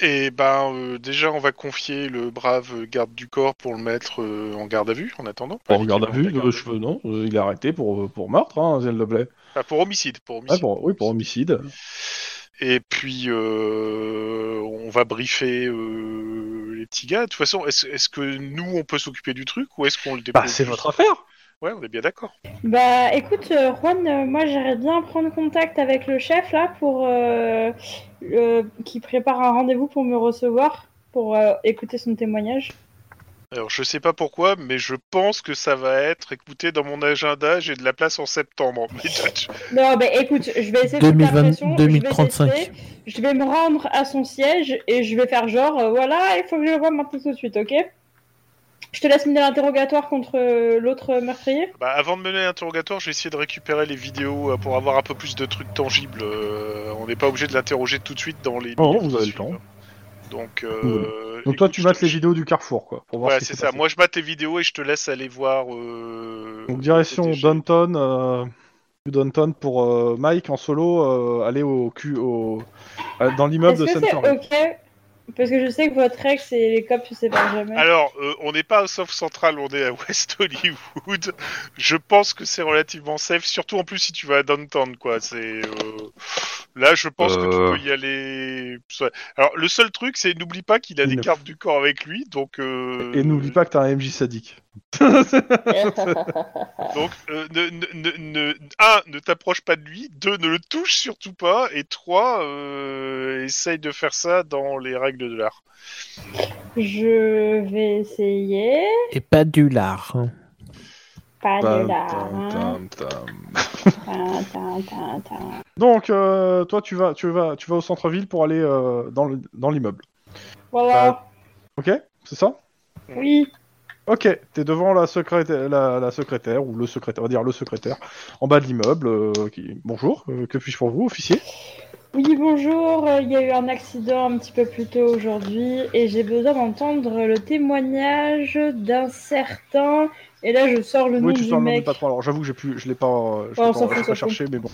[SPEAKER 4] Et ben euh, déjà, on va confier le brave garde du corps pour le mettre euh, en garde à vue en attendant.
[SPEAKER 2] On
[SPEAKER 4] Pas
[SPEAKER 2] regarde à
[SPEAKER 4] effectivement,
[SPEAKER 2] vue,
[SPEAKER 4] la garde
[SPEAKER 2] euh, je veux- non, euh, il est arrêté pour, euh, pour meurtre, hein, s'il te plaît.
[SPEAKER 4] Ah, pour homicide, pour
[SPEAKER 2] Ouais,
[SPEAKER 4] homicide.
[SPEAKER 2] pour- oui, pour homicide.
[SPEAKER 4] Et puis, euh, on va briefer euh, les petits gars. De toute façon, est-ce est-ce que nous, on peut s'occuper du truc ou est-ce qu'on le dépose
[SPEAKER 2] Bah, c'est
[SPEAKER 4] juste-
[SPEAKER 2] votre affaire
[SPEAKER 4] Ouais, on est bien d'accord.
[SPEAKER 5] Bah écoute, euh, Juan, euh, moi j'aimerais bien prendre contact avec le chef là pour euh, euh, qui prépare un rendez-vous pour me recevoir, pour euh, écouter son témoignage.
[SPEAKER 4] Alors, je sais pas pourquoi, mais je pense que ça va être... Écoutez, dans mon agenda, j'ai de la place en septembre. Mais [laughs] je-
[SPEAKER 5] Non, bah écoute, je vais essayer de faire
[SPEAKER 3] 2020
[SPEAKER 5] pression, je vais
[SPEAKER 3] 2035.
[SPEAKER 5] essayer, Je vais me rendre à son siège et je vais faire genre, euh, voilà, il faut que je le voie maintenant tout de suite, ok Je te laisse mener l'interrogatoire contre euh, l'autre meurtrier.
[SPEAKER 4] Bah, avant de mener l'interrogatoire, je vais essayer de récupérer les vidéos euh, pour avoir un peu plus de trucs tangibles. Euh, on n'est pas obligé de l'interroger tout de suite dans les...
[SPEAKER 2] Non,
[SPEAKER 4] minutes
[SPEAKER 2] vous
[SPEAKER 4] qui
[SPEAKER 2] avez le
[SPEAKER 4] suivent.
[SPEAKER 2] temps.
[SPEAKER 4] Donc, euh,
[SPEAKER 2] Donc toi,
[SPEAKER 4] écoute,
[SPEAKER 2] tu
[SPEAKER 4] je te-
[SPEAKER 2] mates les
[SPEAKER 4] je-
[SPEAKER 2] vidéos du carrefour, quoi. Pour voir
[SPEAKER 4] Ouais,
[SPEAKER 2] ce qui
[SPEAKER 4] c'est
[SPEAKER 2] s'est
[SPEAKER 4] ça.
[SPEAKER 2] passé.
[SPEAKER 4] Moi, je mate tes vidéos et je te laisse aller voir. Euh...
[SPEAKER 2] Donc direction
[SPEAKER 4] le DG.
[SPEAKER 2] Downton, euh, Downton pour euh, Mike en solo, euh, aller au, cul- au euh, dans l'immeuble
[SPEAKER 5] Est-ce
[SPEAKER 2] de
[SPEAKER 5] que c'est
[SPEAKER 2] Century.
[SPEAKER 5] ok Parce que je sais que votre ex et les cops se séparent jamais.
[SPEAKER 4] Alors, euh, on n'est pas au South Central, on est à West Hollywood. Je pense que c'est relativement safe, surtout en plus si tu vas à Downtown, quoi. C'est euh, là, je pense
[SPEAKER 1] Euh.
[SPEAKER 4] que tu peux y aller. Alors, le seul truc, c'est n'oublie pas qu'il a des
[SPEAKER 2] Il ne-
[SPEAKER 4] cartes du corps avec lui, donc. euh,
[SPEAKER 2] Et n'oublie pas que t'as un MJ sadique.
[SPEAKER 4] Donc, euh, ne, ne, ne- ne- un, ne t'approche pas de lui. Deux, ne le touche surtout pas. Et trois, euh, essaye de faire ça dans les règles de l'art.
[SPEAKER 5] [laughs] Je vais essayer.
[SPEAKER 3] Et pas du lard. hein.
[SPEAKER 5] Pas de
[SPEAKER 2] Tam,
[SPEAKER 5] lard, hein.
[SPEAKER 2] tam, tam, tam.
[SPEAKER 5] Tin, tin, tin, tin.
[SPEAKER 2] Donc euh, toi tu vas tu vas tu vas au centre-ville pour aller euh, dans le- dans l'immeuble.
[SPEAKER 5] Voilà.
[SPEAKER 2] OK C'est ça
[SPEAKER 5] Oui.
[SPEAKER 2] OK, t'es devant la secrétaire la, la secrétaire ou le secrétaire, on va dire le secrétaire en bas de l'immeuble euh, qui- bonjour, euh, que puis-je pour vous officier
[SPEAKER 5] Oui, bonjour. euh, Il y a eu un accident un petit peu plus tôt aujourd'hui et j'ai besoin d'entendre le témoignage d'un certain. Et là, je sors le nom
[SPEAKER 2] Oui, tu
[SPEAKER 5] du
[SPEAKER 2] sors le nom du
[SPEAKER 5] mec.
[SPEAKER 2] patron. Alors j'avoue que j'ai plus je l'ai pas euh, je
[SPEAKER 5] Ouais,
[SPEAKER 2] l'ai
[SPEAKER 5] on s'en
[SPEAKER 2] pas, je l'ai
[SPEAKER 5] fout,
[SPEAKER 2] pas
[SPEAKER 5] s'en fout.
[SPEAKER 2] cherché mais bon.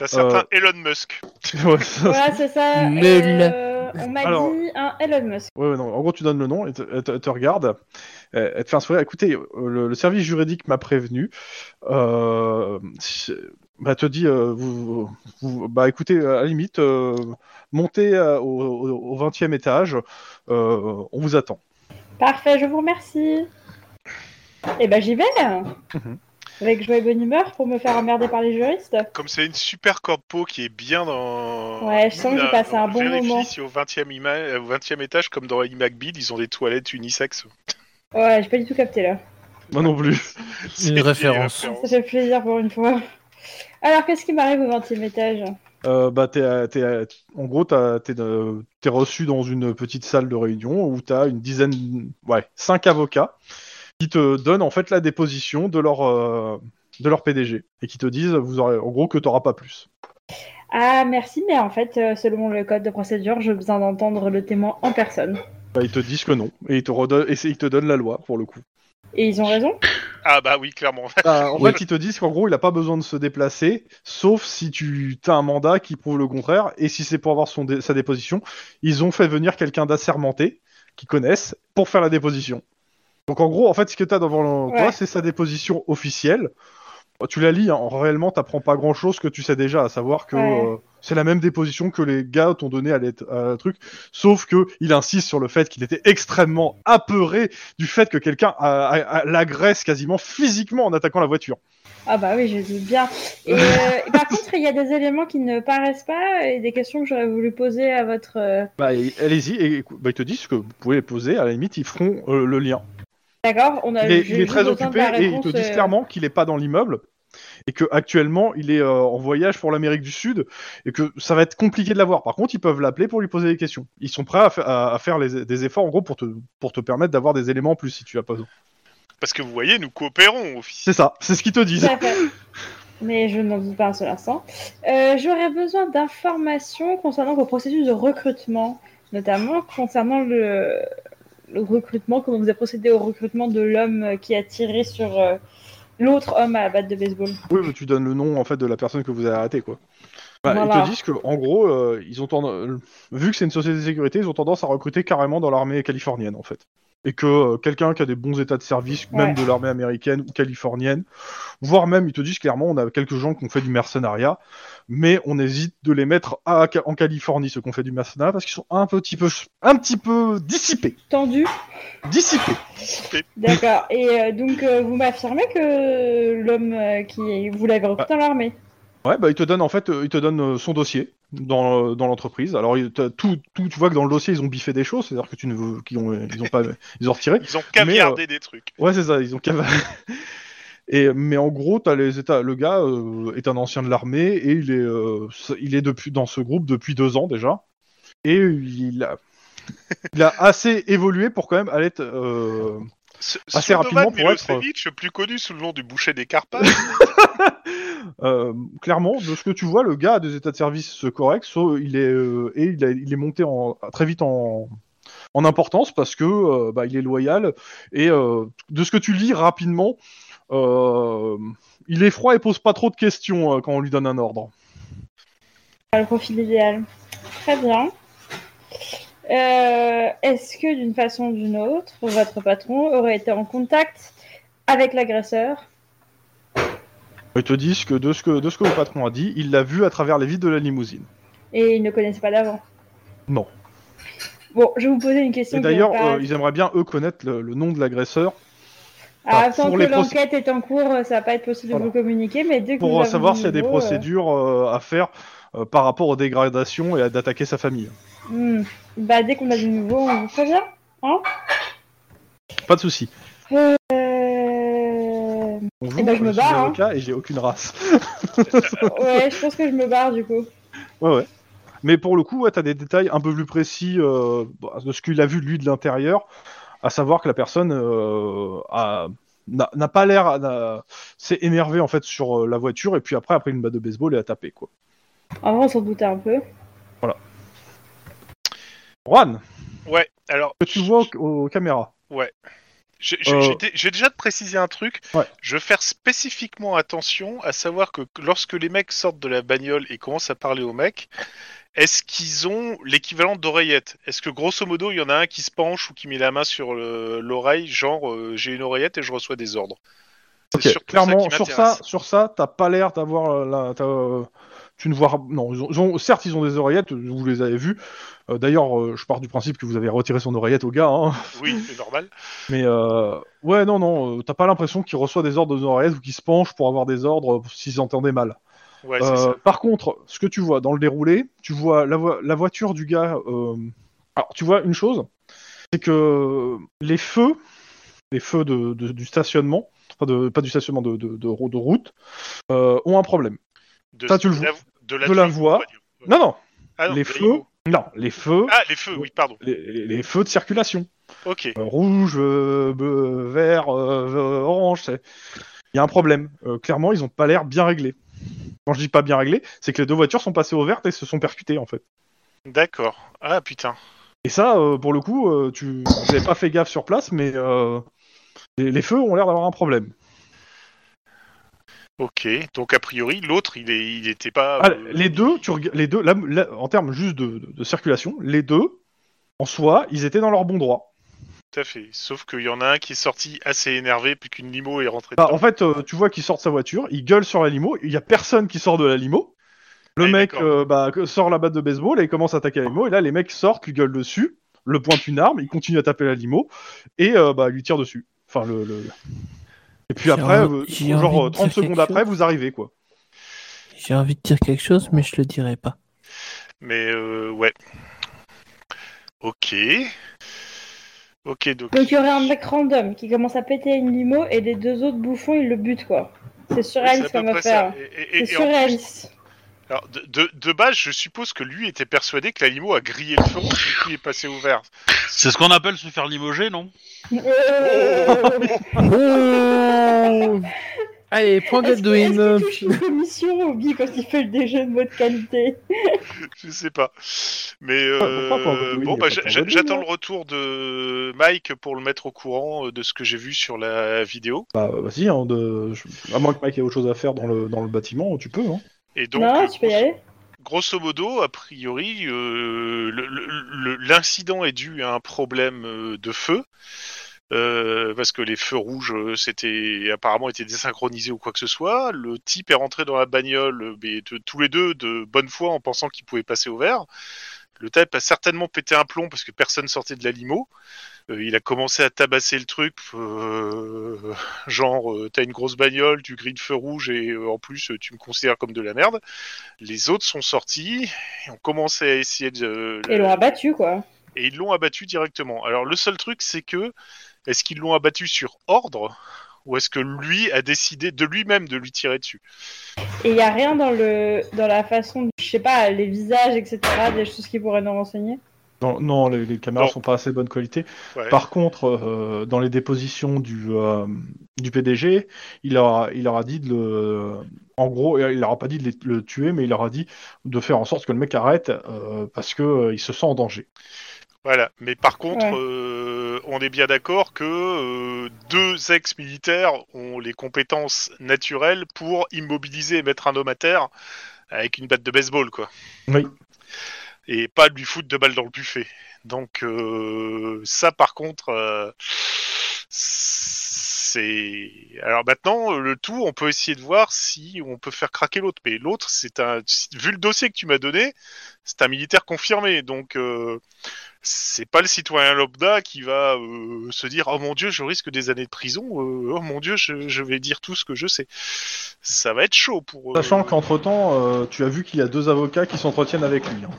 [SPEAKER 4] Un certain
[SPEAKER 2] Euh.
[SPEAKER 4] Elon Musk.
[SPEAKER 2] [laughs] Ouais, ça,
[SPEAKER 5] Voilà, c'est ça.
[SPEAKER 3] Lol.
[SPEAKER 5] euh, on m'a
[SPEAKER 2] Alors-
[SPEAKER 5] dit un Elon Musk.
[SPEAKER 2] Ouais, ouais, non. En gros, tu donnes le nom, elle te, elle te- elle te regarde, elle elle te fait un sourire. Écoutez, euh, le, le service juridique m'a prévenu. Euh, si- bah, te dit, euh, vous, vous- bah, écoutez, à la limite, euh, montez euh, au, au- au 20e étage, euh, on vous attend.
[SPEAKER 5] Parfait, je vous remercie. Eh ben, j'y vais.
[SPEAKER 2] Mhm.
[SPEAKER 5] Avec joie et bonne humeur pour me faire emmerder par les juristes.
[SPEAKER 4] Comme c'est une super corpo qui est bien dans.
[SPEAKER 5] Ouais, je sens que j'ai
[SPEAKER 4] Là,
[SPEAKER 5] passé un
[SPEAKER 4] on
[SPEAKER 5] bon
[SPEAKER 4] vérifie
[SPEAKER 5] moment.
[SPEAKER 4] si au 20e, ima- euh, au 20e étage, comme dans iMacBeal, ils ont des toilettes unisexes.
[SPEAKER 5] Ouais, j'ai pas du tout capté là.
[SPEAKER 2] Moi non plus.
[SPEAKER 4] C'est
[SPEAKER 3] référence.
[SPEAKER 5] Ça fait plaisir pour une fois. Alors, qu'est-ce qui m'arrive au 20 e étage
[SPEAKER 2] Euh, bah, t'es, à- t'es à- en gros, t'as- t'es, de- t'es reçu dans une petite salle de réunion où tu as une dizaine, ouais, cinq avocats qui te donnent en fait la déposition de leur, euh, de leur PDG et qui te disent, vous aurez, en gros, que t'auras pas plus.
[SPEAKER 5] Ah, merci, mais en fait, euh, selon le code de procédure, j'ai besoin d'entendre le témoin en personne.
[SPEAKER 2] Bah, ils te disent que non et ils te redonnent, et c'est- ils te donnent la loi pour le coup.
[SPEAKER 5] Et ils ont raison
[SPEAKER 4] Ah bah oui, clairement. [laughs]
[SPEAKER 2] Bah, en
[SPEAKER 3] Oui.
[SPEAKER 2] fait, ils te disent qu'en gros, il a pas besoin de se déplacer, sauf si tu as un mandat qui prouve le contraire, et si c'est pour avoir son dé- sa déposition, ils ont fait venir quelqu'un d'assermenté, qu'ils connaissent, pour faire la déposition. Donc en gros, en fait, ce que tu as devant le- toi,
[SPEAKER 5] Ouais.
[SPEAKER 2] c'est sa déposition officielle. Bah, Tu la lis, hein, réellement, t'apprends pas grand-chose que tu sais déjà, à savoir que
[SPEAKER 5] Ouais.
[SPEAKER 2] euh, c'est la même déposition que les gars t'ont donné à, l'ét- à la truc, sauf que il insiste sur le fait qu'il était extrêmement apeuré du fait que quelqu'un a- a- a- l'agresse quasiment physiquement en attaquant la voiture.
[SPEAKER 5] Ah bah oui, je dis bien. Et, euh,
[SPEAKER 2] [laughs]
[SPEAKER 5] et par contre, il y a des éléments qui ne paraissent pas et des questions que j'aurais voulu poser à votre... euh,
[SPEAKER 2] Bah, et- allez-y, et écou- bah, ils te disent que vous pouvez les poser, à la limite, ils feront euh, le lien.
[SPEAKER 5] D'accord on a,
[SPEAKER 2] Il est,
[SPEAKER 5] j'ai
[SPEAKER 2] il est
[SPEAKER 5] juste
[SPEAKER 2] très
[SPEAKER 5] besoin de
[SPEAKER 2] occupé
[SPEAKER 5] la
[SPEAKER 2] et ils te
[SPEAKER 5] réponse,
[SPEAKER 2] disent
[SPEAKER 5] euh,
[SPEAKER 2] clairement qu'il n'est pas dans l'immeuble et que actuellement il est euh, en voyage pour l'Amérique du Sud et que ça va être compliqué de l'avoir. Par contre, ils peuvent l'appeler pour lui poser des questions. Ils sont prêts à, fa- à- à faire les- des efforts en gros pour te, pour te permettre d'avoir des éléments en plus si tu as pas besoin.
[SPEAKER 4] Parce que vous voyez, nous coopérons, officier.
[SPEAKER 2] C'est ça, c'est ce qu'ils te disent.
[SPEAKER 5] Tout à fait. Mais je n'en doute pas un seul instant. Euh, J'aurais besoin d'informations concernant vos processus de recrutement, notamment concernant le, le recrutement, comment vous avez procédé au recrutement de l'homme qui a tiré sur euh, l'autre homme à la batte de baseball.
[SPEAKER 2] Oui, mais tu donnes le nom en fait de la personne que vous avez arrêtée, quoi. Bah, Ils
[SPEAKER 5] Voilà.
[SPEAKER 2] te disent que, en gros, euh, ils ont tendance, vu que c'est une société de sécurité, ils ont tendance à recruter carrément dans l'armée californienne, en fait. Et que euh, quelqu'un qui a des bons états de service, même
[SPEAKER 5] Ouais.
[SPEAKER 2] de l'armée américaine ou californienne, voire même, ils te disent clairement, on a quelques gens qui ont fait du mercenariat, mais on hésite de les mettre à- en Californie, ceux qui ont fait du mercenariat, parce qu'ils sont un petit peu, un petit peu dissipés,
[SPEAKER 5] Tendu
[SPEAKER 2] dissipés.
[SPEAKER 5] D'accord. Et euh, donc, euh, vous m'affirmez que l'homme euh, qui. Vous l'avez recruté
[SPEAKER 2] Bah,
[SPEAKER 5] dans l'armée
[SPEAKER 2] Ouais, bah, il te donne en fait, euh, il te donne euh, son dossier dans, euh, dans l'entreprise. Alors, il- t'as tout, tout, tu vois que dans le dossier, ils ont biffé des choses, c'est-à-dire que tu ne veux, qu'ils ont, ils ont pas, ils ont retiré.
[SPEAKER 4] Ils ont caviardé
[SPEAKER 2] euh,
[SPEAKER 4] des trucs.
[SPEAKER 2] Ouais, c'est ça, ils ont cava- [laughs] Et mais en gros, t'as les états, le gars euh, est un ancien de l'armée et il est, euh, ce- il est depuis dans ce groupe depuis deux ans déjà. Et il a, il a assez évolué pour quand même aller. t- euh,
[SPEAKER 4] Ce-
[SPEAKER 2] Assez
[SPEAKER 4] Slobodan
[SPEAKER 2] rapidement pour être-
[SPEAKER 4] Milosevic, plus connu sous le nom du boucher
[SPEAKER 2] [laughs]
[SPEAKER 4] des Carpates.
[SPEAKER 2] Euh, clairement, de ce que tu vois, le gars a des états de service euh, corrects, sauf- il est euh, et il, a- il est monté en, très vite en, en importance parce que euh, bah, il est loyal et euh, de ce que tu lis rapidement, euh, il est froid et pose pas trop de questions euh, quand on lui donne un ordre.
[SPEAKER 5] Ah, Le profil idéal. Très bien. Euh, Est-ce que d'une façon ou d'une autre, votre patron aurait été en contact avec l'agresseur
[SPEAKER 2] Ils te disent que de ce que de ce que le patron a dit, il l'a vu à travers les vitres de la limousine.
[SPEAKER 5] et il ne connaissait pas d'avant
[SPEAKER 2] Non.
[SPEAKER 5] Bon, je vais vous poser une question.
[SPEAKER 2] Et
[SPEAKER 5] qui
[SPEAKER 2] d'ailleurs,
[SPEAKER 5] n'est pas-
[SPEAKER 2] euh, ils aimeraient bien eux connaître le, le nom de l'agresseur
[SPEAKER 5] Ah,
[SPEAKER 2] enfin,
[SPEAKER 5] tant
[SPEAKER 2] pour
[SPEAKER 5] que
[SPEAKER 2] les procé-
[SPEAKER 5] l'enquête est en cours, euh, ça va pas être possible
[SPEAKER 2] Voilà.
[SPEAKER 5] de vous communiquer, mais dès que vous
[SPEAKER 2] pour euh,
[SPEAKER 5] avez
[SPEAKER 2] savoir
[SPEAKER 5] du
[SPEAKER 2] s'il y a des
[SPEAKER 5] nouveau, euh,
[SPEAKER 2] procédures euh, à faire euh, par rapport aux dégradations et à d'attaquer sa famille.
[SPEAKER 5] hmm. Bah, dès qu'on a du nouveau, on vous prévient.
[SPEAKER 2] Pas de souci. [laughs]
[SPEAKER 5] Euh...
[SPEAKER 2] Bonjour,
[SPEAKER 5] Eh ben, je me
[SPEAKER 2] suis
[SPEAKER 5] barre, hein.
[SPEAKER 2] avocat et j'ai aucune race.
[SPEAKER 5] ouais, je pense que je me barre du coup.
[SPEAKER 2] Ouais, ouais. Mais pour le coup, ouais, t'as des détails un peu plus précis euh, bah, de ce qu'il a vu lui de l'intérieur, à savoir que la personne euh, a- n'a n'a pas l'air, n'a- s'est énervée en fait sur euh, la voiture et puis après après une batte de baseball et a tapé quoi.
[SPEAKER 5] En vrai, on s'en doutait un peu.
[SPEAKER 2] Juan,
[SPEAKER 4] ouais, alors,
[SPEAKER 2] que tu vois aux, aux caméras.
[SPEAKER 4] je, je-
[SPEAKER 2] Euh.
[SPEAKER 4] j'ai dé- j'ai déjà de préciser un truc.
[SPEAKER 2] Ouais.
[SPEAKER 4] Je vais faire spécifiquement attention à savoir que lorsque les mecs sortent de la bagnole et commencent à parler aux mecs, est-ce qu'ils ont l'équivalent d'oreillette Est-ce que grosso modo, il y en a un qui se penche ou qui met la main sur le- l'oreille, genre euh, j'ai une oreillette et je reçois des ordres C'est
[SPEAKER 2] Ok,
[SPEAKER 4] surtout ça
[SPEAKER 2] Clairement,
[SPEAKER 4] qui
[SPEAKER 2] sur
[SPEAKER 4] m'intéresse.
[SPEAKER 2] ça, sur ça, t'as pas l'air d'avoir euh, la. t'as, euh, Tu ne vois non, ils ont- ils ont- certes ils ont des oreillettes, vous les avez vues. Euh, D'ailleurs, euh, je pars du principe que vous avez retiré son oreillette au gars. Hein.
[SPEAKER 4] Oui, c'est normal.
[SPEAKER 2] Mais euh, ouais, non, non, euh, t'as pas l'impression qu'il reçoit des ordres de oreillettes ou qu'il se penche pour avoir des ordres euh, s'ils entendaient mal.
[SPEAKER 4] Ouais, c'est
[SPEAKER 2] Euh,
[SPEAKER 4] ça.
[SPEAKER 2] par contre, ce que tu vois dans le déroulé, tu vois la, vo- la voiture du gars. euh, Alors, tu vois une chose, c'est que les feux, les feux de, de- du stationnement, enfin de, pas du stationnement de, de, de ro- de route, euh, ont un problème.
[SPEAKER 4] De,
[SPEAKER 2] ça, tu le
[SPEAKER 4] de la, de la,
[SPEAKER 2] de la voix. Non, non,
[SPEAKER 4] Ah non,
[SPEAKER 2] les
[SPEAKER 4] de la
[SPEAKER 2] feux.
[SPEAKER 4] Lego.
[SPEAKER 2] non, les feux,
[SPEAKER 4] Ah, les feux, oui, pardon.
[SPEAKER 2] les- les- les feux de circulation.
[SPEAKER 4] Ok.
[SPEAKER 2] Euh, rouge, euh, bleu, vert, euh, euh, orange. c'est- il y a un problème. Euh, clairement, ils ont pas l'air bien réglés. Quand je dis pas bien réglés, c'est que les deux voitures sont passées au vert et se sont percutées en fait.
[SPEAKER 4] D'accord. Ah putain.
[SPEAKER 2] Et ça, euh, pour le coup, euh, tu vous avez pas fait gaffe sur place, mais euh, les, les feux ont l'air d'avoir un problème.
[SPEAKER 4] Ok. Donc a priori, l'autre, il, est... il était pas.
[SPEAKER 2] Ah,
[SPEAKER 4] euh,
[SPEAKER 2] les deux, tu reg- les deux, là, là, en termes juste de, de- de circulation, les deux, en soi, ils étaient dans leur bon droit.
[SPEAKER 4] Tout à fait. Sauf qu'il y en a un qui est sorti assez énervé, puis qu'une limo est rentrée
[SPEAKER 2] Bah,
[SPEAKER 4] dedans.
[SPEAKER 2] en fait, euh, tu vois qu'il sort de sa voiture, il gueule sur la limo, il y a personne qui sort de la limo. Le
[SPEAKER 4] Ouais,
[SPEAKER 2] mec
[SPEAKER 4] d'accord.
[SPEAKER 2] euh, bah, que- sort la batte de baseball et il commence à attaquer la limo. Et là, les mecs sortent, lui gueulent dessus, le pointe une arme, il continue à taper la limo et euh, bah, lui tire dessus. Enfin, le. le- Et puis
[SPEAKER 3] J'ai
[SPEAKER 2] après,
[SPEAKER 3] envie-
[SPEAKER 2] euh,
[SPEAKER 3] j'ai
[SPEAKER 2] genre
[SPEAKER 3] envie
[SPEAKER 2] euh,
[SPEAKER 3] de
[SPEAKER 2] 30
[SPEAKER 3] dire
[SPEAKER 2] secondes
[SPEAKER 3] quelque
[SPEAKER 2] après,
[SPEAKER 3] chose.
[SPEAKER 2] vous arrivez quoi.
[SPEAKER 3] J'ai envie de dire quelque chose, mais je le dirai pas.
[SPEAKER 4] Mais euh, ouais. Ok. Ok, donc.
[SPEAKER 5] Donc il y aurait un mec random qui commence à péter une limo et les deux autres bouffons ils le butent quoi. C'est
[SPEAKER 4] C'est à
[SPEAKER 5] surréaliste
[SPEAKER 4] peu
[SPEAKER 5] comme
[SPEAKER 4] près ça.
[SPEAKER 5] affaire.
[SPEAKER 4] Et- et- et-
[SPEAKER 5] C'est
[SPEAKER 4] et en plus,
[SPEAKER 5] surréaliste.
[SPEAKER 4] Alors, de, de, de base, je suppose que lui était persuadé que l'animo a grillé le feu rouge et puis est passé au vert. [laughs]
[SPEAKER 1] C'est ce qu'on appelle se faire limoger, non
[SPEAKER 3] Oh. Allez, prends
[SPEAKER 5] Est-ce que- est-ce
[SPEAKER 3] Godwin.
[SPEAKER 5] qu'il touche une commission au bi quand il fait le déjeuner de votre qualité
[SPEAKER 4] Je sais pas. Mais
[SPEAKER 2] Ah, pourquoi pas,
[SPEAKER 4] euh,
[SPEAKER 2] oui,
[SPEAKER 4] bon,
[SPEAKER 2] y a
[SPEAKER 4] bah,
[SPEAKER 2] pas
[SPEAKER 4] j'a-
[SPEAKER 2] de
[SPEAKER 4] j'a-
[SPEAKER 2] problème,
[SPEAKER 4] j'attends
[SPEAKER 2] hein.
[SPEAKER 4] le retour de Mike pour le mettre au courant euh, de ce que j'ai vu sur la vidéo.
[SPEAKER 2] Bah, vas-y, hein, de... je- à moins que Mike ait autre chose à faire dans le, dans le bâtiment, tu peux. Hein.
[SPEAKER 4] Et donc,
[SPEAKER 5] Non,
[SPEAKER 4] euh,
[SPEAKER 5] tu peux y aller
[SPEAKER 4] grosso modo, a priori, euh, le- le- le- l'incident est dû à un problème euh, de feu. euh, parce que les feux rouges euh, s'étaient apparemment étaient désynchronisés ou quoi que ce soit. Le type est rentré dans la bagnole, euh, mais de- tous les deux de bonne foi en pensant qu'il pouvait passer au vert. Le type a certainement pété un plomb parce que personne sortait de la limo. Euh, il a commencé à tabasser le truc, euh, genre euh, t'as une grosse bagnole, tu grilles le feu rouge et euh, en plus euh, tu me considères comme de la merde. Les autres sont sortis et ont commencé à essayer de. euh,
[SPEAKER 5] Et l'ont abattu quoi.
[SPEAKER 4] Et ils l'ont abattu directement. Alors le seul truc, c'est que est-ce qu'ils l'ont abattu sur ordre ou est-ce que lui a décidé de lui-même de lui tirer dessus
[SPEAKER 5] Et il y a rien dans le dans la façon, de- je sais pas, les visages etc. Des choses qui pourraient nous renseigner.
[SPEAKER 2] Non, non, les, les caméras
[SPEAKER 4] Non.
[SPEAKER 2] sont pas assez bonne qualité.
[SPEAKER 4] Ouais.
[SPEAKER 2] Par contre, euh, dans les dépositions du, euh, du PDG, il leur, a, il leur a dit de le. En gros, il leur a pas dit de les- le tuer, mais il leur a dit de faire en sorte que le mec arrête euh, parce que euh, il se sent en danger.
[SPEAKER 4] Voilà. Mais par contre,
[SPEAKER 5] Ouais.
[SPEAKER 4] euh, on est bien d'accord que euh, deux ex-militaires ont les compétences naturelles pour immobiliser et mettre un homme à terre avec une batte de baseball, quoi.
[SPEAKER 2] Oui.
[SPEAKER 4] Et pas lui foutre deux balles dans le buffet. Donc euh, ça, par contre, euh, c'est. Alors maintenant, euh, le tout, on peut essayer de voir si on peut faire craquer l'autre. Mais l'autre, c'est un. Vu le dossier que tu m'as donné, c'est un militaire confirmé. Donc euh, c'est pas le citoyen lambda qui va euh, se dire oh mon dieu je risque des années de prison euh, oh mon dieu je, je vais dire tout ce que je sais ça va être chaud pour euh, eux
[SPEAKER 2] Sachant qu'entre temps, tu as vu qu'il y a deux avocats qui s'entretiennent avec lui. hein.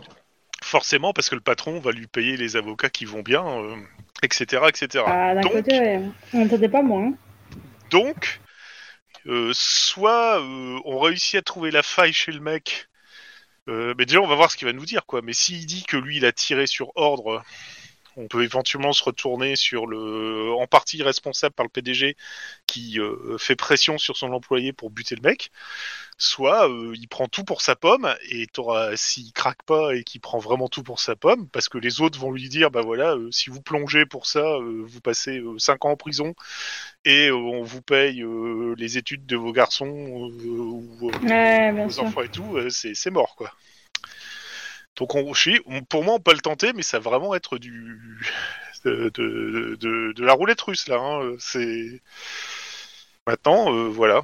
[SPEAKER 4] forcément parce que le patron va lui payer les avocats qui vont bien euh, etc etc
[SPEAKER 5] Ah, d'un
[SPEAKER 4] donc
[SPEAKER 5] côté, ouais. on n'entendait pas moins. hein.
[SPEAKER 4] donc euh, soit euh, on réussit à trouver la faille chez le mec euh, mais déjà on va voir ce qu'il va nous dire quoi mais s'il dit que lui il a tiré sur ordre on peut éventuellement se retourner sur le en partie responsable par le PDG qui euh, fait pression sur son employé pour buter le mec, soit euh, il prend tout pour sa pomme et t'auras- s'il craque pas et qu'il prend vraiment tout pour sa pomme, parce que les autres vont lui dire bah voilà euh, si vous plongez pour ça euh, vous passez 5 ans en prison et euh, on vous paye euh, les études de vos garçons euh, ou euh,
[SPEAKER 5] Ouais, bien
[SPEAKER 4] vos
[SPEAKER 5] sûr.
[SPEAKER 4] enfants et tout, euh, c'est c'est mort quoi. Donc on, je suis- on- pour moi on peut le tenter, mais ça va vraiment être du [laughs] de, de, de- de la roulette russe là. hein, euh, C'est maintenant euh, voilà.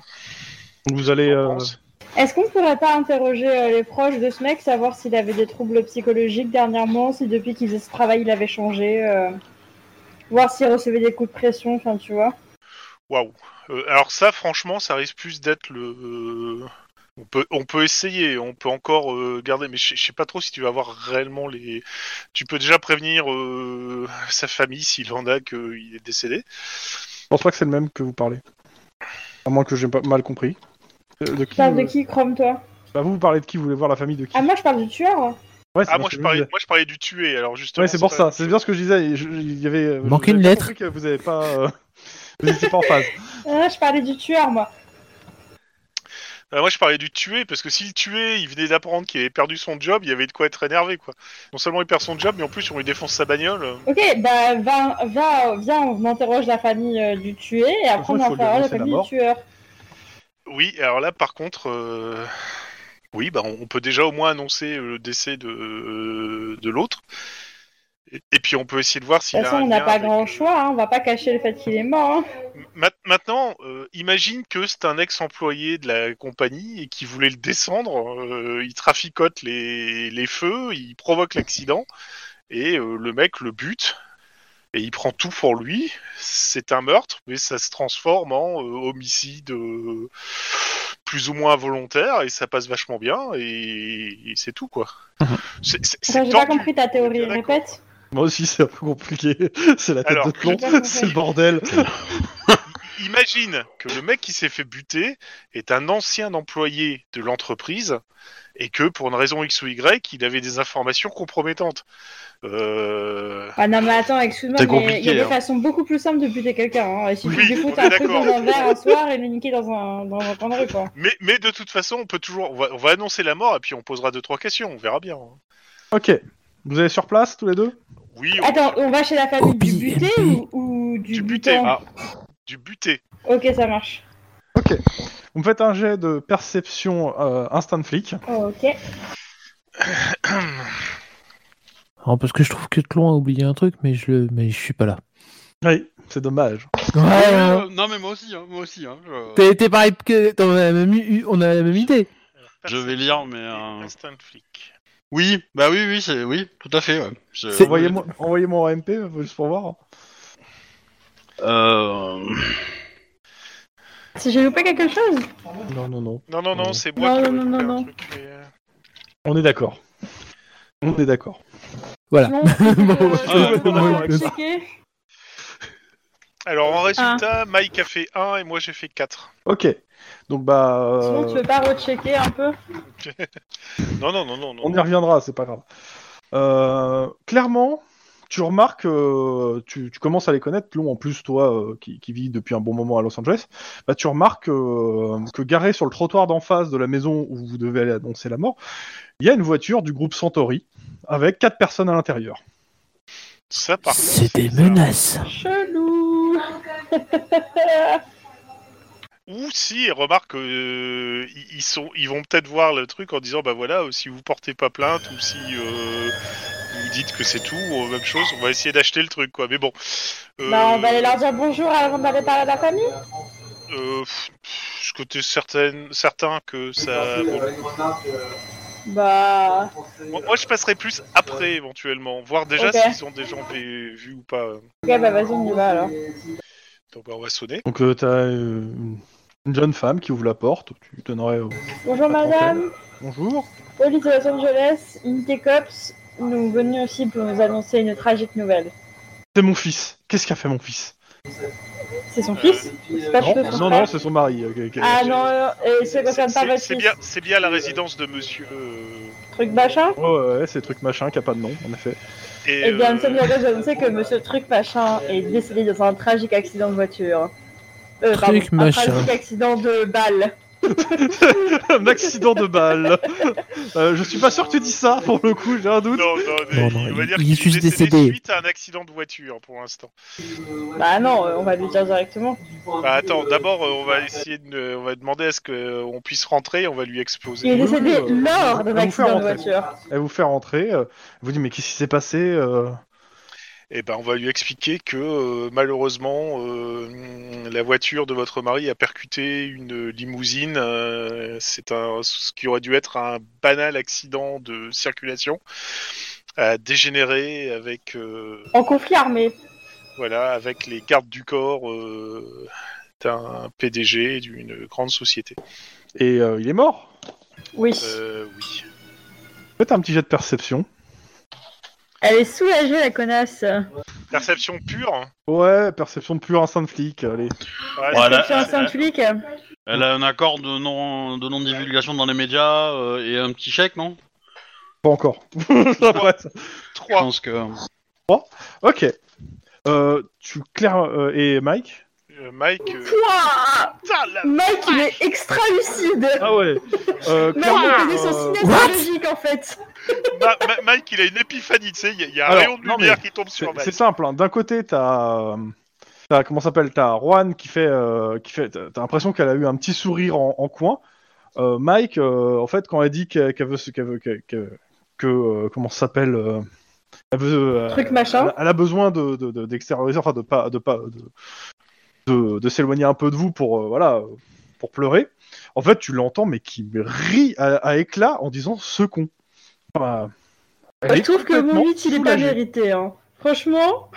[SPEAKER 2] Vous allez.
[SPEAKER 4] J'en
[SPEAKER 2] euh,
[SPEAKER 4] pense.
[SPEAKER 5] Est-ce qu'on pourrait pas interroger euh, les proches de ce mec, savoir s'il avait des troubles psychologiques dernièrement, si depuis qu'il faisait ce travail il avait changé, euh, voir s'il recevait des coups de pression, enfin tu vois.
[SPEAKER 4] Waouh. Euh, Alors ça franchement ça risque plus d'être le euh, on peut, on peut essayer, on peut encore euh, garder, mais je je sais pas trop si tu vas avoir réellement les. Tu peux déjà prévenir euh, sa famille s'il en a qu'il est décédé.
[SPEAKER 2] je pense pas que c'est le même que vous parlez. À moins que j'ai pas mal compris. Euh, De
[SPEAKER 5] Tu
[SPEAKER 2] qui,
[SPEAKER 5] parles de
[SPEAKER 2] euh,
[SPEAKER 5] qui, Chrome, toi
[SPEAKER 2] bah, vous, vous parlez de qui Vous voulez voir la famille de qui
[SPEAKER 5] Ah, moi je parle du tueur
[SPEAKER 2] Ouais, c'est
[SPEAKER 4] Ah
[SPEAKER 2] bon,
[SPEAKER 4] moi
[SPEAKER 2] c'est
[SPEAKER 4] je
[SPEAKER 2] lui.
[SPEAKER 4] parlais, moi je parlais du tuer alors justement.
[SPEAKER 2] Ouais, c'est pour
[SPEAKER 4] pas-
[SPEAKER 2] ça. C'est bien ce que je disais. Je- je- Il y avait. euh,
[SPEAKER 3] Manque
[SPEAKER 2] j'avais
[SPEAKER 3] une
[SPEAKER 2] pas
[SPEAKER 3] lettre.
[SPEAKER 2] compris que vous avez pas. euh, [laughs] Vous étiez pas en phase.
[SPEAKER 5] Ah, je parlais du tueur, moi.
[SPEAKER 4] Euh, moi, je parlais du tuer, parce que si le tuer, il venait d'apprendre qu'il avait perdu son job, il y avait de quoi être énervé, quoi. Non seulement il perd son job, mais en plus, on lui défonce sa bagnole. euh.
[SPEAKER 5] Ok, bah va, va, viens, on interroge la famille euh, du tué et après
[SPEAKER 2] toute façon, il faut
[SPEAKER 5] on
[SPEAKER 2] lui
[SPEAKER 5] interroge la
[SPEAKER 2] annoncer la
[SPEAKER 5] famille
[SPEAKER 2] mort.
[SPEAKER 5] du tueur.
[SPEAKER 4] Oui, alors là, par contre, euh, oui, bah, on on peut déjà au moins annoncer euh, le décès de, euh, de l'autre. Et, et puis, on peut essayer de voir
[SPEAKER 5] De
[SPEAKER 4] s'il
[SPEAKER 5] toute
[SPEAKER 4] a
[SPEAKER 5] façon,
[SPEAKER 4] un
[SPEAKER 5] on n'a
[SPEAKER 4] lien
[SPEAKER 5] pas
[SPEAKER 4] avec,
[SPEAKER 5] grand
[SPEAKER 4] euh,
[SPEAKER 5] choix, hein, on va pas cacher le fait qu'il est mort. hein.
[SPEAKER 4] Ma- maintenant, euh, imagine que c'est un ex-employé de la compagnie et qui voulait le descendre. euh, il traficote les, les feux, il provoque l'accident et euh, le mec le bute et il prend tout pour lui. C'est un meurtre, mais ça se transforme en euh, homicide euh, plus ou moins volontaire et ça passe vachement bien et, et c'est tout quoi. C'est- c'est-
[SPEAKER 5] Enfin,
[SPEAKER 4] c'est
[SPEAKER 5] j'ai pas
[SPEAKER 4] tordu.
[SPEAKER 5] compris ta théorie,
[SPEAKER 4] Bien d'accord.
[SPEAKER 5] répète.
[SPEAKER 2] Moi aussi, c'est un peu compliqué. [laughs] C'est la tête
[SPEAKER 4] Alors,
[SPEAKER 2] de plomb, [laughs]
[SPEAKER 5] je-
[SPEAKER 2] c'est le bordel.
[SPEAKER 4] Imagine que le mec qui s'est fait buter est un ancien employé de l'entreprise et que pour une raison X ou Y, il avait des informations compromettantes. Euh,
[SPEAKER 5] Ah non, mais attends, excuse-moi,
[SPEAKER 1] C'est
[SPEAKER 5] mais il y a
[SPEAKER 1] compliqué,
[SPEAKER 5] des
[SPEAKER 1] hein.
[SPEAKER 5] façons beaucoup plus simples de buter quelqu'un. Hein. Il suffit
[SPEAKER 4] Oui,
[SPEAKER 5] de lui foutre
[SPEAKER 4] on est
[SPEAKER 5] un truc dans
[SPEAKER 4] d'accord.
[SPEAKER 5] un verre un soir et le niquer dans un, dans un coin de rue, quoi.
[SPEAKER 4] Mais, mais de toute façon, on peut toujours, on va, on va annoncer la mort et puis on posera deux trois questions, on verra bien.
[SPEAKER 2] Ok. Vous allez sur place, tous les deux
[SPEAKER 4] Oui, on-
[SPEAKER 5] Attends, on va chez la famille du buté ou, ou du,
[SPEAKER 4] Du buté,
[SPEAKER 5] butant
[SPEAKER 4] ah. du buté.
[SPEAKER 5] Ok, ça marche.
[SPEAKER 2] Vous me faites un jet de perception euh, instant flic.
[SPEAKER 5] Oh, Ok.
[SPEAKER 3] Alors, parce que je trouve que Tlon a oublié un truc, mais je le, mais je suis pas là.
[SPEAKER 2] Oui. C'est dommage.
[SPEAKER 3] Ouais,
[SPEAKER 1] Euh, non, mais moi aussi, hein, moi aussi. hein, je-
[SPEAKER 3] T'es pareil que. On a la même, eu- on a la même idée.
[SPEAKER 1] Je vais lire, mais, euh,
[SPEAKER 4] Instinct flic.
[SPEAKER 1] Oui, bah oui, oui, c'est oui, tout à fait. ouais. Je-
[SPEAKER 3] C'est-
[SPEAKER 2] Envoyez-moi envoyez en MP, juste pour voir.
[SPEAKER 1] Euh,
[SPEAKER 5] Si j'ai loupé quelque chose
[SPEAKER 3] Non, non, non.
[SPEAKER 4] Non non non, c'est
[SPEAKER 5] Non,
[SPEAKER 4] moi qui
[SPEAKER 5] non,
[SPEAKER 4] aurais
[SPEAKER 5] non,
[SPEAKER 4] fait un
[SPEAKER 5] non.
[SPEAKER 4] truc, mais, euh,
[SPEAKER 2] On est d'accord. On est d'accord.
[SPEAKER 3] Voilà. [laughs]
[SPEAKER 5] Non, c'est,
[SPEAKER 3] Ah. Bon, ouais.
[SPEAKER 5] euh, je vais
[SPEAKER 2] Ouais,
[SPEAKER 5] pas
[SPEAKER 2] ouais.
[SPEAKER 5] checker. Ah.
[SPEAKER 4] Alors en résultat, Mike a fait 1 et moi j'ai fait 4.
[SPEAKER 2] Ok. Donc bah, euh,
[SPEAKER 5] Sinon, tu veux pas rechecker un peu
[SPEAKER 4] Non non non non non.
[SPEAKER 2] on y reviendra, c'est pas grave. Euh, clairement, tu remarques, euh, tu, tu commences à les connaître, Tlon en plus, toi euh, qui, qui vis depuis un bon moment à Los Angeles, bah, tu remarques euh, que garé sur le trottoir d'en face de la maison où vous devez aller annoncer la mort, il y a une voiture du groupe Centauri avec quatre personnes à l'intérieur.
[SPEAKER 4] Ça par contre,
[SPEAKER 3] C'est des
[SPEAKER 4] bizarre.
[SPEAKER 3] menaces.
[SPEAKER 5] Chelou [laughs]
[SPEAKER 4] Ou si, remarque, euh, ils- ils, sont, ils vont peut-être voir le truc en disant, bah voilà, euh, si vous portez pas plainte ou si euh, vous dites que c'est tout, euh, même chose, on va essayer d'acheter le truc, quoi. Mais bon. Euh,
[SPEAKER 5] Bah, on va aller leur dire bonjour avant d'aller parler à la famille.
[SPEAKER 4] euh, pff, pff, je côté certaine, certain que ça.
[SPEAKER 5] euh, Bah,
[SPEAKER 4] Moi, moi, je passerai plus après, éventuellement, voir déjà
[SPEAKER 5] Ok.
[SPEAKER 4] s'ils ont des gens vu, vus ou pas.
[SPEAKER 5] ok, bah vas-y, on y va alors.
[SPEAKER 4] Donc, bah, on va sonner.
[SPEAKER 2] Donc euh, t'as euh, une- une jeune femme qui ouvre la porte, tu donnerais euh,
[SPEAKER 5] Bonjour madame,
[SPEAKER 2] bonjour.
[SPEAKER 5] police de Los Angeles, Unité Cops, nous venons aussi pour vous annoncer une tragique nouvelle.
[SPEAKER 2] C'est mon fils. Qu'est-ce qu'a fait mon fils
[SPEAKER 5] C'est son fils C'est pas
[SPEAKER 2] Non,
[SPEAKER 5] plutôt son
[SPEAKER 2] non,
[SPEAKER 5] frère
[SPEAKER 2] non, c'est son mari. euh, ok, ok.
[SPEAKER 5] Ah non, non, et ça
[SPEAKER 4] C'est-
[SPEAKER 5] concerne pas
[SPEAKER 4] c'est-
[SPEAKER 5] votre
[SPEAKER 4] C'est
[SPEAKER 5] fils.
[SPEAKER 4] bien, c'est bien la résidence de monsieur. euh,
[SPEAKER 5] Truc machin
[SPEAKER 2] Ouais, ouais, ouais, c'est truc machin qui a pas de nom, en effet.
[SPEAKER 4] et,
[SPEAKER 5] Eh bien, nous
[SPEAKER 4] euh,
[SPEAKER 5] sommes heureux d'annoncer que monsieur Truc Machin est décédé dans un tragique accident de voiture. Euh,
[SPEAKER 3] Truc
[SPEAKER 5] pardon,
[SPEAKER 3] Machin.
[SPEAKER 5] Un tragique accident de balle.
[SPEAKER 2] [laughs] un accident de balle. Euh, je suis pas sûr que tu dis ça, pour le coup, j'ai un doute.
[SPEAKER 4] Non, non, mais
[SPEAKER 3] Non, non,
[SPEAKER 4] on va
[SPEAKER 3] il-
[SPEAKER 4] dire
[SPEAKER 3] il est
[SPEAKER 4] qu'il
[SPEAKER 3] juste décédé.
[SPEAKER 4] suite à un accident de voiture pour l'instant.
[SPEAKER 5] Bah non, euh, on va lui dire directement.
[SPEAKER 4] Bah attends, d'abord euh, on va essayer de, euh, on va demander à ce qu'on puisse rentrer et on va lui
[SPEAKER 5] Il est
[SPEAKER 4] exploser.
[SPEAKER 2] Oui,
[SPEAKER 5] décédé
[SPEAKER 2] oui, euh,
[SPEAKER 5] lors
[SPEAKER 2] on
[SPEAKER 5] d'un
[SPEAKER 2] va vous faire
[SPEAKER 5] accident de
[SPEAKER 2] rentrer.
[SPEAKER 5] voiture.
[SPEAKER 2] Elle vous fait rentrer, euh, vous dit mais qu'est-ce qui s'est passé euh
[SPEAKER 4] Et ben on va lui expliquer que euh, malheureusement euh, la voiture de votre mari a percuté une limousine. euh, C'est un ce qui aurait dû être un banal accident de circulation a dégénéré avec euh,
[SPEAKER 5] En conflit armé.
[SPEAKER 4] voilà avec les gardes du corps euh, d'un PDG d'une grande société.
[SPEAKER 2] Et euh, il est mort.
[SPEAKER 5] Oui.
[SPEAKER 4] Euh, oui.
[SPEAKER 2] Faites un petit jet de perception.
[SPEAKER 5] Elle est soulagée, la connasse.
[SPEAKER 4] Perception pure. hein.
[SPEAKER 2] Ouais, perception de pur instinct de flic. Allez.
[SPEAKER 4] Ouais,
[SPEAKER 1] Voilà.
[SPEAKER 5] Je suis un saint flic.
[SPEAKER 2] Euh,
[SPEAKER 1] Elle a un accord de non de non divulgation dans les médias euh, et un petit chèque, non
[SPEAKER 2] Pas [laughs] encore. Après, ça.
[SPEAKER 1] Je
[SPEAKER 4] 3.
[SPEAKER 1] pense que.
[SPEAKER 2] ok. Euh, tu clair euh, et Mike
[SPEAKER 4] euh, Mike. euh,
[SPEAKER 5] Pouah
[SPEAKER 4] putain, la-
[SPEAKER 5] Mike, il est extra lucide
[SPEAKER 2] Ah ouais. Euh,
[SPEAKER 5] Mike,
[SPEAKER 2] clairement,
[SPEAKER 5] il connaît
[SPEAKER 2] euh,
[SPEAKER 5] son
[SPEAKER 4] Ah.
[SPEAKER 5] synapse logique, en fait
[SPEAKER 4] Ma- Ma- Mike, il a une épiphanie, tu sais, il y a- il y, a un
[SPEAKER 2] Alors,
[SPEAKER 4] rayon de
[SPEAKER 2] non,
[SPEAKER 4] lumière
[SPEAKER 2] mais
[SPEAKER 4] qui tombe
[SPEAKER 2] C'est
[SPEAKER 4] sur
[SPEAKER 2] c'est
[SPEAKER 4] Mike.
[SPEAKER 2] simple. hein. D'un côté, t'as, euh, t'as comment ça s'appelle T'as Juan qui fait, euh, qui fait. T'as t'as l'impression qu'elle a eu un petit sourire en, en coin. Euh, Mike, euh, en fait, quand elle dit qu'elle qu'elle veut, ce- qu'elle veut, qu'elle- qu'elle- que euh, comment ça s'appelle euh, elle veut, euh,
[SPEAKER 5] Truc machin.
[SPEAKER 2] elle a- Elle a besoin de, de- de- d'extérioriser, enfin de pas, de pas, de, de- de s'éloigner un peu de vous pour euh, voilà, pour pleurer. En fait, tu l'entends, mais qui rit à, à éclat en disant ce con. Enfin, elle
[SPEAKER 5] Moi, Je
[SPEAKER 2] est
[SPEAKER 5] trouve que mon
[SPEAKER 2] complètement
[SPEAKER 5] 8, il est pas
[SPEAKER 2] soulagée.
[SPEAKER 5] mérité, hein. Franchement...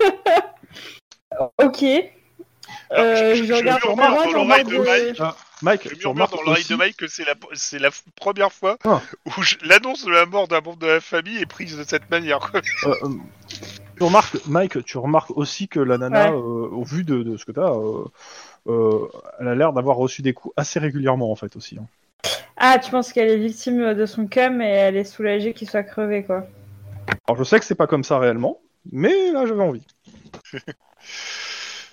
[SPEAKER 5] [laughs] ok. Euh,
[SPEAKER 4] je- je-
[SPEAKER 5] je
[SPEAKER 4] je
[SPEAKER 5] regarde
[SPEAKER 4] murmure
[SPEAKER 5] Farah
[SPEAKER 4] dans
[SPEAKER 5] dans
[SPEAKER 4] l'oreille
[SPEAKER 5] le
[SPEAKER 4] de
[SPEAKER 5] mode,
[SPEAKER 4] Mike.
[SPEAKER 5] euh,
[SPEAKER 2] Mike,
[SPEAKER 4] Je
[SPEAKER 2] tu
[SPEAKER 4] murmure
[SPEAKER 2] remarques
[SPEAKER 4] dans l'oreille
[SPEAKER 2] aussi-
[SPEAKER 4] de Mike que c'est la, c'est la f- première fois
[SPEAKER 2] Ah.
[SPEAKER 4] où je- l'annonce de la mort d'un membre de la famille est prise de cette manière. [laughs] quoi.
[SPEAKER 2] Euh, euh, tu remarques, Mike, tu remarques aussi que la nana, euh, au vu de, de ce que t'as, euh, euh, elle a l'air d'avoir reçu des coups assez régulièrement en fait aussi. hein.
[SPEAKER 5] Ah, tu penses qu'elle est victime de son cum et elle est soulagée qu'il soit crevé, quoi.
[SPEAKER 2] Alors je sais que c'est pas comme ça réellement, mais là j'avais envie.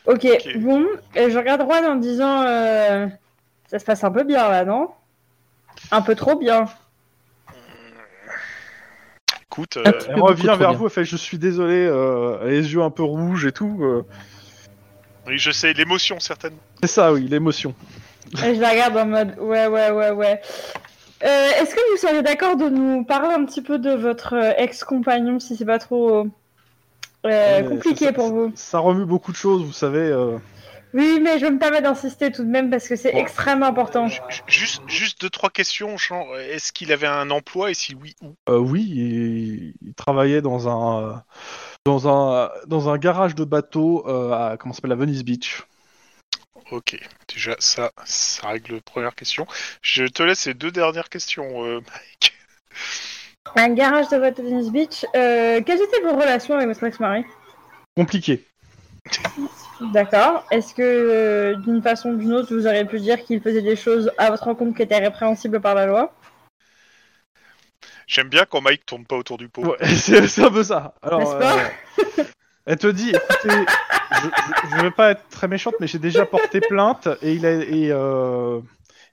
[SPEAKER 5] Ok,
[SPEAKER 4] Ok.
[SPEAKER 5] bon, et je regarde Juan en disant euh, Ça se passe un peu bien là, non Un peu trop bien.
[SPEAKER 4] Écoute, euh,
[SPEAKER 2] [laughs]
[SPEAKER 3] Un petit peu
[SPEAKER 2] Elle
[SPEAKER 3] beaucoup
[SPEAKER 2] revient
[SPEAKER 3] trop
[SPEAKER 2] vers
[SPEAKER 3] bien.
[SPEAKER 2] vous, elle fait je suis désolé, euh, elle a les yeux un peu rouges et tout. euh.
[SPEAKER 4] oui, je sais, l'émotion certainement.
[SPEAKER 2] C'est ça oui, l'émotion.
[SPEAKER 5] Et je la regarde en mode Ouais, ouais, ouais, ouais. Euh, Est-ce que vous seriez d'accord de nous parler un petit peu de votre euh, ex-compagnon si c'est pas trop euh,
[SPEAKER 2] Ouais,
[SPEAKER 5] compliqué
[SPEAKER 2] ça, ça,
[SPEAKER 5] pour
[SPEAKER 2] ça-
[SPEAKER 5] vous
[SPEAKER 2] Ça remue beaucoup de choses, vous savez. euh.
[SPEAKER 5] Oui, mais je me permets d'insister tout de même parce que c'est
[SPEAKER 2] Ouais.
[SPEAKER 5] extrêmement important.
[SPEAKER 4] Ju- Juste, juste deux, trois questions, genre, est-ce qu'il avait un emploi et si oui, où
[SPEAKER 2] Euh, oui, il, il travaillait dans un euh, dans un dans un garage de bateau euh, à comment ça s'appelle à Venice Beach.
[SPEAKER 4] Ok, déjà ça, ça règle la première question. Je te laisse les deux dernières questions. euh, Mike.
[SPEAKER 5] Un garage de votre Venice Beach. Euh, quelles étaient vos relations avec votre ex-mari
[SPEAKER 2] Compliqué.
[SPEAKER 5] D'accord. Est-ce que euh, d'une façon ou d'une autre, vous auriez pu dire qu'il faisait des choses à votre rencontre qui étaient répréhensibles par la loi
[SPEAKER 4] J'aime bien quand Mike tourne pas autour du pot.
[SPEAKER 2] Ouais, [laughs] c'est c'est un peu ça. Alors,
[SPEAKER 5] N'est-ce pas
[SPEAKER 2] euh, elle te dit, écoutez, je, je, je vais pas être très méchante, mais j'ai déjà porté plainte et il a et, euh,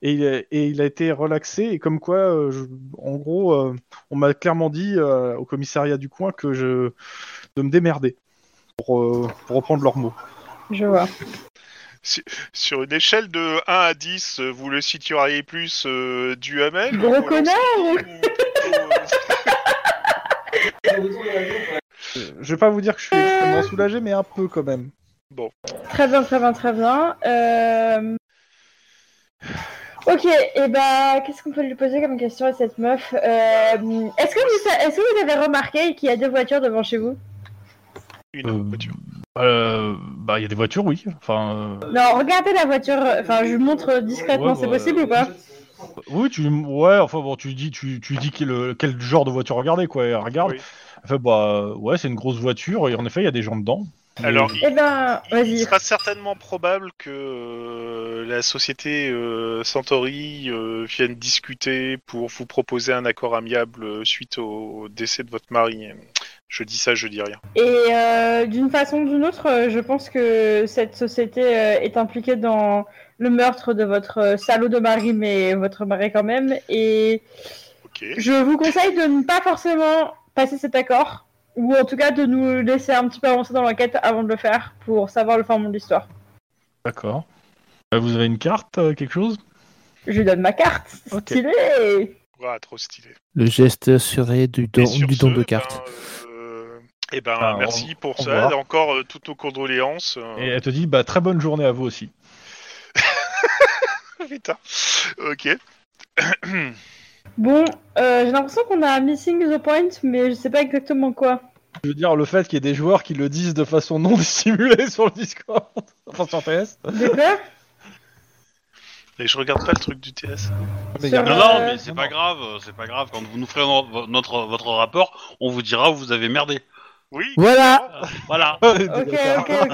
[SPEAKER 2] et, il a, et il a été relaxé et comme quoi, euh, je- en gros, euh, on m'a clairement dit euh, au commissariat du coin que je de me démerder pour, euh, pour reprendre leurs mots.
[SPEAKER 5] Je vois.
[SPEAKER 4] Sur une échelle de 1 à 10, euh, vous le situeriez plus euh, du Hamel
[SPEAKER 5] Gros
[SPEAKER 4] ou-
[SPEAKER 5] connard,
[SPEAKER 4] ou plutôt, euh,
[SPEAKER 2] Euh, Je vais pas vous dire que je suis extrêmement soulagé, mais un peu quand même.
[SPEAKER 5] Très bien, très bien, très bien. Euh, Ok, et bah, qu'est-ce qu'on peut lui poser comme question à cette meuf Euh, Est-ce que, vous sa- est-ce que vous avez remarqué qu'il y a deux voitures devant chez vous
[SPEAKER 4] Une
[SPEAKER 6] Euh,
[SPEAKER 4] voiture.
[SPEAKER 6] Euh, bah, il y a des voitures, oui. Enfin, euh,
[SPEAKER 5] Non, regardez la voiture. Enfin, je vous montre discrètement,
[SPEAKER 6] Ouais,
[SPEAKER 5] c'est
[SPEAKER 6] bah,
[SPEAKER 5] possible ou pas
[SPEAKER 6] oui, tu, ouais, enfin bon, tu dis, tu, tu dis quel, quel genre de voiture regarder, quoi. Et elle regarde.
[SPEAKER 4] Oui.
[SPEAKER 6] Elle fait, bah, euh, ouais, c'est une grosse voiture et en effet, il y a des gens dedans.
[SPEAKER 4] Alors,
[SPEAKER 3] euh,
[SPEAKER 5] Eh ben,
[SPEAKER 4] Il
[SPEAKER 5] vas-y.
[SPEAKER 4] sera certainement probable que euh, la société euh, Santori euh, vienne discuter pour vous proposer un accord amiable euh, suite au, au décès de votre mari. Je dis ça, je dis rien.
[SPEAKER 5] Et euh, d'une façon ou d'une autre, euh, je pense que cette société euh, est impliquée dans le meurtre de votre euh, salaud de mari, mais votre mari quand même. Et
[SPEAKER 4] Ok.
[SPEAKER 5] je vous conseille de ne pas forcément passer cet accord, ou en tout cas de nous laisser un petit peu avancer dans l'enquête avant de le faire, pour savoir le fin mot de l'histoire.
[SPEAKER 6] D'accord. Euh, vous avez une carte, euh, quelque chose
[SPEAKER 5] Je lui donne ma carte,
[SPEAKER 6] Ok.
[SPEAKER 5] stylé
[SPEAKER 4] Ah, trop stylé.
[SPEAKER 3] Le geste serait du don,
[SPEAKER 4] Et sur
[SPEAKER 3] du
[SPEAKER 4] ce,
[SPEAKER 3] don de
[SPEAKER 4] ben,
[SPEAKER 3] carte.
[SPEAKER 4] euh, eh ben,
[SPEAKER 6] Ah,
[SPEAKER 4] merci pour
[SPEAKER 6] au
[SPEAKER 4] ça.
[SPEAKER 6] revoir.
[SPEAKER 4] Encore euh, toutes nos condoléances. euh.
[SPEAKER 6] Et elle te dit, bah, très bonne journée à vous aussi.
[SPEAKER 4] [laughs] Putain. Ok.
[SPEAKER 5] Bon, euh, j'ai l'impression qu'on a missing the point, mais je sais pas exactement quoi.
[SPEAKER 2] Je veux dire, le fait qu'il y ait des joueurs qui le disent de façon non [laughs] dissimulée sur le Discord, enfin sur TS.
[SPEAKER 5] Des quoi
[SPEAKER 4] Et je regarde pas le truc du TS.
[SPEAKER 2] Mais il y a-
[SPEAKER 5] Sur,
[SPEAKER 1] Non,
[SPEAKER 5] Euh,
[SPEAKER 1] non, mais c'est
[SPEAKER 2] non,
[SPEAKER 1] pas
[SPEAKER 2] non.
[SPEAKER 1] grave, euh, c'est pas grave. Quand vous nous ferez no- vo- notre, votre rapport, on vous dira où vous avez merdé.
[SPEAKER 4] Oui.
[SPEAKER 3] Voilà
[SPEAKER 1] Voilà.
[SPEAKER 2] [laughs]
[SPEAKER 5] Ok, ok, ok.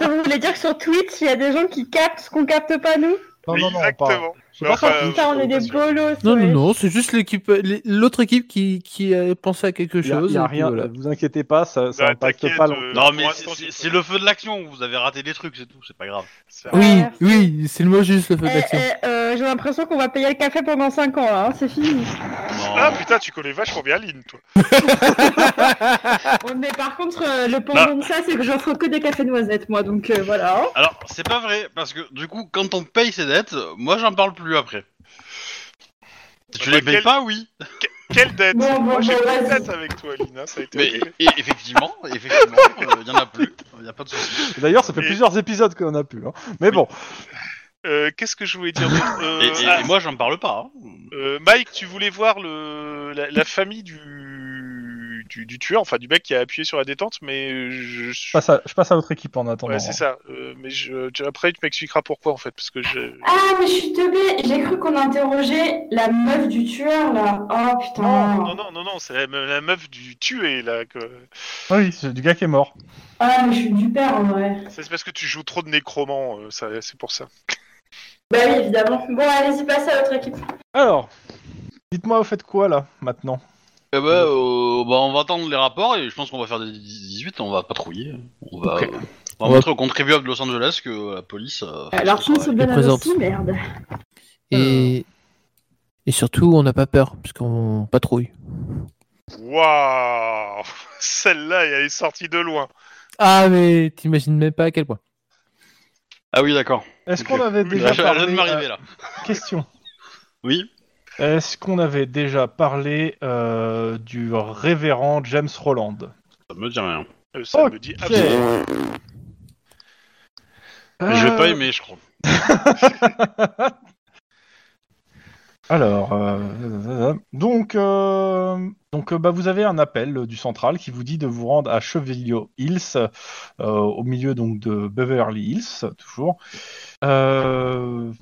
[SPEAKER 5] Donc, Vous voulez dire que sur Twitch, il y a des gens qui captent ce qu'on capte pas nous
[SPEAKER 2] Non, non, non, pas-
[SPEAKER 4] Exactement.
[SPEAKER 2] c'est pas
[SPEAKER 4] Enfin, euh,
[SPEAKER 2] ça.
[SPEAKER 5] Putain, on est des bolos.
[SPEAKER 3] Non, non,
[SPEAKER 5] ouais.
[SPEAKER 3] non, c'est juste l'équipe, les- l'autre équipe qui, qui a pensé à quelque
[SPEAKER 2] Il y a-
[SPEAKER 3] chose.
[SPEAKER 2] il y a
[SPEAKER 3] et puis
[SPEAKER 2] rien,
[SPEAKER 3] voilà.
[SPEAKER 2] vous inquiétez pas, ça, ça
[SPEAKER 4] Bah,
[SPEAKER 2] impacte
[SPEAKER 4] t'inquiète,
[SPEAKER 2] pas.
[SPEAKER 4] euh,
[SPEAKER 2] l'en-
[SPEAKER 1] Non, mais
[SPEAKER 4] pour
[SPEAKER 1] c'est-
[SPEAKER 4] l'instant,
[SPEAKER 1] c'est
[SPEAKER 4] c'est
[SPEAKER 1] c'est
[SPEAKER 4] pas-
[SPEAKER 1] le feu de l'action, vous avez raté des trucs, c'est tout, c'est pas grave.
[SPEAKER 4] C'est-
[SPEAKER 3] Oui,
[SPEAKER 5] Ah,
[SPEAKER 3] oui, c'est le mot juste, le fait
[SPEAKER 5] Eh,
[SPEAKER 3] d'action.
[SPEAKER 5] eh, euh, J'ai l'impression qu'on va payer le café pendant 5 ans là, hein, c'est fini.
[SPEAKER 1] Non.
[SPEAKER 4] Ah putain, tu connais vachement bien Lynn, toi.
[SPEAKER 5] Ouais, Mais par contre, euh, le pendant de ça, c'est que j'offre que des cafés noisettes moi, donc euh, voilà. hein.
[SPEAKER 1] Alors, c'est pas vrai, parce que du coup, quand on paye ses dettes, euh, moi j'en parle plus après. Si tu
[SPEAKER 4] Bah,
[SPEAKER 1] les payes
[SPEAKER 4] quel-
[SPEAKER 1] pas, oui.
[SPEAKER 4] Quelle dette
[SPEAKER 5] Bon, bon,
[SPEAKER 4] Moi, j'ai
[SPEAKER 5] bon,
[SPEAKER 4] pas de
[SPEAKER 5] vas-y.
[SPEAKER 4] dette avec toi, Lynn. hein, Ça a
[SPEAKER 1] [laughs]
[SPEAKER 4] été
[SPEAKER 1] Mais
[SPEAKER 4] réglé.
[SPEAKER 1] et- effectivement, effectivement, euh, il y en a plus, il y a pas de souci.
[SPEAKER 2] D'ailleurs, ça fait
[SPEAKER 4] Et-
[SPEAKER 2] plusieurs épisodes qu'on a pu. hein. Mais bon,
[SPEAKER 4] Euh, Qu'est-ce que je voulais dire d'autre Euh,
[SPEAKER 1] Et, et-
[SPEAKER 4] ah,
[SPEAKER 1] et moi j'en parle pas. hein.
[SPEAKER 4] euh, Mike, tu voulais voir le, la, la famille du, du, du tueur, enfin du mec qui a appuyé sur la détente, mais
[SPEAKER 2] je
[SPEAKER 4] je suis.
[SPEAKER 2] passe à, je passe à notre équipe en attendant.
[SPEAKER 4] Ouais, c'est ça. Euh, mais je, tu- après, tu m'expliqueras pourquoi en fait, parce que je.
[SPEAKER 7] Ah, mais je suis teubée. J'ai cru qu'on interrogeait la meuf du tueur, là. Oh, putain.
[SPEAKER 4] Non, non, non, non, non, c'est la, me- la meuf du tué là. que-
[SPEAKER 2] Ah Oui, c'est du gars qui est mort.
[SPEAKER 7] Ah, mais je suis du père, en vrai.
[SPEAKER 4] C'est parce que tu joues trop de nécromant, euh, ça- c'est pour ça.
[SPEAKER 7] Bah oui, évidemment. Bon, allez-y, passez à votre équipe.
[SPEAKER 2] Alors, dites-moi, vous faites quoi là, maintenant
[SPEAKER 1] Eh ben, euh, bah, on va attendre les rapports et je pense qu'on va faire des 18, on va patrouiller. On va,
[SPEAKER 2] Ok.
[SPEAKER 1] euh, on va montrer aux contribuables de Los Angeles que la police. euh, fait
[SPEAKER 5] Alors,
[SPEAKER 1] son
[SPEAKER 5] chance
[SPEAKER 1] travail.
[SPEAKER 5] au bien à
[SPEAKER 3] présente.
[SPEAKER 5] aussi, merde.
[SPEAKER 3] Et, et surtout, on n'a pas peur, parce qu'on patrouille.
[SPEAKER 4] Waouh [laughs] Celle-là, elle est sortie de loin.
[SPEAKER 3] Ah, mais t'imagines même pas à quel point.
[SPEAKER 1] Ah oui, d'accord.
[SPEAKER 2] Est-ce
[SPEAKER 1] Ok.
[SPEAKER 2] qu'on avait
[SPEAKER 1] Elle
[SPEAKER 2] déjà
[SPEAKER 1] vient de
[SPEAKER 2] parlé
[SPEAKER 1] m'arriver là.
[SPEAKER 2] euh, Question.
[SPEAKER 1] Oui.
[SPEAKER 2] Est-ce qu'on avait déjà parlé euh, du révérend James Roland
[SPEAKER 1] Ça me dit rien.
[SPEAKER 4] Euh, ça
[SPEAKER 2] Ok.
[SPEAKER 4] me dit absolument.
[SPEAKER 1] Je vais
[SPEAKER 2] Euh,
[SPEAKER 1] pas aimer, je crois.
[SPEAKER 2] Alors, euh, donc, euh, donc euh, bah, vous avez un appel euh, du central qui vous dit de vous rendre à Chevillo Hills, euh, au milieu donc de Beverly Hills, toujours, euh,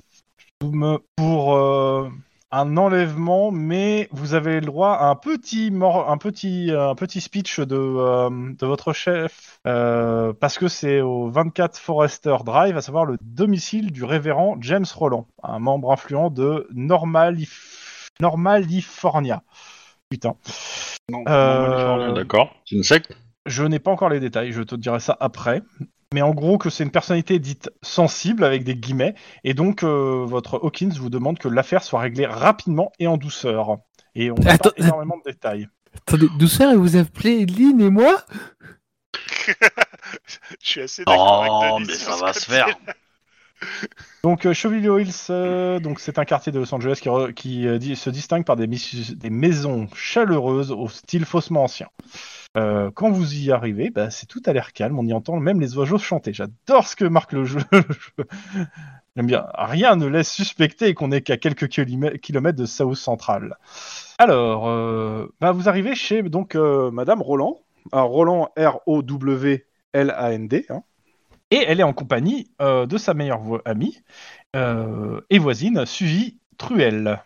[SPEAKER 2] vous me- pour euh, un enlèvement, mais vous avez le droit à un petit, mor- un petit, un petit speech de, euh, de votre chef, euh, parce que c'est au 24 Forester Drive, à savoir le domicile du révérend James Roland, un membre influent de Normalif... Normalifornia. Putain. Euh,
[SPEAKER 1] D'accord. C'est une secte
[SPEAKER 2] je n'ai pas encore les détails, je te dirai ça après. Mais en gros, que c'est une personnalité dite sensible, avec des guillemets, et donc euh, votre Hawkins vous demande que l'affaire soit réglée rapidement et en douceur. Et on a
[SPEAKER 3] Attends,
[SPEAKER 2] pas énormément de détails.
[SPEAKER 3] Attendez, douceur, et vous appelez Lynn et moi
[SPEAKER 4] Je suis assez d'accord
[SPEAKER 1] Non, Oh,
[SPEAKER 4] avec Denis.
[SPEAKER 1] mais
[SPEAKER 4] sur
[SPEAKER 1] ça
[SPEAKER 4] ce
[SPEAKER 1] va
[SPEAKER 4] que
[SPEAKER 1] se
[SPEAKER 4] tu
[SPEAKER 1] faire.
[SPEAKER 4] dis.
[SPEAKER 2] Donc, euh, Chevillo Hills, euh, donc c'est un quartier de Los Angeles qui, re- qui, euh, di- se distingue par des, mis- des maisons chaleureuses au style faussement ancien. Euh, quand vous y arrivez, bah, c'est tout à l'air calme, on y entend même les oiseaux chanter. J'adore ce que marque le jeu. [laughs] J'aime bien. Rien ne laisse suspecter qu'on est qu'à quelques kilomè- kilomètres de South Central. Alors, euh, bah, vous arrivez chez donc euh, Madame Roland. Alors, Roland, R-O-W-L-A-N-D. hein. Et elle est en compagnie euh, de sa meilleure vo- amie euh, et voisine, Suzy Truel.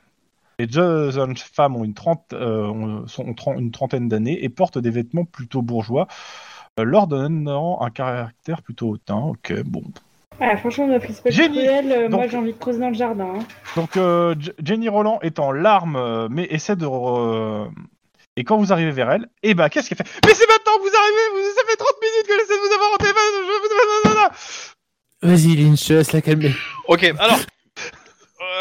[SPEAKER 2] Les deux jeunes femmes ont une, trente- euh, ont- sont- ont tren- une trentaine d'années et portent des vêtements plutôt bourgeois, euh, leur donnant un caractère plutôt hautain. Ok, bon.
[SPEAKER 5] Ah, franchement, ma prise pas de
[SPEAKER 2] Génie.
[SPEAKER 5] cruelle, euh, moi
[SPEAKER 2] Donc-
[SPEAKER 5] j'ai envie de creuser dans le jardin. hein.
[SPEAKER 2] Donc euh, J- Jenny Roland est en larmes, euh, mais essaie de... re- Et quand vous arrivez vers elle, eh ben qu'est-ce qu'elle fait Mais c'est maintenant que vous arrivez, vous- ça fait 30 minutes que j'essaie de vous avoir en téléphone, je- blablabla.
[SPEAKER 3] Vas-y, Lynn, je te laisse la calmer.
[SPEAKER 1] Ok, alors.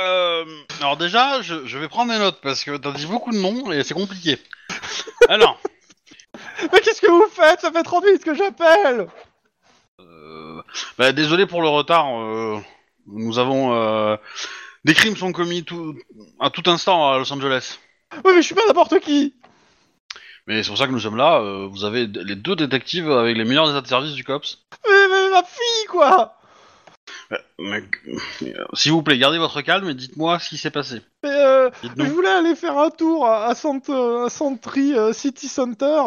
[SPEAKER 1] Euh, alors déjà, je, je vais prendre des notes parce que t'as dit beaucoup de noms et c'est compliqué. Alors,
[SPEAKER 2] [laughs] Mais qu'est-ce que vous faites Ça fait 30 minutes que j'appelle
[SPEAKER 1] euh, bah, désolé pour le retard. euh, nous avons euh, des crimes sont commis tout, à tout instant à Los Angeles.
[SPEAKER 2] Oui mais je suis pas n'importe qui
[SPEAKER 1] Mais c'est pour ça que nous sommes là. euh, vous avez d- les deux détectives avec les meilleurs états de service du cops.
[SPEAKER 2] mais, mais ma fille quoi
[SPEAKER 1] Mais, euh, S'il vous plaît, gardez votre calme et dites-moi ce qui s'est passé.
[SPEAKER 2] Mais, euh, je
[SPEAKER 1] Dites-nous.
[SPEAKER 2] voulais aller faire un tour à, à Sant- euh, à Santry euh, City Center,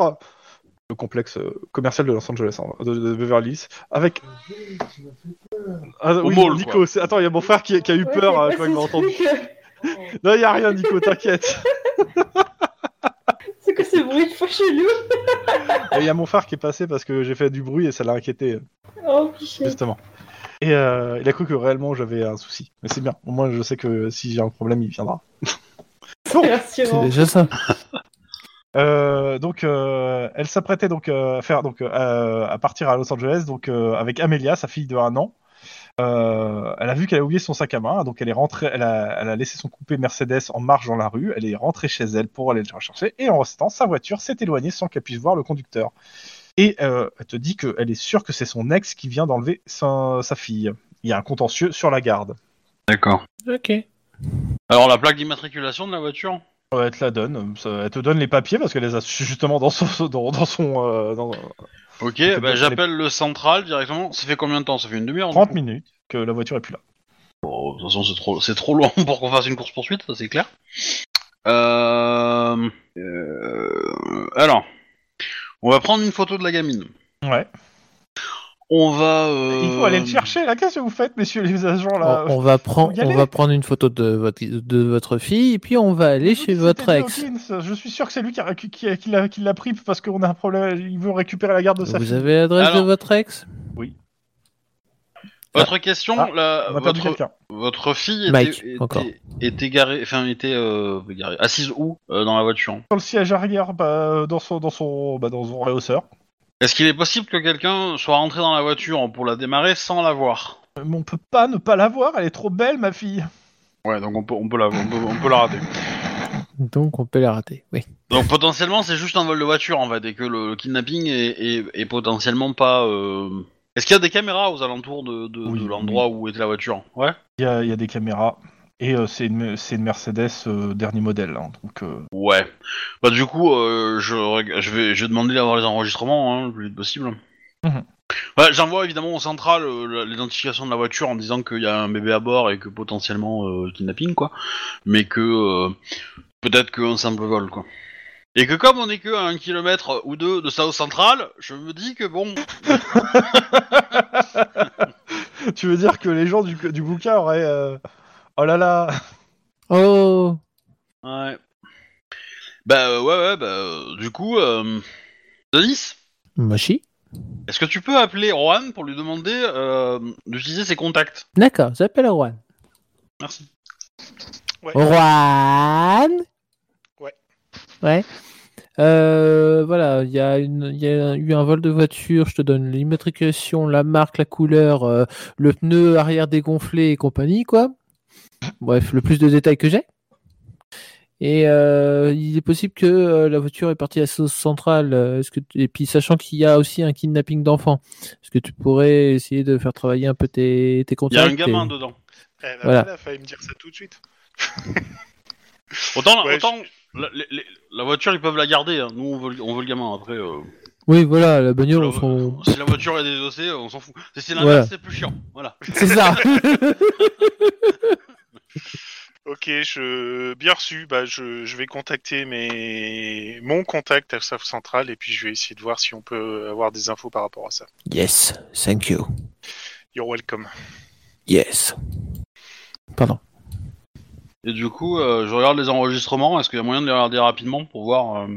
[SPEAKER 2] le complexe euh, commercial de Los Angeles, hein, de, de Beverly Hills, avec... Ah,
[SPEAKER 1] Euh, Au
[SPEAKER 2] oui,
[SPEAKER 1] mall,
[SPEAKER 2] Nico, c'est- attends, il y a mon frère qui, qui a eu
[SPEAKER 5] Ouais,
[SPEAKER 2] peur euh,
[SPEAKER 5] c'est
[SPEAKER 2] quand
[SPEAKER 5] quoi
[SPEAKER 2] il m'a
[SPEAKER 5] ce
[SPEAKER 2] entendu.
[SPEAKER 5] truc euh,
[SPEAKER 2] Non, il y a rien, Nico,
[SPEAKER 5] [laughs]
[SPEAKER 2] t'inquiète.
[SPEAKER 5] C'est quoi ce bruit de faux chelou
[SPEAKER 2] Et Il y a mon frère qui est passé parce que j'ai fait du bruit et ça l'a inquiété,
[SPEAKER 5] Oh, cliché.
[SPEAKER 2] justement. Et euh, il a cru que réellement j'avais un souci. Mais c'est bien, au moins je sais que si j'ai un problème, il viendra.
[SPEAKER 5] Merci,
[SPEAKER 3] C'est déjà ça.
[SPEAKER 2] Euh, donc, euh, elle s'apprêtait donc euh, à faire donc euh, à partir à Los Angeles donc euh, avec Amelia, sa fille de un an. Euh, elle a vu qu'elle a oublié son sac à main, donc elle est rentrée, elle a, elle a laissé son coupé Mercedes en marche dans la rue. Elle est rentrée chez elle pour aller le chercher et en restant, sa voiture s'est éloignée sans qu'elle puisse voir le conducteur. Et euh, elle te dit qu'elle est sûre que c'est son ex qui vient d'enlever sa, sa fille. Il y a un contentieux sur la garde.
[SPEAKER 1] D'accord.
[SPEAKER 3] Ok.
[SPEAKER 1] Alors la plaque d'immatriculation de la voiture
[SPEAKER 2] Euh, elle te la donne, Ça- elle te donne les papiers parce qu'elle les a [laughs] su- justement dans son dans, dans son euh, dans-
[SPEAKER 1] Ok,
[SPEAKER 2] peut
[SPEAKER 1] bah,
[SPEAKER 2] pas
[SPEAKER 1] j'appelle le central directement. Ça fait combien de temps Ça fait une demi-heure du
[SPEAKER 2] 30
[SPEAKER 1] coup
[SPEAKER 2] minutes que la voiture est plus là.
[SPEAKER 1] Bon, de toute façon, c'est trop, c'est trop loin pour qu'on fasse une course poursuite, ça c'est clair. Euh, euh, Alors, on va prendre une photo de la gamine.
[SPEAKER 2] Ouais.
[SPEAKER 1] On va. euh,
[SPEAKER 2] Il faut aller le chercher là. Qu'est-ce que vous faites, messieurs les agents Oh là
[SPEAKER 3] on, on va prendre,
[SPEAKER 2] faut y
[SPEAKER 3] on
[SPEAKER 2] aller.
[SPEAKER 3] va prendre une photo de votre, de votre fille et puis on va aller
[SPEAKER 2] C'était
[SPEAKER 3] chez votre
[SPEAKER 2] lui,
[SPEAKER 3] ex.
[SPEAKER 2] Hawkins. Je suis sûr que c'est lui qui, a- qui- qui- qui l'a, qui l'a pris parce qu'on a un problème. Il veut récupérer la garde de sa
[SPEAKER 3] Vous
[SPEAKER 2] fille.
[SPEAKER 3] avez l'adresse de
[SPEAKER 1] Alors.
[SPEAKER 3] votre ex
[SPEAKER 1] Votre question,
[SPEAKER 2] Ah,
[SPEAKER 1] la-
[SPEAKER 2] On a perdu
[SPEAKER 1] votre,
[SPEAKER 2] quelqu'un.
[SPEAKER 1] votre fille était,
[SPEAKER 3] Mike, encore.
[SPEAKER 1] était, était garée, enfin était euh, garée, assise où euh, dans la voiture
[SPEAKER 2] Sur le siège arrière, bah, dans son, dans son, bah, dans son réhausseur.
[SPEAKER 1] Est-ce qu'il est possible que quelqu'un soit rentré dans la voiture pour la démarrer sans la voir
[SPEAKER 2] Mais on peut pas ne pas la voir. Elle est trop belle, ma fille.
[SPEAKER 1] Ouais, donc on peut, on peut la, on peut- on peut la rater.
[SPEAKER 3] Donc on peut la rater. Oui.
[SPEAKER 1] Donc potentiellement c'est juste un vol de voiture en fait et que le, le kidnapping est, est- est potentiellement pas. euh, Est-ce qu'il y a des caméras aux alentours de, de-
[SPEAKER 2] Oui,
[SPEAKER 1] de l'endroit où était la voiture Ouais.
[SPEAKER 2] Il y a, il y a des caméras et euh, c'est, une, c'est une Mercedes euh, dernier modèle. hein, donc euh,
[SPEAKER 1] Ouais. Bah du coup euh, je, reg- je vais je vais demander d'avoir les enregistrements hein, le plus vite possible.
[SPEAKER 2] Mhm.
[SPEAKER 1] Ouais, J'envoie évidemment au central euh, la- l'identification de la voiture en disant qu'il y a un bébé à bord et que potentiellement euh, kidnapping quoi, mais que euh, peut-être qu'un simple vol quoi. Et que comme on est que à un kilomètre ou deux de South Central, je me dis que bon,
[SPEAKER 2] tu veux dire que les gens du, du bouquin auraient. euh, Oh là là.
[SPEAKER 3] Oh
[SPEAKER 1] Ouais. Bah euh, ouais ouais bah euh, du coup euh, Denis,
[SPEAKER 3] Moshi
[SPEAKER 1] est-ce que tu peux appeler Rohan pour lui demander euh, d'utiliser ses contacts
[SPEAKER 3] D'accord, j'appelle Rouen.
[SPEAKER 1] Merci.
[SPEAKER 4] Ouais.
[SPEAKER 3] Rouen
[SPEAKER 4] Ouais.
[SPEAKER 3] Ouais. Euh, voilà, il y, a une- il y a eu un vol de voiture, je te donne l'immatriculation, la marque, la couleur, euh, le pneu arrière dégonflé et compagnie, quoi. Bref, le plus de détails que j'ai. Et euh, il est possible que euh, la voiture est partie à Sauce Centrale, euh, est-ce que tu- et puis sachant qu'il y a aussi un kidnapping d'enfants, est-ce que tu pourrais essayer de faire travailler un peu tes,
[SPEAKER 1] Il y a
[SPEAKER 3] tes contacts euh.
[SPEAKER 1] un gamin
[SPEAKER 3] et-
[SPEAKER 1] dedans.
[SPEAKER 4] Elle a
[SPEAKER 3] Voilà.
[SPEAKER 4] voilà. failli me dire ça tout de suite.
[SPEAKER 1] Autant,
[SPEAKER 4] Ouais,
[SPEAKER 1] autant la, les- les- la voiture ils peuvent la garder. hein. Nous on veut, on veut le gamin après. euh,
[SPEAKER 3] Oui, voilà, la bagnole, on
[SPEAKER 1] la-
[SPEAKER 3] s'en-
[SPEAKER 1] Si la voiture est désossée, euh, on s'en fout. Si c'est l'inverse
[SPEAKER 3] Voilà.
[SPEAKER 1] c'est plus chiant. Voilà. [laughs]
[SPEAKER 3] C'est ça.
[SPEAKER 4] Ok, je bien reçu. Bah, je, je vais contacter mes mon contact à South Central et puis je vais essayer de voir si on peut avoir des infos par rapport à ça.
[SPEAKER 3] yes, thank you.
[SPEAKER 4] You're welcome.
[SPEAKER 3] Yes. Pardon.
[SPEAKER 1] Et du coup euh, je regarde les enregistrements. Est-ce qu'il y a moyen de les regarder rapidement pour voir euh,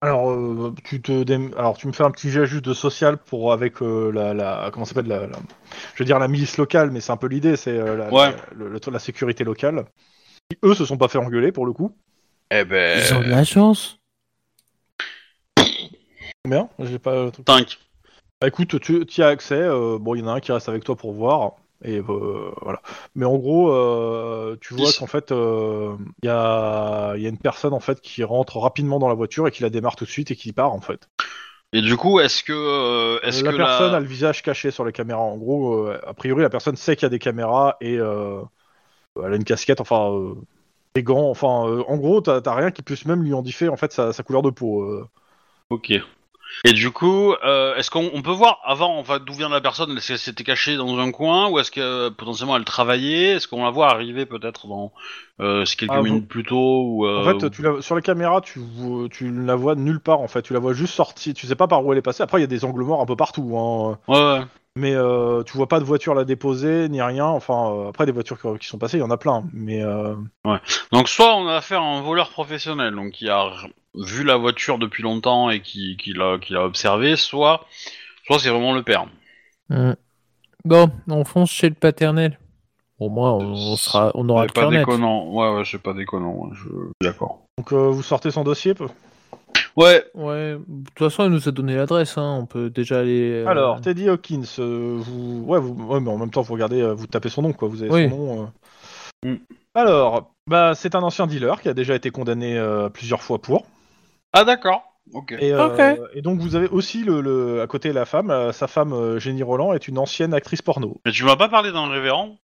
[SPEAKER 2] Alors, euh, tu te dé- alors tu me fais un petit jet juste de social pour avec euh, la, la comment ça s'appelle la, la- je veux dire la milice locale, mais c'est un peu l'idée, c'est euh, la,
[SPEAKER 1] Ouais.
[SPEAKER 2] la, le- le- la sécurité locale. Qui, eux se sont pas fait engueuler pour le coup.
[SPEAKER 1] Eh ben.
[SPEAKER 3] Ils ont de la chance.
[SPEAKER 2] Combien J'ai pas. le truc.
[SPEAKER 1] Cinq.
[SPEAKER 2] Bah, écoute, tu y as accès. euh, bon, il y en a un qui reste avec toi pour voir. Et euh, voilà. Mais en gros, euh, tu vois
[SPEAKER 1] Dix.
[SPEAKER 2] qu'en fait, euh, il y, a, il y a une personne en fait qui rentre rapidement dans la voiture et qui la démarre tout de suite et qui part en fait.
[SPEAKER 1] Et du coup est-ce que euh, est-ce
[SPEAKER 2] la
[SPEAKER 1] que
[SPEAKER 2] personne a le visage caché sur les caméras. En gros, euh, a priori, la personne sait qu'il y a des caméras et euh, elle a une casquette, enfin, euh, des gants. Enfin, euh, en gros, t'as t'as rien qui puisse même lui indiquer en fait sa, sa couleur de peau. euh.
[SPEAKER 1] Ok. Et du coup, euh, est-ce qu'on on peut voir avant en fait, d'où vient la personne Est-ce qu'elle s'était cachée dans un coin ou est-ce que euh, potentiellement elle travaillait Est-ce qu'on la voit arriver peut-être dans euh, c'est quelques
[SPEAKER 2] Ah, vous-
[SPEAKER 1] minutes plus tôt ou
[SPEAKER 2] En
[SPEAKER 1] euh,
[SPEAKER 2] fait, tu la- sur les caméras, tu, vois- tu ne la vois nulle part. En fait, tu la vois juste sortie. Tu sais pas par où elle est passée. Après, il y a des angles morts un peu partout. Hein.
[SPEAKER 1] ou- Ouais, ouais.
[SPEAKER 2] Mais euh, tu vois pas de voiture la déposer ni rien. Enfin, euh, après, des voitures qui, qui sont passées, il y en a plein. Mais euh,
[SPEAKER 1] Donc soit on a affaire à un voleur professionnel, donc qui a r- vu la voiture depuis longtemps et qui, qui l'a qui l'a observé, soit soit c'est vraiment le père.
[SPEAKER 3] Hmm. Bon, on fonce chez le paternel. Au moins, on, on sera, on aura
[SPEAKER 1] Ouais,
[SPEAKER 3] le
[SPEAKER 1] pas
[SPEAKER 3] cœur net.
[SPEAKER 1] déconnant. Ouais, ouais, c'est pas déconnant. Je suis d'accord.
[SPEAKER 2] Donc euh, vous sortez son dossier peu
[SPEAKER 1] Ouais,
[SPEAKER 3] Ouais, de toute façon, elle nous a donné l'adresse, hein. on peut déjà aller. euh,
[SPEAKER 2] Alors, Teddy Hawkins, euh, vous... Ouais, vous... ouais, mais en même temps, vous regardez, euh, vous tapez son nom, quoi. Vous avez
[SPEAKER 3] Oui.
[SPEAKER 2] son nom. euh.
[SPEAKER 1] Mm.
[SPEAKER 2] Alors, bah, c'est un ancien dealer qui a déjà été condamné euh, plusieurs fois pour.
[SPEAKER 1] ah d'accord. Ok.
[SPEAKER 2] Et, euh,
[SPEAKER 3] Ok.
[SPEAKER 2] et donc, vous avez aussi, le, le- à côté de la femme, euh, sa femme, euh, Jenny Roland, est une ancienne actrice porno.
[SPEAKER 1] Mais tu m'as pas parlé d'un révérend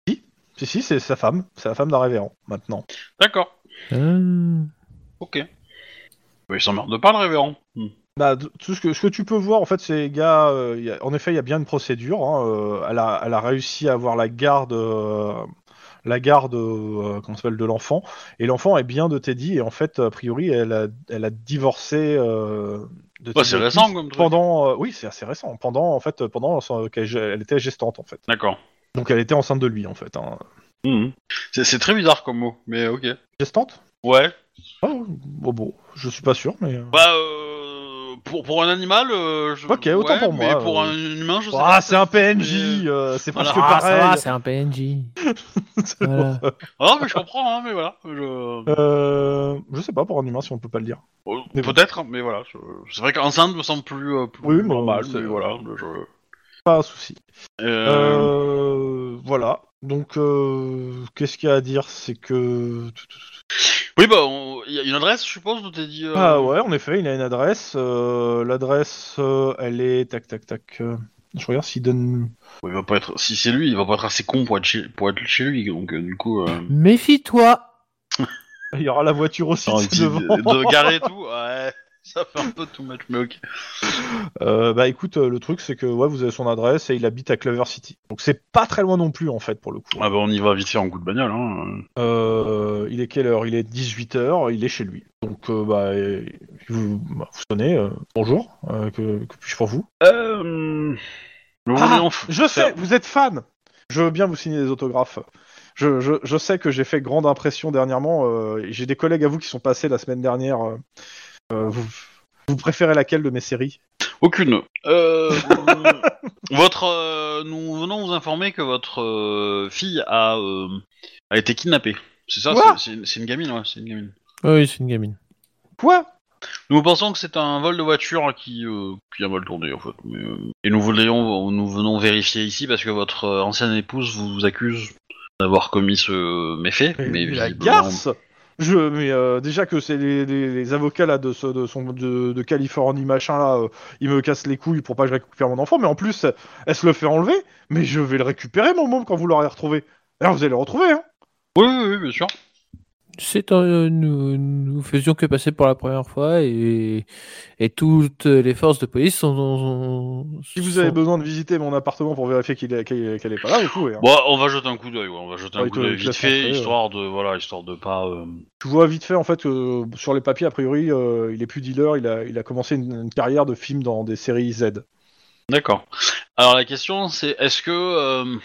[SPEAKER 2] Si, si, c'est sa femme. C'est la femme d'un révérend, maintenant.
[SPEAKER 1] D'accord.
[SPEAKER 3] euh,
[SPEAKER 1] Ok. Bah, il s'emmerde pas le révérend. Hmm.
[SPEAKER 2] Bah, d- tout ce que, ce que tu peux voir, en fait, c'est gars. euh, il y a- en effet, il y a bien une procédure. hein, euh, elle, a, elle a réussi à avoir la garde, euh, la garde, euh, comment ça s'appelle, de l'enfant. Et l'enfant est bien de Teddy. Et en fait, a priori, elle a, elle a divorcé euh, de
[SPEAKER 1] Ouais, Bah, c'est
[SPEAKER 2] Hawkins
[SPEAKER 1] récent comme truc.
[SPEAKER 2] Pendant, euh, oui, c'est assez récent. Pendant, en fait, pendant son- euh, qu'elle elle était gestante, en fait.
[SPEAKER 1] D'accord.
[SPEAKER 2] Donc, elle était enceinte de lui, en fait. hein.
[SPEAKER 1] Hmm. C'est c'est très bizarre comme mot, mais ok.
[SPEAKER 2] Gestante
[SPEAKER 1] Ouais.
[SPEAKER 2] oh, Bon, bon, je suis pas sûr, mais. euh,
[SPEAKER 1] Bah, euh, pour, pour un animal, euh, je...
[SPEAKER 2] Ok, autant
[SPEAKER 1] ouais,
[SPEAKER 2] pour
[SPEAKER 1] mais
[SPEAKER 2] moi,
[SPEAKER 1] pour
[SPEAKER 2] euh.
[SPEAKER 1] un humain, je sais
[SPEAKER 2] Ah,
[SPEAKER 1] pas.
[SPEAKER 2] c'est un PNJ. euh, c'est
[SPEAKER 1] Voilà.
[SPEAKER 2] presque
[SPEAKER 3] ah, ça va,
[SPEAKER 2] pareil.
[SPEAKER 3] c'est
[SPEAKER 2] [laughs]
[SPEAKER 3] un PNJ. Voilà.
[SPEAKER 1] Ah, mais je comprends, hein, mais voilà.
[SPEAKER 2] [laughs]
[SPEAKER 1] Je...
[SPEAKER 2] Euh, je sais pas pour un humain si on peut pas le dire.
[SPEAKER 1] Euh,
[SPEAKER 2] Mais bon.
[SPEAKER 1] Peut-être, mais voilà. je- C'est vrai qu'enceinte me semble plus, euh, plus
[SPEAKER 2] Oui, mais
[SPEAKER 1] normal,
[SPEAKER 2] c'est-
[SPEAKER 1] mais voilà. je-
[SPEAKER 2] Pas un souci.
[SPEAKER 1] Euh,
[SPEAKER 2] Euh, voilà. Donc, euh, qu'est-ce qu'il y a à dire C'est que.
[SPEAKER 1] Oui, bah, on- il y a une adresse, je suppose, où t'es dit. euh,
[SPEAKER 2] Ah ouais, en effet, il a une adresse. euh, L'adresse, euh, elle est. Tac, tac, tac. euh, Je regarde s'il donne. [laughs]
[SPEAKER 1] Il va pas être. Si c'est lui, il va pas être assez con pour être chez, pour être chez lui, donc euh, du coup. euh,
[SPEAKER 3] Méfie-toi.
[SPEAKER 2] Il y aura la voiture aussi
[SPEAKER 1] un
[SPEAKER 2] c'est [laughs]
[SPEAKER 1] petit-
[SPEAKER 2] devant.
[SPEAKER 1] de, garer et tout, ouais. [laughs] Ça fait un peu tout match, mais ok.
[SPEAKER 2] Euh, bah écoute, euh, le truc c'est que ouais, vous avez son adresse et il habite à Clover City. Donc c'est pas très loin non plus en fait pour le coup.
[SPEAKER 1] Ah bah on y va vite fait en coup de bagnole. Hein.
[SPEAKER 2] Euh, il est quelle heure Il est 18h, il est chez lui. Donc, euh, bah, euh, vous, bah, vous sonnez, euh, bonjour, euh, que, que puis-je pour vous
[SPEAKER 1] Euh... Nous
[SPEAKER 2] Ah,
[SPEAKER 1] voulions f-
[SPEAKER 2] Je sais,
[SPEAKER 1] faire-
[SPEAKER 2] vous êtes fan Je veux bien vous signer des autographes. Je, je, je sais que j'ai fait grande impression dernièrement. euh, J'ai des collègues à vous qui sont passés la semaine dernière. euh, euh, vous, vous préférez laquelle de mes séries
[SPEAKER 1] Aucune. [laughs] Euh... votre, euh, nous venons vous informer que votre euh, fille a, euh, a été kidnappée. C'est ça,
[SPEAKER 2] Quoi
[SPEAKER 1] c'est- c'est une- c'est une gamine, ouais, c'est une gamine.
[SPEAKER 3] Ah oui, c'est une gamine.
[SPEAKER 2] Quoi
[SPEAKER 1] Nous pensons que c'est un vol de voiture qui, euh, qui a mal tourné en fait. mais, euh, et nous voulions, nous venons vérifier ici parce que votre euh, ancienne épouse vous accuse d'avoir commis ce euh, méfait. Mais,
[SPEAKER 2] la
[SPEAKER 1] visiblement-
[SPEAKER 2] garce je, mais euh, déjà que c'est les, les- les avocats là de, ce, de, son, de, de Californie machin là, euh, ils me cassent les couilles pour pas que je récupère mon enfant, mais en plus elle se le fait enlever, mais je vais le récupérer mon môme quand vous l'aurez retrouvé. Alors vous allez le retrouver, hein
[SPEAKER 1] Oui, oui, oui, bien sûr.
[SPEAKER 3] C'est un- euh, nous, nous faisions que passer pour la première fois et, et toutes les forces de police sont. sont-
[SPEAKER 2] Si vous avez
[SPEAKER 3] sont-
[SPEAKER 2] besoin de visiter mon appartement pour vérifier qu'il est- qu'elle qu'elle est pas là, vous pouvez. hein.
[SPEAKER 1] Bon, on va jeter un coup d'œil. ouais, on va jeter un
[SPEAKER 2] Ouais,
[SPEAKER 1] coup d'œil
[SPEAKER 2] que- que
[SPEAKER 1] vite
[SPEAKER 2] la
[SPEAKER 1] fait,
[SPEAKER 2] santé, ouais.
[SPEAKER 1] histoire de voilà, histoire de pas. euh,
[SPEAKER 2] Tu vois vite fait en fait que sur les papiers, a priori, euh, il est plus dealer, il a, il a commencé une, une carrière de film dans des séries Z.
[SPEAKER 1] D'accord. Alors la question c'est est-ce que euh,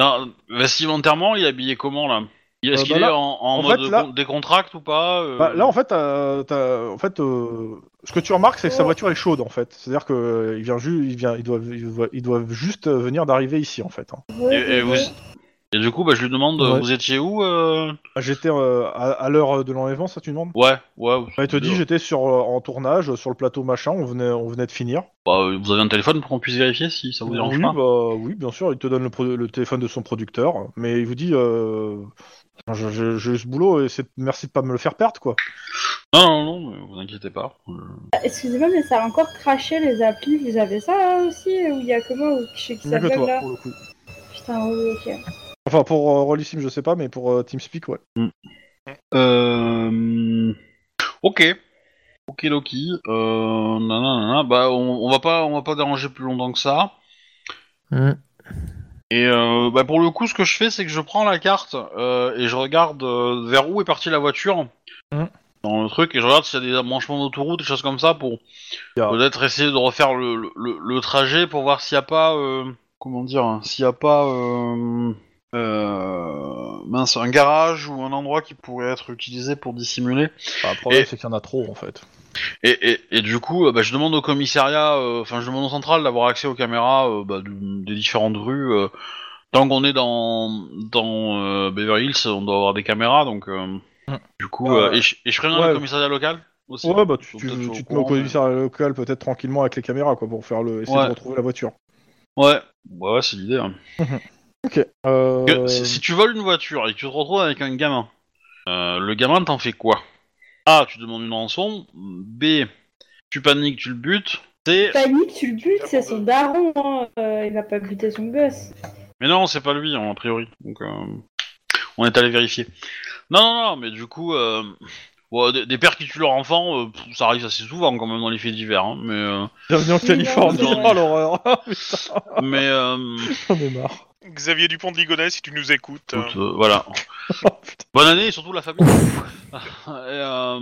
[SPEAKER 1] non, vestimentairement il est habillé comment là Est-ce
[SPEAKER 2] Euh,
[SPEAKER 1] qu'il
[SPEAKER 2] bah, là,
[SPEAKER 1] est en, en
[SPEAKER 2] en
[SPEAKER 1] mode
[SPEAKER 2] fait, là-
[SPEAKER 1] con- décontracte ou pas euh,
[SPEAKER 2] Bah, là, en fait, t'as- t'as- en fait euh, ce que tu remarques, c'est que sa voiture est chaude, en fait. C'est-à-dire que euh, il vient ju- il vient, ils doivent, ils doivent- ils doivent juste euh, venir d'arriver ici, en fait. hein.
[SPEAKER 1] et, et vous- et du coup, bah, je lui demande euh,
[SPEAKER 3] Ouais.
[SPEAKER 1] vous étiez où euh
[SPEAKER 2] J'étais euh, à, à l'heure de l'enlèvement, ça tu demandes
[SPEAKER 1] Ouais, ouais.
[SPEAKER 2] Bah, Il te dit, j'étais sur euh, en tournage euh, sur le plateau machin, on venait, on venait de finir.
[SPEAKER 1] Bah, euh, vous avez un téléphone pour qu'on puisse vérifier si ça vous dérange
[SPEAKER 2] oui,
[SPEAKER 1] pas
[SPEAKER 2] bah, oui, bien sûr, il te donne le, pro- le téléphone de son producteur, mais il vous dit, euh, j'ai- j'ai j'ai eu ce boulot et c'est merci de pas me le faire perdre, quoi.
[SPEAKER 1] Non, non, non, mais vous inquiétez pas. Euh,
[SPEAKER 8] Excusez-moi, mais ça a encore craché les applis. Vous avez ça là, aussi euh, Où il y a comment Où- Chez qui
[SPEAKER 2] Mieux
[SPEAKER 8] ça
[SPEAKER 2] que
[SPEAKER 8] bug
[SPEAKER 2] toi,
[SPEAKER 8] là
[SPEAKER 2] pour le coup.
[SPEAKER 8] Putain, oui, ok.
[SPEAKER 2] Enfin, pour euh, Rollissime, je sais pas, mais pour euh, TeamSpeak, ouais.
[SPEAKER 1] Euh... Ok. Ok, Loki. Euh... nanana, Bah, on, on va pas, on va pas déranger plus longtemps que ça.
[SPEAKER 3] Hmm.
[SPEAKER 1] Et euh, bah, pour le coup, ce que je fais, c'est que je prends la carte euh, et je regarde euh, vers où est partie la voiture
[SPEAKER 2] Mhm.
[SPEAKER 1] dans le truc et je regarde s'il y a des branchements d'autoroute, des choses comme ça pour
[SPEAKER 2] Il y a-
[SPEAKER 1] peut-être essayer de refaire le, le- le- le trajet pour voir s'il n'y a pas euh, comment dire, hein, s'il n'y a pas euh, euh, mince un garage ou un un endroit qui pourrait être utilisé pour dissimuler.
[SPEAKER 2] Enfin, le problème,
[SPEAKER 1] Et-
[SPEAKER 2] c'est qu'il y en a trop en fait.
[SPEAKER 1] Et, et, et du coup, euh, bah, je demande au commissariat, euh, enfin je demande au central d'avoir accès aux caméras euh, bah, de- des différentes rues. euh. tant qu'on est dans, dans euh, Beverly Hills, on doit avoir des caméras, donc euh, du coup... euh, et, je, et je préviens
[SPEAKER 2] Ouais.
[SPEAKER 1] le commissariat local aussi
[SPEAKER 2] Ouais, bah tu,
[SPEAKER 1] Faut
[SPEAKER 2] tu-
[SPEAKER 1] peut-être
[SPEAKER 2] tu
[SPEAKER 1] au
[SPEAKER 2] te mets au
[SPEAKER 1] courant, mais-
[SPEAKER 2] commissariat local peut-être tranquillement avec les caméras quoi pour faire le essayer
[SPEAKER 1] Ouais.
[SPEAKER 2] de retrouver la voiture.
[SPEAKER 1] Ouais, Bah ouais, c'est l'idée. hein.
[SPEAKER 2] Ok. euh,
[SPEAKER 1] Que- Si, si tu voles une voiture et que tu te retrouves avec un gamin, euh, le gamin t'en fait quoi A, tu demandes une rançon, B, tu paniques, tu le butes, C,
[SPEAKER 5] Panique, tu le butes, c'est son daron, hein. euh, il va pas buter son gosse.
[SPEAKER 1] Mais non, c'est pas lui, hein, a priori. Donc, euh, on est allé vérifier. Non, non, non, mais du coup, euh, ouais, des, des pères qui tuent leur enfant, euh, pff, ça arrive assez souvent quand même dans les faits divers. hein, mais, euh,
[SPEAKER 2] [laughs] Bienvenue en Californie.
[SPEAKER 1] non, mais-
[SPEAKER 2] Oh l'horreur. [laughs]
[SPEAKER 1] mais euh,
[SPEAKER 2] J'en ai marre.
[SPEAKER 4] Xavier Dupont de Ligonnès, si tu nous écoutes. hein.
[SPEAKER 1] écoute, euh,
[SPEAKER 2] [laughs]
[SPEAKER 1] voilà. Bonne année et surtout la famille. [laughs] et, euh,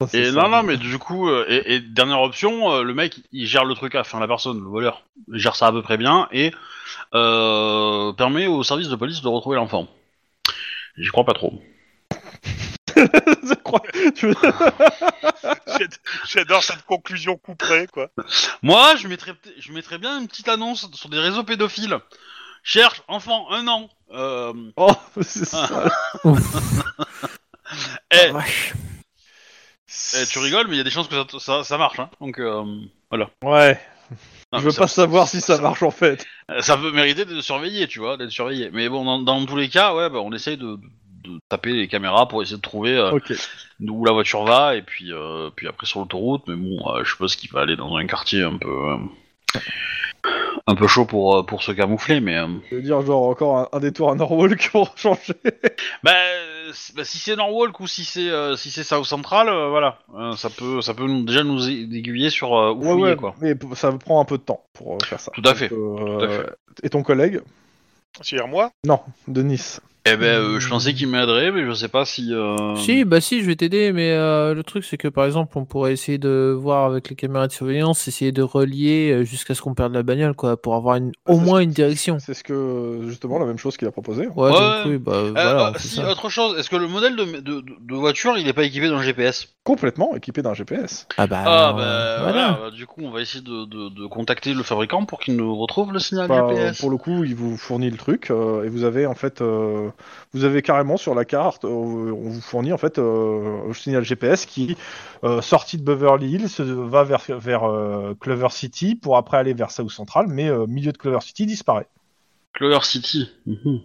[SPEAKER 2] Ça, c'est
[SPEAKER 1] et
[SPEAKER 2] ça.
[SPEAKER 1] non,
[SPEAKER 2] [laughs]
[SPEAKER 1] non, mais du coup, euh, et, et dernière option, euh, le mec, il gère le truc, à- enfin la personne, le voleur, il gère ça à peu près bien et euh, permet au service de police de retrouver l'enfant. J'y crois pas trop.
[SPEAKER 2] [laughs] Je crois- tu-
[SPEAKER 4] J'ad- J'adore cette conclusion couperée, quoi.
[SPEAKER 1] Moi, je mettrais, peut- je mettrais bien une petite annonce sur des réseaux pédophiles. Cherche enfant un an. Euh,
[SPEAKER 2] Oh, c'est
[SPEAKER 1] Ah.
[SPEAKER 2] ça.
[SPEAKER 1] eh,
[SPEAKER 3] Vache.
[SPEAKER 1] eh, tu rigoles, mais il y a des chances que ça, t- ça, ça marche. Hein. Donc euh, voilà.
[SPEAKER 2] Ouais.
[SPEAKER 1] Non,
[SPEAKER 2] je veux
[SPEAKER 1] ça,
[SPEAKER 2] pas savoir si ça marche en fait.
[SPEAKER 1] ça peut mériter de surveiller, tu vois, d'être surveillé. Mais bon, dans, dans tous les cas, ouais, bah, on essaye de, de- de taper les caméras pour essayer de trouver euh,
[SPEAKER 2] Ok.
[SPEAKER 1] d'où la voiture va et puis, euh, puis après sur l'autoroute. Mais bon, euh, je suppose qu'il va aller dans un quartier un peu, euh, un peu chaud pour, euh, pour se camoufler, mais. euh,
[SPEAKER 2] Je veux dire genre encore un, un détour à Norwalk [laughs] pour changer.
[SPEAKER 1] Bah, euh, c- bah, si c'est Norwalk ou si c'est euh, si c'est South Central, euh, voilà, Euh, ça peut ça peut nous- déjà nous é- aiguiller sur euh, où fouiller, quoi.
[SPEAKER 2] Mais p- ça prend un peu de temps pour euh, faire ça.
[SPEAKER 1] Tout à fait.
[SPEAKER 2] euh,
[SPEAKER 1] Tout à fait.
[SPEAKER 2] Et ton collègue
[SPEAKER 4] C'est-à-dire moi
[SPEAKER 2] Non, de Nice.
[SPEAKER 1] Eh ben, euh, je pensais qu'il m'aiderait, mais je sais pas si. euh,
[SPEAKER 3] Si, bah si, je vais t'aider, mais euh, le truc c'est que par exemple, on pourrait essayer de voir avec les caméras de surveillance, essayer de relier euh, jusqu'à ce qu'on perde la bagnole, quoi, pour avoir une, au
[SPEAKER 2] c'est-
[SPEAKER 3] moins une direction.
[SPEAKER 2] C'est ce que justement la même chose qu'il a proposé. hein.
[SPEAKER 3] Ouais,
[SPEAKER 1] Ouais,
[SPEAKER 3] donc
[SPEAKER 1] ouais.
[SPEAKER 3] oui, bah
[SPEAKER 1] Euh,
[SPEAKER 3] voilà,
[SPEAKER 1] euh,
[SPEAKER 3] on fait
[SPEAKER 1] si,
[SPEAKER 3] ça.
[SPEAKER 1] autre chose, est-ce que le modèle de, de, de- de voiture, il est pas équipé d'un GPS
[SPEAKER 2] Complètement équipé d'un GPS.
[SPEAKER 3] Ah bah,
[SPEAKER 1] Ah,
[SPEAKER 3] euh,
[SPEAKER 1] bah, voilà.
[SPEAKER 3] voilà.
[SPEAKER 1] bah, du coup, on va essayer de, de, de contacter le fabricant pour qu'il nous retrouve le signal
[SPEAKER 2] Bah,
[SPEAKER 1] GPS.
[SPEAKER 2] pour le coup, il vous fournit le truc euh, et vous avez en fait, euh, vous avez carrément sur la carte, euh, on vous fournit en fait euh, le signal GPS qui euh, sorti de Beverly Hills euh, va vers vers euh, Clover City pour après aller vers South Central, mais euh, milieu de Clover City disparaît.
[SPEAKER 1] Clover City. Mhm.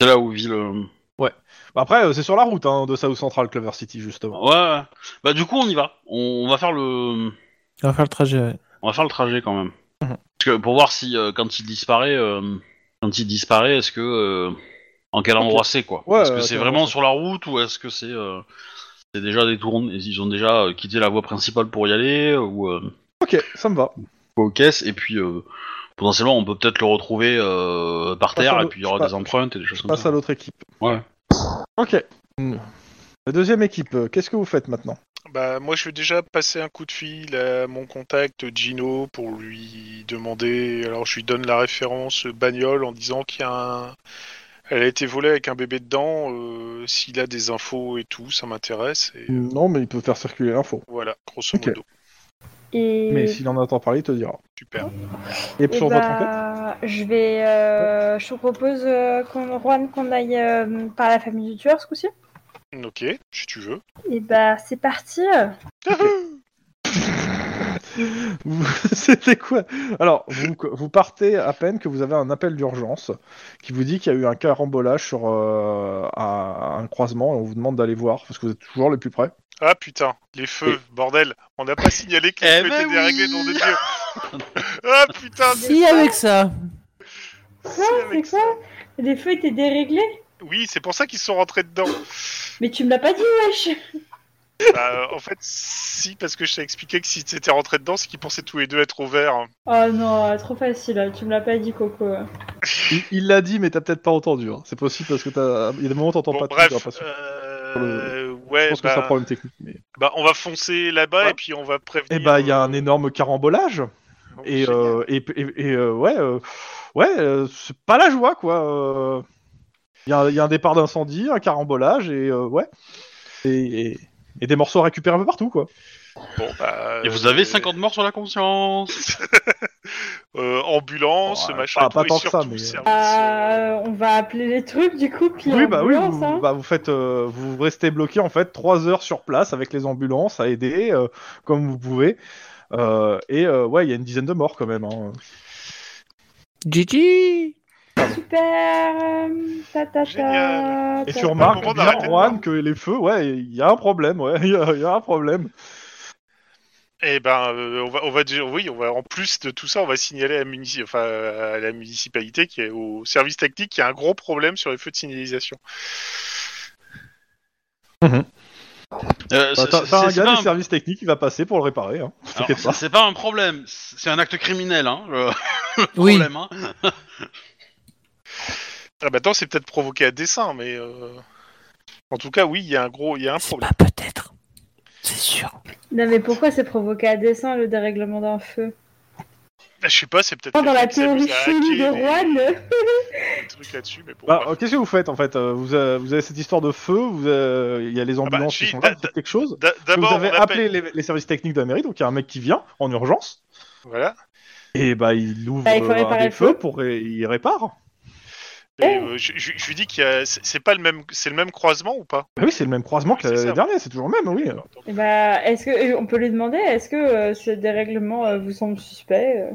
[SPEAKER 1] C'est là où vit le.
[SPEAKER 2] Bah, Après, euh, c'est sur la route hein, de South Central Clover City justement.
[SPEAKER 1] Ouais. ouais. Bah du coup, on y va. On, on va faire le.
[SPEAKER 3] on va faire le trajet, ouais.
[SPEAKER 1] On va faire le trajet quand même.
[SPEAKER 2] Mhm.
[SPEAKER 1] Parce que pour voir si euh, quand il disparaît, euh, quand il disparaît, est-ce que euh, en quel endroit c'est quoi
[SPEAKER 2] Ouais,
[SPEAKER 1] Est-ce que
[SPEAKER 2] euh,
[SPEAKER 1] c'est
[SPEAKER 2] quel
[SPEAKER 1] vraiment
[SPEAKER 2] endroit
[SPEAKER 1] sur la route ou est-ce que c'est euh, c'est déjà détourné Ils ont déjà euh, quitté la voie principale pour y aller ou euh,
[SPEAKER 2] Ok, ça me va.
[SPEAKER 1] aux caisses et puis euh, potentiellement on peut peut-être le retrouver euh, par
[SPEAKER 2] Passe
[SPEAKER 1] terre
[SPEAKER 2] à
[SPEAKER 1] et
[SPEAKER 2] l'au-
[SPEAKER 1] puis il y aura
[SPEAKER 2] je
[SPEAKER 1] des empreintes et des choses comme
[SPEAKER 2] Passe
[SPEAKER 1] ça.
[SPEAKER 2] à l'autre équipe.
[SPEAKER 1] Ouais.
[SPEAKER 2] Ok. Hmm. La deuxième équipe, euh, qu'est-ce que vous faites maintenant
[SPEAKER 4] Bah, moi, je vais déjà passer un coup de fil à mon contact Gino pour lui demander. Alors, je lui donne la référence bagnole en disant qu'il y a un. Elle a été volée avec un bébé dedans. euh, S'il a des infos et tout, ça m'intéresse. Et euh,
[SPEAKER 2] Non, mais il peut faire circuler l'info.
[SPEAKER 4] voilà, grosso
[SPEAKER 2] Mm. Ok.
[SPEAKER 4] modo.
[SPEAKER 5] Et...
[SPEAKER 2] Mais s'il en entend parler, il te dira.
[SPEAKER 4] Super.
[SPEAKER 2] Et
[SPEAKER 5] Euh. Eh
[SPEAKER 2] sur votre enquête
[SPEAKER 5] bah, Je vais. euh, je te propose, euh, qu'on, Juan, qu'on aille euh, par la famille du tueur ce coup-ci.
[SPEAKER 4] Ok, si tu veux.
[SPEAKER 5] Et bah, c'est parti.
[SPEAKER 2] Vous- [laughs] C'était quoi Alors, vous, vous partez à peine que vous avez un appel d'urgence qui vous dit qu'il y a eu un carambolage sur euh, un, un croisement et on vous demande d'aller voir parce que vous êtes toujours les plus près.
[SPEAKER 4] Ah putain, les feux, bordel. On n'a pas signalé que les
[SPEAKER 1] Eh
[SPEAKER 4] feux
[SPEAKER 1] ben
[SPEAKER 4] étaient déréglés
[SPEAKER 1] oui.
[SPEAKER 4] dans des lieux.
[SPEAKER 2] [laughs]
[SPEAKER 4] ah putain,
[SPEAKER 3] Si, avec ça
[SPEAKER 4] c'est
[SPEAKER 5] C'est
[SPEAKER 4] avec ça.
[SPEAKER 5] quoi Les feux étaient déréglés
[SPEAKER 4] Oui, c'est pour ça qu'ils sont rentrés dedans.
[SPEAKER 5] Mais tu me l'as pas dit, wesh
[SPEAKER 4] Bah, euh, en fait, si, parce que je t'ai expliqué que si c'était rentré dedans, c'est qu'ils pensaient tous les deux être au vert.
[SPEAKER 5] Oh non, trop facile, hein. tu me l'as pas dit, Coco. Euh,
[SPEAKER 2] Il- Il l'a dit, mais t'as peut-être pas entendu. hein. C'est possible parce que t'as- il y a des moments où t'entends
[SPEAKER 4] Bon,
[SPEAKER 2] pas. tout,
[SPEAKER 4] bref,
[SPEAKER 2] j'ai l'impression.
[SPEAKER 4] euh,
[SPEAKER 2] Je
[SPEAKER 4] ouais,
[SPEAKER 2] pense que c'est un
[SPEAKER 4] bah,
[SPEAKER 2] problème technique. Mais...
[SPEAKER 4] bah, on va foncer là-bas
[SPEAKER 2] Ouais.
[SPEAKER 4] et puis on va prévenir.
[SPEAKER 2] Et bah, il y a
[SPEAKER 4] euh,
[SPEAKER 2] un énorme carambolage.
[SPEAKER 4] bon,
[SPEAKER 2] Et,
[SPEAKER 4] génial.
[SPEAKER 2] euh, et, et- et, euh, ouais, euh, ouais, euh, c'est pas la joie quoi. euh. Il y, a un- il y a un départ d'incendie, un carambolage et euh, ouais. Et, et- et des morceaux récupérés un peu partout quoi.
[SPEAKER 4] Bon, bah,
[SPEAKER 1] Et vous avez
[SPEAKER 4] euh,
[SPEAKER 1] 50 morts sur la conscience
[SPEAKER 4] euh, ambulance,
[SPEAKER 2] Bon,
[SPEAKER 4] machin,
[SPEAKER 2] pas-
[SPEAKER 4] et tout,
[SPEAKER 2] pas
[SPEAKER 4] et
[SPEAKER 2] tant que ça,
[SPEAKER 4] surtout
[SPEAKER 2] mais-
[SPEAKER 4] service, euh,
[SPEAKER 5] Euh, on va appeler les trucs du coup, puis
[SPEAKER 2] oui bah oui.
[SPEAKER 5] ambulance,
[SPEAKER 2] Vous,
[SPEAKER 5] hein.
[SPEAKER 2] bah, vous faites, euh, vous restez bloqué en fait trois heures sur place avec les ambulances à aider euh, comme vous pouvez. Euh, et euh, ouais, il y a une dizaine de morts quand même. hein.
[SPEAKER 3] Gigi
[SPEAKER 5] Super. euh, ta, ta, ta,
[SPEAKER 4] Génial.
[SPEAKER 5] ta,
[SPEAKER 2] Et tu
[SPEAKER 5] ta.
[SPEAKER 2] remarques
[SPEAKER 4] moment
[SPEAKER 2] bien,
[SPEAKER 4] d'arrêter de
[SPEAKER 2] Juan, que les feux, ouais, il y a un problème, ouais, [laughs] il y, a- il y a un problème.
[SPEAKER 4] Eh ben, euh, on va, on va dire, oui, on va en plus de tout ça, on va signaler à, la munici- enfin, à la municipalité, qui est au service tactique, qu'il y a un gros problème sur les feux de signalisation.
[SPEAKER 1] Euh,
[SPEAKER 2] Bah,
[SPEAKER 1] c'est-
[SPEAKER 2] T'as
[SPEAKER 1] c'est-
[SPEAKER 2] t'as un
[SPEAKER 1] c'est
[SPEAKER 2] gars
[SPEAKER 1] pas
[SPEAKER 2] des services techniques qui va passer pour le réparer. hein.
[SPEAKER 1] Alors,
[SPEAKER 2] t'inquiète
[SPEAKER 1] c'est-
[SPEAKER 2] pas.
[SPEAKER 1] c'est pas un problème, c'est un acte criminel, hein, le, [laughs] le
[SPEAKER 3] Oui.
[SPEAKER 1] problème. Hein.
[SPEAKER 4] Ah, maintenant, c'est peut-être provoqué à dessein, mais euh, en tout cas, oui, il y a un gros, il y a un problème.
[SPEAKER 3] peut-être. C'est sûr.
[SPEAKER 5] Non mais pourquoi c'est provoqué à dessein le dérèglement d'un feu
[SPEAKER 4] Ah, Je sais pas, c'est peut-être
[SPEAKER 5] Dans la
[SPEAKER 4] quelqu'un qui s'amuse
[SPEAKER 5] théorie
[SPEAKER 4] à
[SPEAKER 5] chelou de
[SPEAKER 4] hacker des-
[SPEAKER 5] Juan,
[SPEAKER 4] des trucs là-dessus, mais bon.
[SPEAKER 2] Bah,
[SPEAKER 4] bref.
[SPEAKER 2] euh, qu'est-ce que vous faites en fait Euh, vous, euh, vous avez cette histoire de feu, vous, euh, il y a les ambulances
[SPEAKER 4] Ah bah, si,
[SPEAKER 2] qui sont là,
[SPEAKER 4] d'a-
[SPEAKER 2] vous faites quelque chose.
[SPEAKER 4] D'a-
[SPEAKER 2] Vous
[SPEAKER 4] D'abord,
[SPEAKER 2] avez
[SPEAKER 4] on appelle-
[SPEAKER 2] appelé les, les services techniques de la mairie, donc il y a un mec qui vient en urgence,
[SPEAKER 4] Voilà.
[SPEAKER 2] et bah il ouvre
[SPEAKER 5] Bah, il faut
[SPEAKER 2] euh,
[SPEAKER 5] réparer
[SPEAKER 2] un des
[SPEAKER 5] le feu.
[SPEAKER 2] feux pour ré- il répare.
[SPEAKER 4] Et,
[SPEAKER 5] Oh.
[SPEAKER 4] euh, je, je- je lui dis qu'il y a, c'est c'est pas le même, c'est le même croisement ou pas
[SPEAKER 2] Bah oui, c'est le même croisement que
[SPEAKER 4] Oui, c'est
[SPEAKER 2] l'année
[SPEAKER 4] ça.
[SPEAKER 2] dernière, c'est toujours le même, oui.
[SPEAKER 5] Eh ben, est-ce que euh, on peut lui demander est-ce que euh, ce dérèglement euh, vous semble suspect euh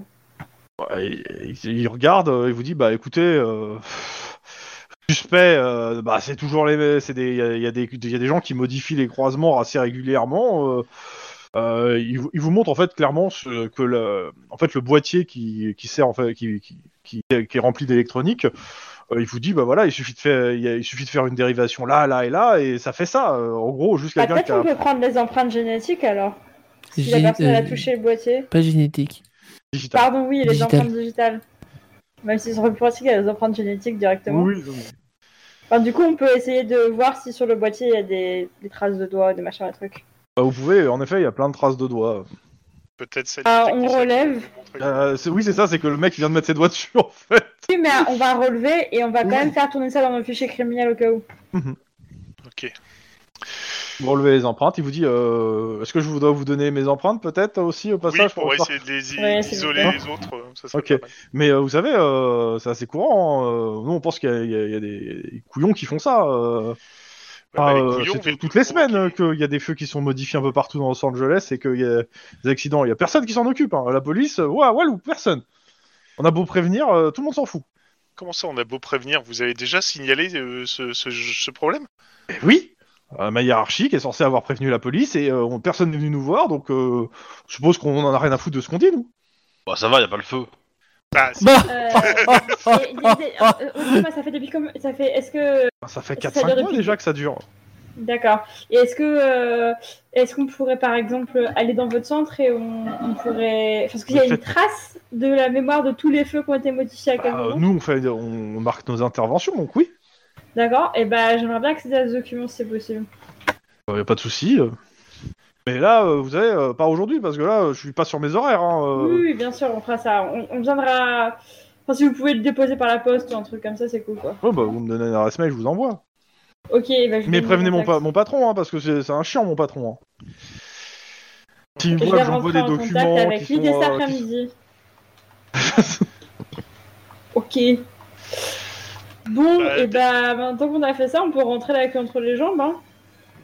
[SPEAKER 2] Ouais, il, il- il regarde, euh, il vous dit bah écoutez, euh, suspect, euh, bah c'est toujours les, c'est des, il y a, il y a des, il y a des gens qui modifient les croisements assez régulièrement. euh, euh, il, vous- il vous montre en fait clairement ce- que le, en fait le boîtier qui, qui sert en fait, qui, qui, qui, qui est rempli d'électronique, euh, il vous dit bah voilà, il suffit de faire, il, y a- il suffit de faire une dérivation là, là et là et ça fait ça. euh, en gros, jusqu'à
[SPEAKER 5] Bah,
[SPEAKER 2] quelqu'un qui
[SPEAKER 5] Peut-être
[SPEAKER 2] a-
[SPEAKER 5] on peut prendre les empreintes génétiques alors. Si la personne elle a touché le boîtier.
[SPEAKER 3] Pas génétique.
[SPEAKER 2] digital.
[SPEAKER 5] Pardon, oui, les
[SPEAKER 3] Digital.
[SPEAKER 5] empreintes digitales. Même si sur le boîtier, il y a les empreintes génétiques directement.
[SPEAKER 2] Oui, oui, oui.
[SPEAKER 5] Enfin, du coup, on peut essayer de voir si sur le boîtier il y a des, des traces de doigts, des machins, des trucs.
[SPEAKER 2] Bah, vous pouvez, en effet, il y a plein de traces de doigts.
[SPEAKER 4] Peut-être ça.
[SPEAKER 5] Ah,
[SPEAKER 4] peut-être
[SPEAKER 5] on
[SPEAKER 4] qu'il s'est-
[SPEAKER 5] relève.
[SPEAKER 2] Euh, c'est- oui, c'est ça, c'est que le mec vient de mettre ses doigts [laughs] dessus en fait.
[SPEAKER 5] Oui, mais euh, on va relever et on va quand
[SPEAKER 2] Oui.
[SPEAKER 5] même faire tourner ça dans nos fichiers criminels au cas où.
[SPEAKER 4] Ok.
[SPEAKER 2] Vous relevez les empreintes, il vous dit euh, Est-ce que je vous dois vous donner mes empreintes peut-être aussi au
[SPEAKER 4] Oui,
[SPEAKER 2] passage
[SPEAKER 4] on va
[SPEAKER 2] voir
[SPEAKER 4] essayer de les i-
[SPEAKER 5] Ouais, c'est
[SPEAKER 4] isoler
[SPEAKER 2] bon.
[SPEAKER 4] les autres. euh, Ça serait
[SPEAKER 2] Ok.
[SPEAKER 4] pas mal.
[SPEAKER 2] Mais euh, vous savez, euh, c'est assez courant. hein, euh, nous, on pense qu'il y, a- il y a- il y a des couillons qui font ça. euh.
[SPEAKER 4] Ouais, bah,
[SPEAKER 2] Ah,
[SPEAKER 4] les
[SPEAKER 2] euh,
[SPEAKER 4] couillons,
[SPEAKER 2] c'est
[SPEAKER 4] on va
[SPEAKER 2] toutes les
[SPEAKER 4] les provoquer.
[SPEAKER 2] semaines euh, qu'il y a des feux qui sont modifiés un peu partout dans Los Angeles et qu'il y a des accidents. Il y a personne qui s'en occupe. hein. La police, euh, ouah, walou, personne. On a beau prévenir, euh, tout le monde s'en fout.
[SPEAKER 4] Comment ça, on a beau prévenir, vous avez déjà signalé euh, ce, ce- ce problème
[SPEAKER 2] Eh oui Euh, Ma hiérarchie qui est censée avoir prévenu la police et euh, on- personne n'est venu nous voir, donc euh, je suppose qu'on en a rien à foutre de ce qu'on dit, nous.
[SPEAKER 1] Bah, ça va, y a pas le feu.
[SPEAKER 4] Bah, c'est-
[SPEAKER 3] Bah
[SPEAKER 5] Euh, [laughs] et- et- et- euh, euh, moi, ça fait depuis comme ça fait. Est-ce que
[SPEAKER 2] Ça fait
[SPEAKER 5] Ça dure
[SPEAKER 2] 4-5 mois
[SPEAKER 5] depuis-
[SPEAKER 2] déjà que ça dure.
[SPEAKER 5] D'accord. Et est-ce que euh, est-ce qu'on pourrait par exemple aller dans votre centre et on, on pourrait parce qu'il y a une
[SPEAKER 2] Faites-
[SPEAKER 5] trace de la mémoire de tous les feux qui ont été modifiés à quel
[SPEAKER 2] Bah,
[SPEAKER 5] moment.
[SPEAKER 2] nous, on, fait, on marque nos interventions, donc oui,
[SPEAKER 5] D'accord. Et ben j'aimerais bien accéder à ce document si c'est possible.
[SPEAKER 2] il a pas de souci. euh. Mais là, euh, vous savez, euh, pas aujourd'hui, parce que là, euh, je suis pas sur mes horaires. hein, euh.
[SPEAKER 5] Oui, oui, bien sûr, on fera ça. On, on viendra. Enfin, si vous pouvez le déposer par la poste ou un truc comme ça, c'est cool quoi.
[SPEAKER 2] Ouais, bah, vous me donnez un adresse mail, je vous envoie.
[SPEAKER 5] Ok. ben, je
[SPEAKER 2] Mais
[SPEAKER 5] vous
[SPEAKER 2] prévenez mon,
[SPEAKER 5] contacte.
[SPEAKER 2] pa- mon patron, hein, parce que c'est c'est un chiant, mon patron. hein. S'il
[SPEAKER 5] Et Je
[SPEAKER 2] voit
[SPEAKER 5] vais
[SPEAKER 2] que j'envoie
[SPEAKER 5] rentrer
[SPEAKER 2] des
[SPEAKER 5] en contact
[SPEAKER 2] documents
[SPEAKER 5] avec
[SPEAKER 2] qui
[SPEAKER 5] lui dès
[SPEAKER 2] sont,
[SPEAKER 5] cet
[SPEAKER 2] euh, qui-
[SPEAKER 5] après-midi. Ok. Bon,
[SPEAKER 4] Bah,
[SPEAKER 5] et ben maintenant qu'on a fait ça, on peut rentrer la queue entre les jambes. Hein.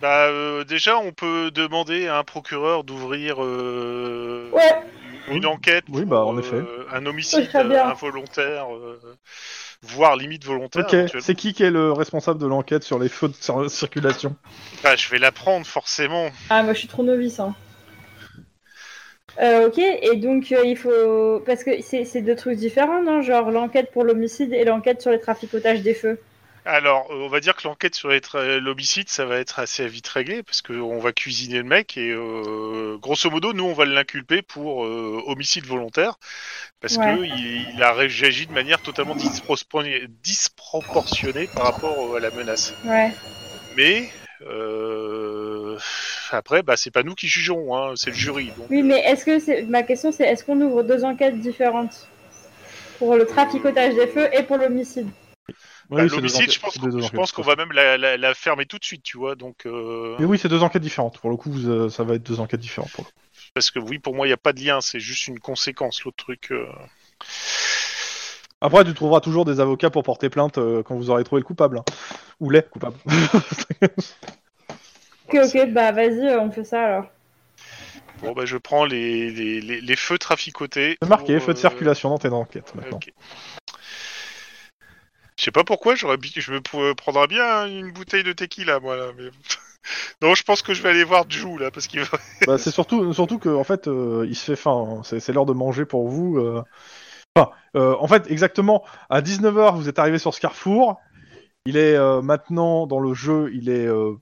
[SPEAKER 4] bah, euh, déjà, on peut demander à un procureur d'ouvrir euh,
[SPEAKER 5] Ouais.
[SPEAKER 4] une enquête
[SPEAKER 2] Oui,
[SPEAKER 4] pour,
[SPEAKER 2] bah, en
[SPEAKER 4] euh,
[SPEAKER 2] effet.
[SPEAKER 4] un homicide
[SPEAKER 5] très bien.
[SPEAKER 4] euh, involontaire, euh, voire limite volontaire.
[SPEAKER 2] Ok,
[SPEAKER 4] Ah, éventuellement.
[SPEAKER 2] c'est qui qui est le responsable de l'enquête sur les feux de cir- circulation
[SPEAKER 4] Bah, je vais l'apprendre forcément.
[SPEAKER 5] Ah, moi je suis trop novice. Hein. Euh, ok, et donc euh, il faut. Parce que c'est c'est deux trucs différents, non Genre l'enquête pour l'homicide et l'enquête sur les traficotages des feux.
[SPEAKER 4] Alors, euh, on va dire que l'enquête sur les tra- l'homicide, ça va être assez vite réglé parce qu'on va cuisiner le mec et euh, grosso modo, nous, on va l'inculper pour euh, homicide volontaire parce
[SPEAKER 5] Ouais.
[SPEAKER 4] que il, il a réagi de manière totalement disproportionnée, disproportionnée par rapport euh, à la menace.
[SPEAKER 5] Ouais.
[SPEAKER 4] Mais euh, après, bah, c'est pas nous qui jugerons, hein, c'est le jury. Donc,
[SPEAKER 5] Oui, mais est-ce que. c'est Ma question c'est est-ce qu'on ouvre deux enquêtes différentes Pour le traficotage des feux et pour l'homicide
[SPEAKER 4] Bah,
[SPEAKER 2] c'est deux
[SPEAKER 4] L'homicide,
[SPEAKER 2] enquêtes-
[SPEAKER 4] je pense
[SPEAKER 2] c'est
[SPEAKER 4] qu'on-
[SPEAKER 2] deux
[SPEAKER 4] je
[SPEAKER 2] enquêtes,
[SPEAKER 4] pense qu'on va même la, la- la fermer tout de suite, tu vois. Donc, euh,
[SPEAKER 2] Mais oui, c'est deux enquêtes différentes. Pour le coup, vous, euh, ça va être deux enquêtes différentes. Pour le coup.
[SPEAKER 4] Parce que oui, pour moi, il n'y a pas de lien, c'est juste une conséquence, l'autre truc. euh.
[SPEAKER 2] Après, tu trouveras toujours des avocats pour porter plainte euh, quand vous aurez trouvé le coupable. hein. Ou les coupables.
[SPEAKER 5] Ok, ok, bah vas-y, euh, on fait ça alors.
[SPEAKER 4] Bon, bah, je prends les, les, les- les feux traficotés.
[SPEAKER 2] C'est marqué,
[SPEAKER 4] pour,
[SPEAKER 2] feu de
[SPEAKER 4] euh,
[SPEAKER 2] circulation dans tes enquêtes maintenant.
[SPEAKER 4] [laughs] ok. Je sais pas pourquoi, j'aurais, bi- je me pou- euh, prendrais bien une bouteille de tequila, moi, là. Mais... [laughs] non, je pense que je vais aller voir Jou, là, parce qu'il va...
[SPEAKER 2] Bah, c'est surtout, surtout que en fait, euh, il se fait faim. hein. C'est, c'est l'heure de manger pour vous. euh. Enfin, euh, en fait, exactement à 19h, vous êtes arrivé sur ce carrefour. Il est euh, maintenant dans le jeu, il est euh,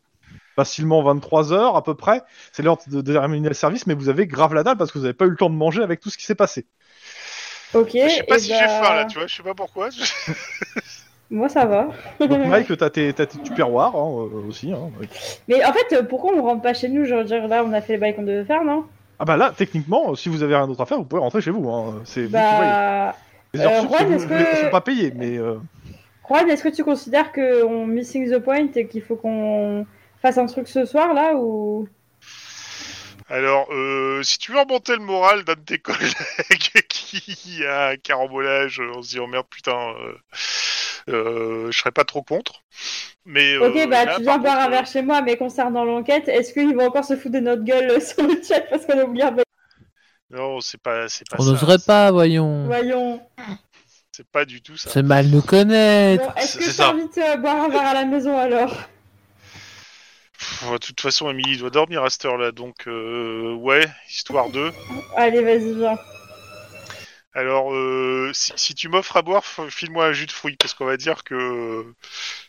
[SPEAKER 2] facilement 23h à peu près. C'est l'heure de, de terminer le service, mais vous avez grave la dalle parce que vous n'avez pas eu le temps de manger avec tout ce qui s'est passé.
[SPEAKER 5] Ok.
[SPEAKER 4] Je sais pas
[SPEAKER 5] et
[SPEAKER 4] si
[SPEAKER 5] bah,
[SPEAKER 4] j'ai faim, là, tu vois, je sais pas pourquoi.
[SPEAKER 5] Moi, ça va.
[SPEAKER 2] Donc, Mike, t'as tes, t'as tes tupperwares, hein, euh, aussi. hein.
[SPEAKER 5] Mais en fait, euh, pourquoi on rentre pas chez nous Je veux dire, là, on a fait les bails qu'on devait faire, non
[SPEAKER 2] Ah bah là, techniquement, si vous avez rien d'autre à faire, vous pouvez rentrer chez vous. hein. C'est vous qui voyez.
[SPEAKER 5] Bah.
[SPEAKER 2] Les heures
[SPEAKER 5] euh,
[SPEAKER 2] sup,
[SPEAKER 5] Juan,
[SPEAKER 2] c'est vous-
[SPEAKER 5] est-ce
[SPEAKER 2] vous- elles
[SPEAKER 5] que-
[SPEAKER 2] sont pas payées, mais euh,
[SPEAKER 5] Juan, est-ce que tu considères qu'on missing the point et qu'il faut qu'on fasse un truc ce soir, là ou...
[SPEAKER 4] Alors, euh, si tu veux remonter le moral d'un de tes collègues [laughs] qui a un carambolage, euh, on se dit oh merde putain, euh, euh, je serais pas trop contre. Mais euh,
[SPEAKER 5] Ok, bah,
[SPEAKER 4] là,
[SPEAKER 5] tu
[SPEAKER 4] par
[SPEAKER 5] viens boire
[SPEAKER 4] contre, euh,
[SPEAKER 5] un verre chez moi, mais concernant l'enquête, est-ce qu'ils vont encore se foutre de notre gueule euh, [laughs] sur le chat parce qu'on a oublié un bail
[SPEAKER 4] euh, Non, c'est pas, c'est pas
[SPEAKER 3] On
[SPEAKER 4] ça.
[SPEAKER 3] n'oserait pas, voyons.
[SPEAKER 5] Voyons.
[SPEAKER 4] C'est pas du tout ça.
[SPEAKER 3] C'est mal nous connaître.
[SPEAKER 5] Bon, est-ce
[SPEAKER 1] c'est
[SPEAKER 5] que
[SPEAKER 1] ça.
[SPEAKER 5] t'invites euh, boire un verre à la maison, alors
[SPEAKER 4] Pff, De toute façon, Emily doit dormir à cette heure-là, donc euh, ouais, histoire de.
[SPEAKER 5] Allez, vas-y, viens.
[SPEAKER 4] Alors, euh, si, si tu m'offres à boire, f- file-moi un jus de fruits, parce qu'on va dire que euh,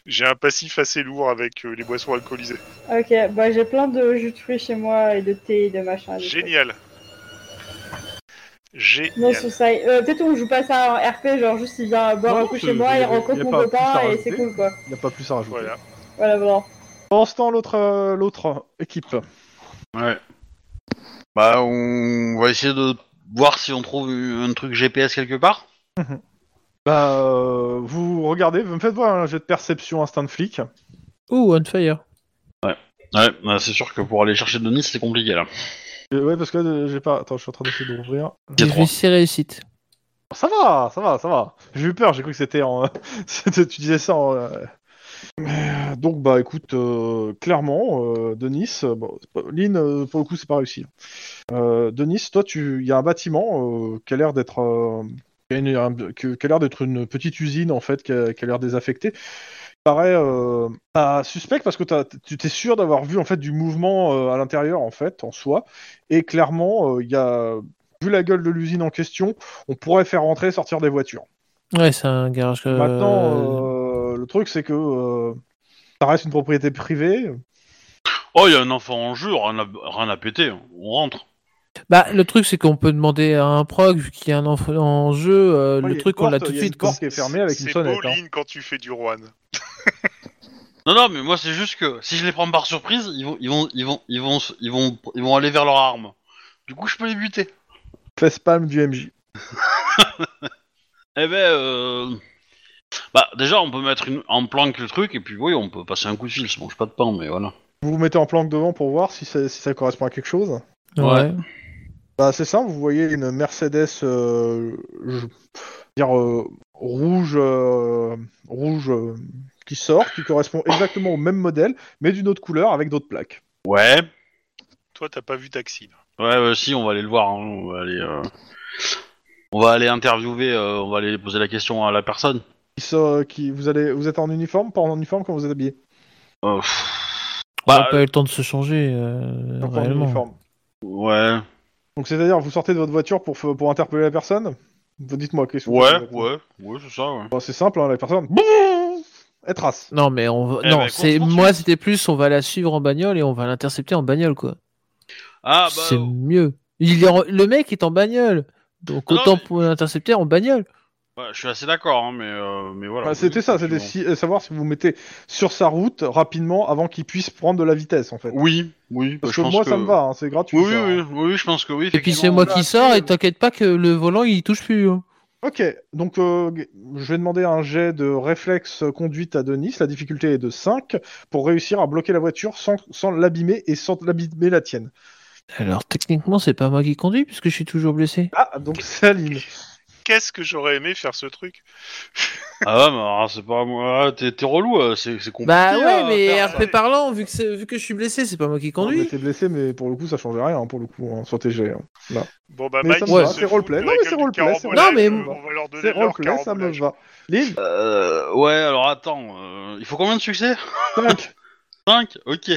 [SPEAKER 4] j'ai un passif assez lourd avec euh, les boissons alcoolisées.
[SPEAKER 5] Ok, bah j'ai plein de jus de fruits chez moi et de thé et de machin. des trucs.
[SPEAKER 4] Génial.
[SPEAKER 5] Non,
[SPEAKER 4] Génial.
[SPEAKER 5] c'est ça. Euh, Peut-être on joue pas ça en RP, genre juste il vient boire
[SPEAKER 2] Non,
[SPEAKER 5] un coup
[SPEAKER 2] c'est-
[SPEAKER 5] chez moi,
[SPEAKER 2] y a-
[SPEAKER 5] il
[SPEAKER 2] y
[SPEAKER 5] rencontre
[SPEAKER 2] a
[SPEAKER 5] mon
[SPEAKER 2] pas plus à
[SPEAKER 5] copain et
[SPEAKER 2] rajouter.
[SPEAKER 5] c'est cool quoi.
[SPEAKER 2] il n'y a pas plus à rajouter.
[SPEAKER 4] Voilà.
[SPEAKER 5] Voilà, voilà.
[SPEAKER 2] Pendant ce temps, l'autre, euh, l'autre équipe.
[SPEAKER 1] Ouais. Bah, on va essayer de voir si on trouve un truc GPS quelque part.
[SPEAKER 2] Bah, euh, vous regardez, vous me faites voir un jet de perception instinct de flic.
[SPEAKER 3] Oh, on fire.
[SPEAKER 1] Ouais, bah, c'est sûr que pour aller chercher Denis, c'est compliqué là.
[SPEAKER 2] Euh, ouais, parce que euh, j'ai pas. Attends, je suis en train d'essayer d'ouvrir.
[SPEAKER 1] Il y a
[SPEAKER 3] J'ai
[SPEAKER 1] trois.
[SPEAKER 3] réussi réussite.
[SPEAKER 2] Ça va, ça va, ça va. J'ai eu peur, j'ai cru que c'était en. [laughs] c'était- tu disais ça en. euh, mais, euh, Donc, bah, écoute, euh, clairement, euh, Denis, euh, bon, c'est pas- Lynn, euh, pour le coup, c'est pas réussi. Euh, Denis, toi, tu, il y a un bâtiment euh, qui a l'air d'être. euh, qui a, une- un- que- qui a l'air d'être une petite usine, en fait, qui a, qui a l'air désaffectée. Paraît euh, pas suspect parce que t'as- tu t'es sûr d'avoir vu, en fait, du mouvement euh, à l'intérieur, en fait, en soi. Et clairement, euh, il y a. Vu la gueule de l'usine en question, on pourrait faire rentrer et sortir des voitures.
[SPEAKER 3] Ouais, c'est un garage. euh,
[SPEAKER 2] Maintenant, euh, le truc, c'est que euh, ça reste une propriété privée.
[SPEAKER 3] Euh,
[SPEAKER 1] Oh, il y a un enfant en jeu, rien à, rien à péter, on rentre.
[SPEAKER 3] Bah, le truc, c'est qu'on peut demander à un proc, vu qu'il y a un enfant en jeu, euh,
[SPEAKER 2] Moi, il y
[SPEAKER 3] le
[SPEAKER 2] a
[SPEAKER 3] truc,
[SPEAKER 2] une
[SPEAKER 3] on l'a
[SPEAKER 2] porte-
[SPEAKER 3] tout de
[SPEAKER 2] il y a
[SPEAKER 3] suite.
[SPEAKER 2] une
[SPEAKER 3] quoi.
[SPEAKER 2] porte qui est fermée avec une
[SPEAKER 4] C'est beau,
[SPEAKER 2] sonnette. hein.
[SPEAKER 4] Lynn, quand tu fais du Rouen.
[SPEAKER 1] Non, non, mais moi, c'est juste que si je les prends par surprise, ils vont, ils vont, ils vont, ils vont, ils vont, ils vont, aller vers leur arme. Du coup, je peux les buter.
[SPEAKER 2] Fesse palme du MJ.
[SPEAKER 1] Eh ben, euh... bah, déjà, on peut mettre une... en planque le truc, et puis oui, on peut passer un coup de fil, ça mange pas de pain, mais voilà.
[SPEAKER 2] Vous vous mettez en planque devant pour voir si ça, si ça correspond à quelque chose.
[SPEAKER 1] Ouais.
[SPEAKER 3] Ouais.
[SPEAKER 2] Bah, c'est simple, vous voyez une Mercedes euh, je- dire, euh, rouge, euh, rouge euh, qui sort, qui correspond exactement au même modèle, mais d'une autre couleur avec d'autres plaques.
[SPEAKER 1] Ouais.
[SPEAKER 4] Toi, t'as pas vu Taxi. là.
[SPEAKER 1] Ouais, bah, si, on va aller le voir. hein, On va aller, euh, on va aller interviewer, euh, on va aller poser la question à la personne.
[SPEAKER 2] Qui sort- qui, vous, allez, vous êtes en uniforme, pas en uniforme quand vous êtes habillé
[SPEAKER 1] Euh, pff,
[SPEAKER 3] On n'a
[SPEAKER 1] bah,
[SPEAKER 3] pas eu le temps de se changer, euh,
[SPEAKER 2] Donc, en
[SPEAKER 3] réellement.
[SPEAKER 2] uniforme.
[SPEAKER 1] ouais,
[SPEAKER 2] Donc c'est-à-dire, vous sortez de votre voiture pour, f- pour interpeller la personne Vous dites-moi, qu'est-ce que vous faites
[SPEAKER 1] ouais,
[SPEAKER 2] exactement
[SPEAKER 1] ouais, ouais, c'est ça. Ouais.
[SPEAKER 2] Bah, C'est simple, hein, la personne... Boum Elle trace.
[SPEAKER 3] Non, mais on va...
[SPEAKER 1] Eh
[SPEAKER 3] non,
[SPEAKER 1] ben,
[SPEAKER 3] c'est...
[SPEAKER 1] qu'on se
[SPEAKER 3] moi,
[SPEAKER 1] poursuive.
[SPEAKER 3] c'était plus, on va la suivre en bagnole et on va l'intercepter en bagnole, quoi.
[SPEAKER 1] Ah bah,
[SPEAKER 3] c'est mieux. Il est en- Le mec est en bagnole. Donc
[SPEAKER 1] Non,
[SPEAKER 3] autant
[SPEAKER 1] mais-
[SPEAKER 3] pour l'intercepter en bagnole.
[SPEAKER 1] ouais, je suis assez d'accord, hein, mais euh, mais voilà.
[SPEAKER 2] Bah, c'était ça, c'était
[SPEAKER 1] Effectivement.
[SPEAKER 2] si- euh, savoir si vous mettez sur sa route rapidement avant qu'il puisse prendre de la vitesse, en fait.
[SPEAKER 1] Oui, oui. bah,
[SPEAKER 2] Parce
[SPEAKER 1] je
[SPEAKER 2] que
[SPEAKER 1] pense
[SPEAKER 2] moi,
[SPEAKER 1] que-
[SPEAKER 2] ça me va, hein, c'est gratuit.
[SPEAKER 1] Oui, oui,
[SPEAKER 2] ça, hein.
[SPEAKER 1] oui, oui, je pense que oui.
[SPEAKER 3] Et puis c'est
[SPEAKER 1] effectivement.
[SPEAKER 3] moi
[SPEAKER 2] là,
[SPEAKER 3] qui
[SPEAKER 2] c'est-
[SPEAKER 3] sors et t'inquiète pas que le volant il touche plus. hein.
[SPEAKER 2] Ok, donc euh, je vais demander un jet de réflexe conduite à Denis. La difficulté est de 5 pour réussir à bloquer la voiture sans, sans l'abîmer et sans l'abîmer la tienne.
[SPEAKER 3] Alors techniquement, c'est pas moi qui conduis puisque je suis toujours blessé.
[SPEAKER 2] Ah, donc c'est Aline.
[SPEAKER 4] Qu'est-ce que j'aurais aimé faire ce truc
[SPEAKER 1] Ah ouais, mais alors, c'est pas moi. T'es t'es relou, euh, c'est c'est compliqué.
[SPEAKER 3] Bah ouais,
[SPEAKER 1] à
[SPEAKER 3] mais
[SPEAKER 1] faire, ça.
[SPEAKER 3] RP parlant, vu que, c'est- vu que je suis blessé, c'est pas moi qui
[SPEAKER 2] Non, mais
[SPEAKER 3] conduis.
[SPEAKER 2] T'es blessé, mais pour le coup, ça change rien hein, pour le coup hein, sur tes jets. hein.
[SPEAKER 4] Bon bah
[SPEAKER 2] Mais
[SPEAKER 4] Mike,
[SPEAKER 2] ça
[SPEAKER 3] me va,
[SPEAKER 4] ils se
[SPEAKER 2] c'est
[SPEAKER 4] foutent
[SPEAKER 2] roleplay.
[SPEAKER 4] de
[SPEAKER 2] Non,
[SPEAKER 4] la
[SPEAKER 2] mais
[SPEAKER 4] gueule
[SPEAKER 2] c'est
[SPEAKER 4] du
[SPEAKER 2] roleplay, c'est
[SPEAKER 4] carambolage,
[SPEAKER 3] roleplay.
[SPEAKER 4] euh, on va leur donner
[SPEAKER 2] C'est
[SPEAKER 4] leur
[SPEAKER 2] roleplay, ça me
[SPEAKER 4] carambolage.
[SPEAKER 2] va. Lynn,
[SPEAKER 1] Euh, ouais, alors attends. euh, il faut combien de succès
[SPEAKER 2] 5.
[SPEAKER 1] 5 Ok.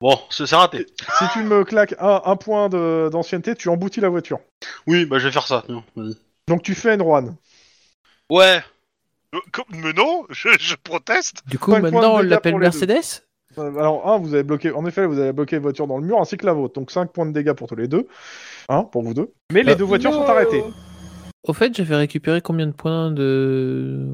[SPEAKER 1] Bon, c'est c'est raté.
[SPEAKER 2] si tu me claques un, un point de- d'ancienneté, tu emboutis la voiture.
[SPEAKER 1] Oui, bah je vais faire ça. tiens, vas-y.
[SPEAKER 2] Donc tu fais une run.
[SPEAKER 1] Ouais.
[SPEAKER 4] Euh, comme- Mais non, je, je proteste.
[SPEAKER 3] Du coup,
[SPEAKER 2] Cinq points de
[SPEAKER 3] maintenant, on
[SPEAKER 2] dégâts
[SPEAKER 3] l'appelle
[SPEAKER 2] pour les deux.
[SPEAKER 3] Mercedes
[SPEAKER 2] Euh, Alors, un, vous avez bloqué, en effet, vous avez bloqué les voitures dans le mur ainsi que la vôtre. Donc 5 points de dégâts pour tous les deux. Un pour vous deux. Mais les
[SPEAKER 3] Euh,
[SPEAKER 1] Bah,
[SPEAKER 2] deux voitures sont arrêtées.
[SPEAKER 3] Au fait, j'avais récupéré combien de points de.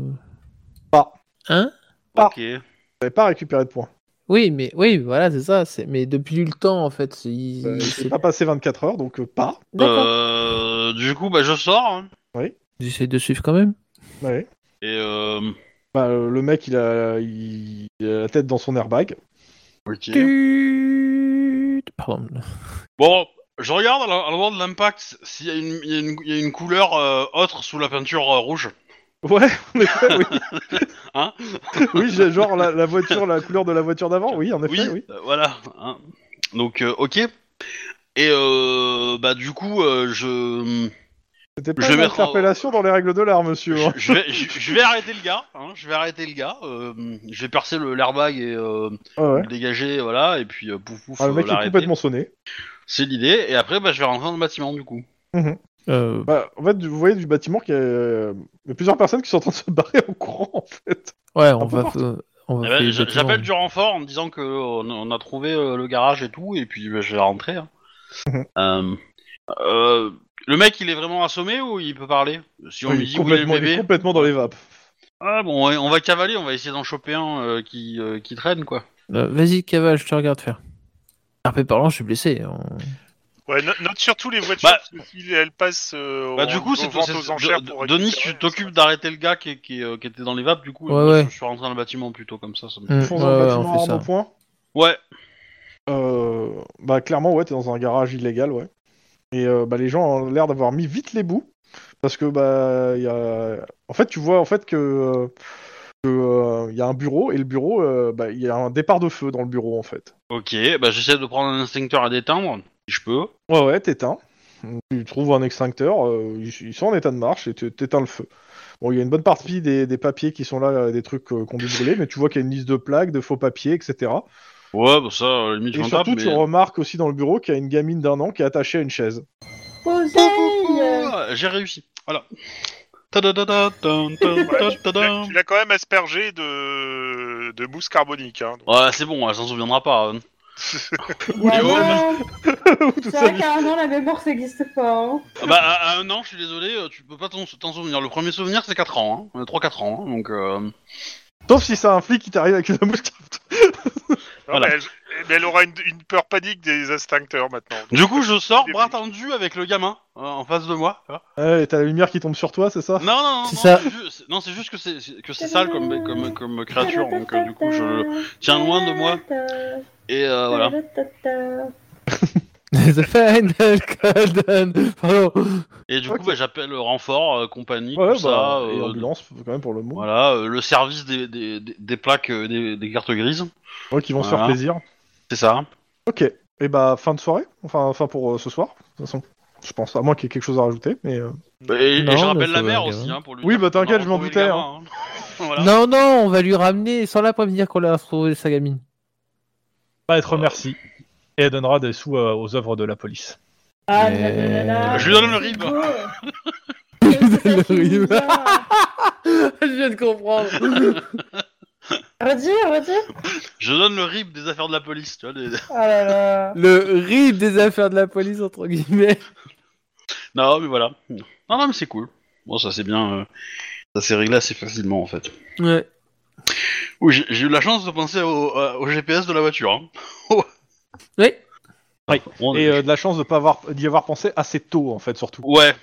[SPEAKER 2] Pas.
[SPEAKER 3] Hein
[SPEAKER 2] Ah.
[SPEAKER 1] Ok.
[SPEAKER 2] Vous n'avez pas récupéré de points.
[SPEAKER 3] Oui, mais oui, voilà, c'est ça. c'est- Mais depuis le temps, en fait. c'est-
[SPEAKER 1] Bah,
[SPEAKER 3] il-
[SPEAKER 2] Euh,
[SPEAKER 3] c'est-
[SPEAKER 2] c'est pas passé 24 heures, donc euh, pas.
[SPEAKER 3] D'accord.
[SPEAKER 1] Euh, du coup, bah je sors. hein,
[SPEAKER 3] J'essaie de suivre quand même.
[SPEAKER 2] Ouais.
[SPEAKER 1] Et euh...
[SPEAKER 2] Bah, euh, le mec, il a, il il a la tête dans son airbag. [laughs]
[SPEAKER 1] Ok.
[SPEAKER 3] Tut. Pardon.
[SPEAKER 1] Bon, je regarde à la- à l'endroit de l'impact s'il y, a une- il y a une- il y a une couleur euh, autre sous la peinture euh, rouge.
[SPEAKER 2] Ouais, en effet, oui.
[SPEAKER 1] [laughs] Hein
[SPEAKER 2] [laughs] oui, j'ai genre la, la voiture, la couleur de la voiture d'avant, oui, en effet, oui.
[SPEAKER 1] euh, voilà. hein. Donc, euh, ok. Et euh, bah du coup, euh, je,
[SPEAKER 2] C'était pas
[SPEAKER 1] Je vais
[SPEAKER 2] une
[SPEAKER 1] mettre en-
[SPEAKER 2] interpellation dans les règles de l'art, monsieur.
[SPEAKER 1] je,
[SPEAKER 2] hein.
[SPEAKER 1] je vais, je, je vais arrêter le gars. hein, je vais arrêter le gars. euh, je vais percer le- l'airbag et euh,
[SPEAKER 2] Ah ouais.
[SPEAKER 1] le dégager, voilà. Et puis euh, pouf pouf.
[SPEAKER 2] Ah, le
[SPEAKER 1] euh,
[SPEAKER 2] mec est
[SPEAKER 1] l'arrêter.
[SPEAKER 2] complètement sonné.
[SPEAKER 1] C'est l'idée. Et après, bah je vais rentrer dans le bâtiment du coup.
[SPEAKER 3] Euh,
[SPEAKER 2] Bah, en fait, vous voyez du bâtiment qu'il y a, euh, il y a plusieurs personnes qui sont en train de se barrer en courant, en fait.
[SPEAKER 3] ouais, on
[SPEAKER 2] peu
[SPEAKER 3] va.
[SPEAKER 2] importe.
[SPEAKER 3] euh, on va
[SPEAKER 1] Eh
[SPEAKER 3] faire
[SPEAKER 1] ben,
[SPEAKER 3] les
[SPEAKER 1] j'a-
[SPEAKER 3] bâtiments.
[SPEAKER 1] J'appelle du renfort en me disant que euh, on, on a trouvé euh, le garage et tout, et puis bah, je vais rentrer.
[SPEAKER 2] [laughs]
[SPEAKER 1] hein.
[SPEAKER 2] Mhm.
[SPEAKER 1] Euh, euh, le mec, il est vraiment assommé ou il peut parler Si on
[SPEAKER 2] Oui,
[SPEAKER 1] lui dit où est le
[SPEAKER 2] complètement, il est
[SPEAKER 1] bébé,
[SPEAKER 2] complètement dans les vapes.
[SPEAKER 1] ah, bon, ouais, on va cavaler, on va essayer d'en choper un euh, qui, euh, qui traîne quoi.
[SPEAKER 3] Euh, Vas-y, cavale, je te regarde faire. RP parlant, je suis blessé. hein. on-
[SPEAKER 4] Ouais, no- note surtout les voitures
[SPEAKER 1] Bah-
[SPEAKER 4] parce que si elles passent euh,
[SPEAKER 1] Bah,
[SPEAKER 4] en-
[SPEAKER 1] du coup, c'est
[SPEAKER 4] aux ventes
[SPEAKER 1] c'est-
[SPEAKER 4] aux enchères
[SPEAKER 1] de-
[SPEAKER 4] pour
[SPEAKER 1] Denis,
[SPEAKER 4] récupérer,
[SPEAKER 1] tu t'occupes d'arrêter le gars qui, qui, euh, qui était dans les vapes, du coup. et
[SPEAKER 3] Ouais,
[SPEAKER 1] moi,
[SPEAKER 3] ouais.
[SPEAKER 1] Je, je suis rentré dans le bâtiment plutôt comme ça. ça me-
[SPEAKER 3] Hmm,
[SPEAKER 2] Ils font dans
[SPEAKER 3] ouais,
[SPEAKER 2] le
[SPEAKER 3] ouais,
[SPEAKER 2] bâtiment
[SPEAKER 3] on fait
[SPEAKER 2] à
[SPEAKER 3] ça.
[SPEAKER 2] armes au poing.
[SPEAKER 1] Ouais.
[SPEAKER 2] Euh, bah, clairement, ouais, t'es dans un garage illégal, ouais. Et euh, bah, les gens ont l'air d'avoir mis vite les bouts. Parce que, bah, il y a... En fait, tu vois, en fait, que... euh, que, euh, Il y a un bureau et le bureau, euh, bah, il y a un départ de feu dans le bureau en fait.
[SPEAKER 1] Ok, bah j'essaie de prendre un instincteur à déteindre, si je peux.
[SPEAKER 2] Ouais, ouais, t'éteins. Tu trouves un extincteur, euh, ils ils sont en état de marche et tu- t'éteins le feu. Bon, il y a une bonne partie des, des papiers qui sont là, euh, des trucs euh, qu'on dû brûler, mais tu vois qu'il y a une liste de plaques, de faux papiers, etc.
[SPEAKER 1] Ouais, bah ça, à la limite, je
[SPEAKER 2] Et
[SPEAKER 1] m'en
[SPEAKER 2] surtout,
[SPEAKER 1] tape,
[SPEAKER 2] tu
[SPEAKER 1] mais-
[SPEAKER 2] remarques aussi dans le bureau qu'il y a une gamine d'un an qui est attachée à une chaise.
[SPEAKER 5] Poseille
[SPEAKER 1] Ah, J'ai réussi. Voilà. Ta-da-da-da, tan,
[SPEAKER 4] Ouais,
[SPEAKER 1] tan,
[SPEAKER 4] tu-
[SPEAKER 1] tan,
[SPEAKER 4] tu l'as-
[SPEAKER 1] ta-da.
[SPEAKER 4] tu l'as quand même aspergé de, de mousse carbonique. Hein, donc.
[SPEAKER 1] Ouais, c'est bon, elle s'en souviendra pas. hein.
[SPEAKER 2] [laughs]
[SPEAKER 5] Voilà.
[SPEAKER 2] Tout
[SPEAKER 5] C'est
[SPEAKER 2] ça,
[SPEAKER 5] vrai qu'à un an, la mémoire, ça n'existe pas. hein.
[SPEAKER 1] Ah Bah, à, à un an, je suis désolé, euh, tu peux pas t'en t'en souvenir. Le premier souvenir, c'est 4 ans, hein. 3-4 ans, hein, donc... euh,
[SPEAKER 2] Sauf si c'est un flic qui t'arrive avec une mouche.
[SPEAKER 4] Non,
[SPEAKER 1] voilà.
[SPEAKER 4] mais elle, mais elle aura une, une peur panique des instincteurs maintenant.
[SPEAKER 1] Du coup, je sors,
[SPEAKER 4] Des
[SPEAKER 1] bras
[SPEAKER 4] flics.
[SPEAKER 1] tendu avec le gamin, euh, en face de moi.
[SPEAKER 2] Ah.
[SPEAKER 1] tu vois.
[SPEAKER 2] Ouais, et t'as la lumière qui tombe sur toi, c'est ça
[SPEAKER 1] Non, non, non,
[SPEAKER 3] C'est
[SPEAKER 1] non,
[SPEAKER 3] ça.
[SPEAKER 1] c'est ju- c'est- non, c'est juste que c'est- c'est que c'est sale comme, comme, comme créature, donc euh, du coup, je le tiens loin de moi, et euh, voilà.
[SPEAKER 3] [laughs] The final golden. Pardon.
[SPEAKER 1] Et du coup,
[SPEAKER 2] Ok.
[SPEAKER 1] bah, j'appelle le renfort, euh, compagnie,
[SPEAKER 2] Ouais,
[SPEAKER 1] tout ça,
[SPEAKER 2] bah, et
[SPEAKER 1] euh,
[SPEAKER 2] ambulance, quand même, pour le mot.
[SPEAKER 1] voilà, euh, le service des, des, des- des plaques, euh, des, des cartes grises,
[SPEAKER 2] Ouais, qui vont se faire
[SPEAKER 1] Voilà.
[SPEAKER 2] plaisir.
[SPEAKER 1] c'est ça.
[SPEAKER 2] Ok. Et bah, fin de soirée. Enfin, fin pour euh, ce soir, de toute façon. Je pense, à moins qu'il y ait quelque chose à rajouter, mais... euh,
[SPEAKER 1] Bah, Et, et
[SPEAKER 3] Non,
[SPEAKER 1] je
[SPEAKER 3] mais
[SPEAKER 1] rappelle
[SPEAKER 3] ça
[SPEAKER 1] la
[SPEAKER 3] va,
[SPEAKER 1] mère
[SPEAKER 3] le gars.
[SPEAKER 1] aussi, hein, pour lui.
[SPEAKER 2] Oui,
[SPEAKER 1] dire
[SPEAKER 2] bah,
[SPEAKER 1] qu'on a
[SPEAKER 2] t'inquiète, je m'en
[SPEAKER 1] retrouvé le
[SPEAKER 2] doutais,
[SPEAKER 1] gamin, hein. [laughs] Voilà.
[SPEAKER 3] Non, non, on va lui ramener sans la prévenir qu'on l'a retrouvé sa gamine.
[SPEAKER 2] Pas être
[SPEAKER 1] remercie.
[SPEAKER 2] Et elle donnera des sous euh, aux œuvres de la police.
[SPEAKER 5] Ah,
[SPEAKER 3] Mais-
[SPEAKER 2] Euh,
[SPEAKER 5] nanana.
[SPEAKER 1] Je lui donne le rib.
[SPEAKER 2] [laughs]
[SPEAKER 5] Je lui donne
[SPEAKER 3] le rib.
[SPEAKER 5] le rib.
[SPEAKER 3] [laughs] Je viens de comprendre.
[SPEAKER 5] Redis, redis.
[SPEAKER 1] Je donne le rib des affaires de la police, tu vois. des- [laughs]
[SPEAKER 5] Oh là là.
[SPEAKER 3] Le rib des affaires de la police, entre guillemets.
[SPEAKER 1] Non, mais voilà. Non, non, mais c'est cool. Bon, ça c'est bien. euh, Ça s'est réglé assez facilement en fait.
[SPEAKER 3] Ouais.
[SPEAKER 1] Oui, j'ai j'ai eu la chance de penser au, euh, au GPS de la voiture. hein.
[SPEAKER 3] Oui.
[SPEAKER 1] On-
[SPEAKER 2] euh, Et euh, de la chance de pas avoir d'y avoir pensé assez tôt, en fait, surtout.
[SPEAKER 1] Ouais.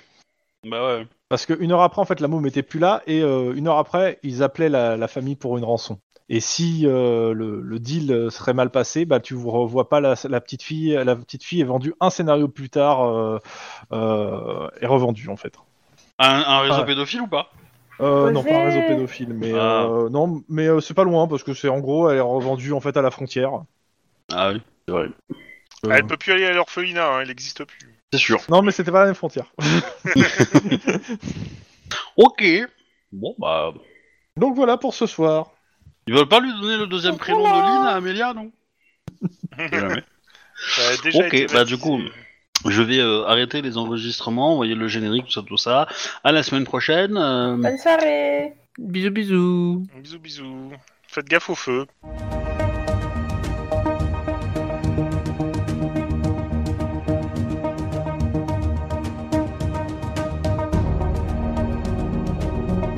[SPEAKER 1] Bah ouais.
[SPEAKER 2] Parce qu'une heure après, en fait, la môme était plus là, et euh, une heure après, ils appelaient la, la famille pour une rançon. Et si euh, le, le deal serait mal passé, bah tu vous revois pas la, la petite fille. La petite fille est vendue un scénario plus tard euh, euh, est revendue en fait.
[SPEAKER 1] Un, un réseau
[SPEAKER 3] Ah
[SPEAKER 2] Ouais.
[SPEAKER 1] pédophile ou pas
[SPEAKER 2] Euh, non, pas un réseau
[SPEAKER 5] Posez-
[SPEAKER 2] pédophile, mais
[SPEAKER 1] Ah.
[SPEAKER 2] euh, non, mais euh, c'est pas loin parce que c'est en gros, elle est revendue en fait à la frontière.
[SPEAKER 1] Ah oui, c'est vrai.
[SPEAKER 2] Euh,
[SPEAKER 4] Elle peut plus aller à l'orphelinat, hein, elle n'existe plus.
[SPEAKER 1] C'est sûr.
[SPEAKER 2] Non, mais c'était pas la même frontière.
[SPEAKER 1] Ok. Bon, bah.
[SPEAKER 2] Donc voilà pour ce soir.
[SPEAKER 1] Ils veulent pas lui donner le deuxième prénom de Lynn à Amélia, non euh, Jamais.
[SPEAKER 4] Ça a déjà
[SPEAKER 1] Ok,
[SPEAKER 4] été
[SPEAKER 1] bah, du
[SPEAKER 4] baptisé.
[SPEAKER 1] coup, Je vais euh, arrêter les enregistrements, envoyer le générique, tout ça, tout ça. À la semaine prochaine. euh,
[SPEAKER 5] Bonne soirée
[SPEAKER 3] Bisous, bisous.
[SPEAKER 4] Bisous, bisous. Faites gaffe au feu.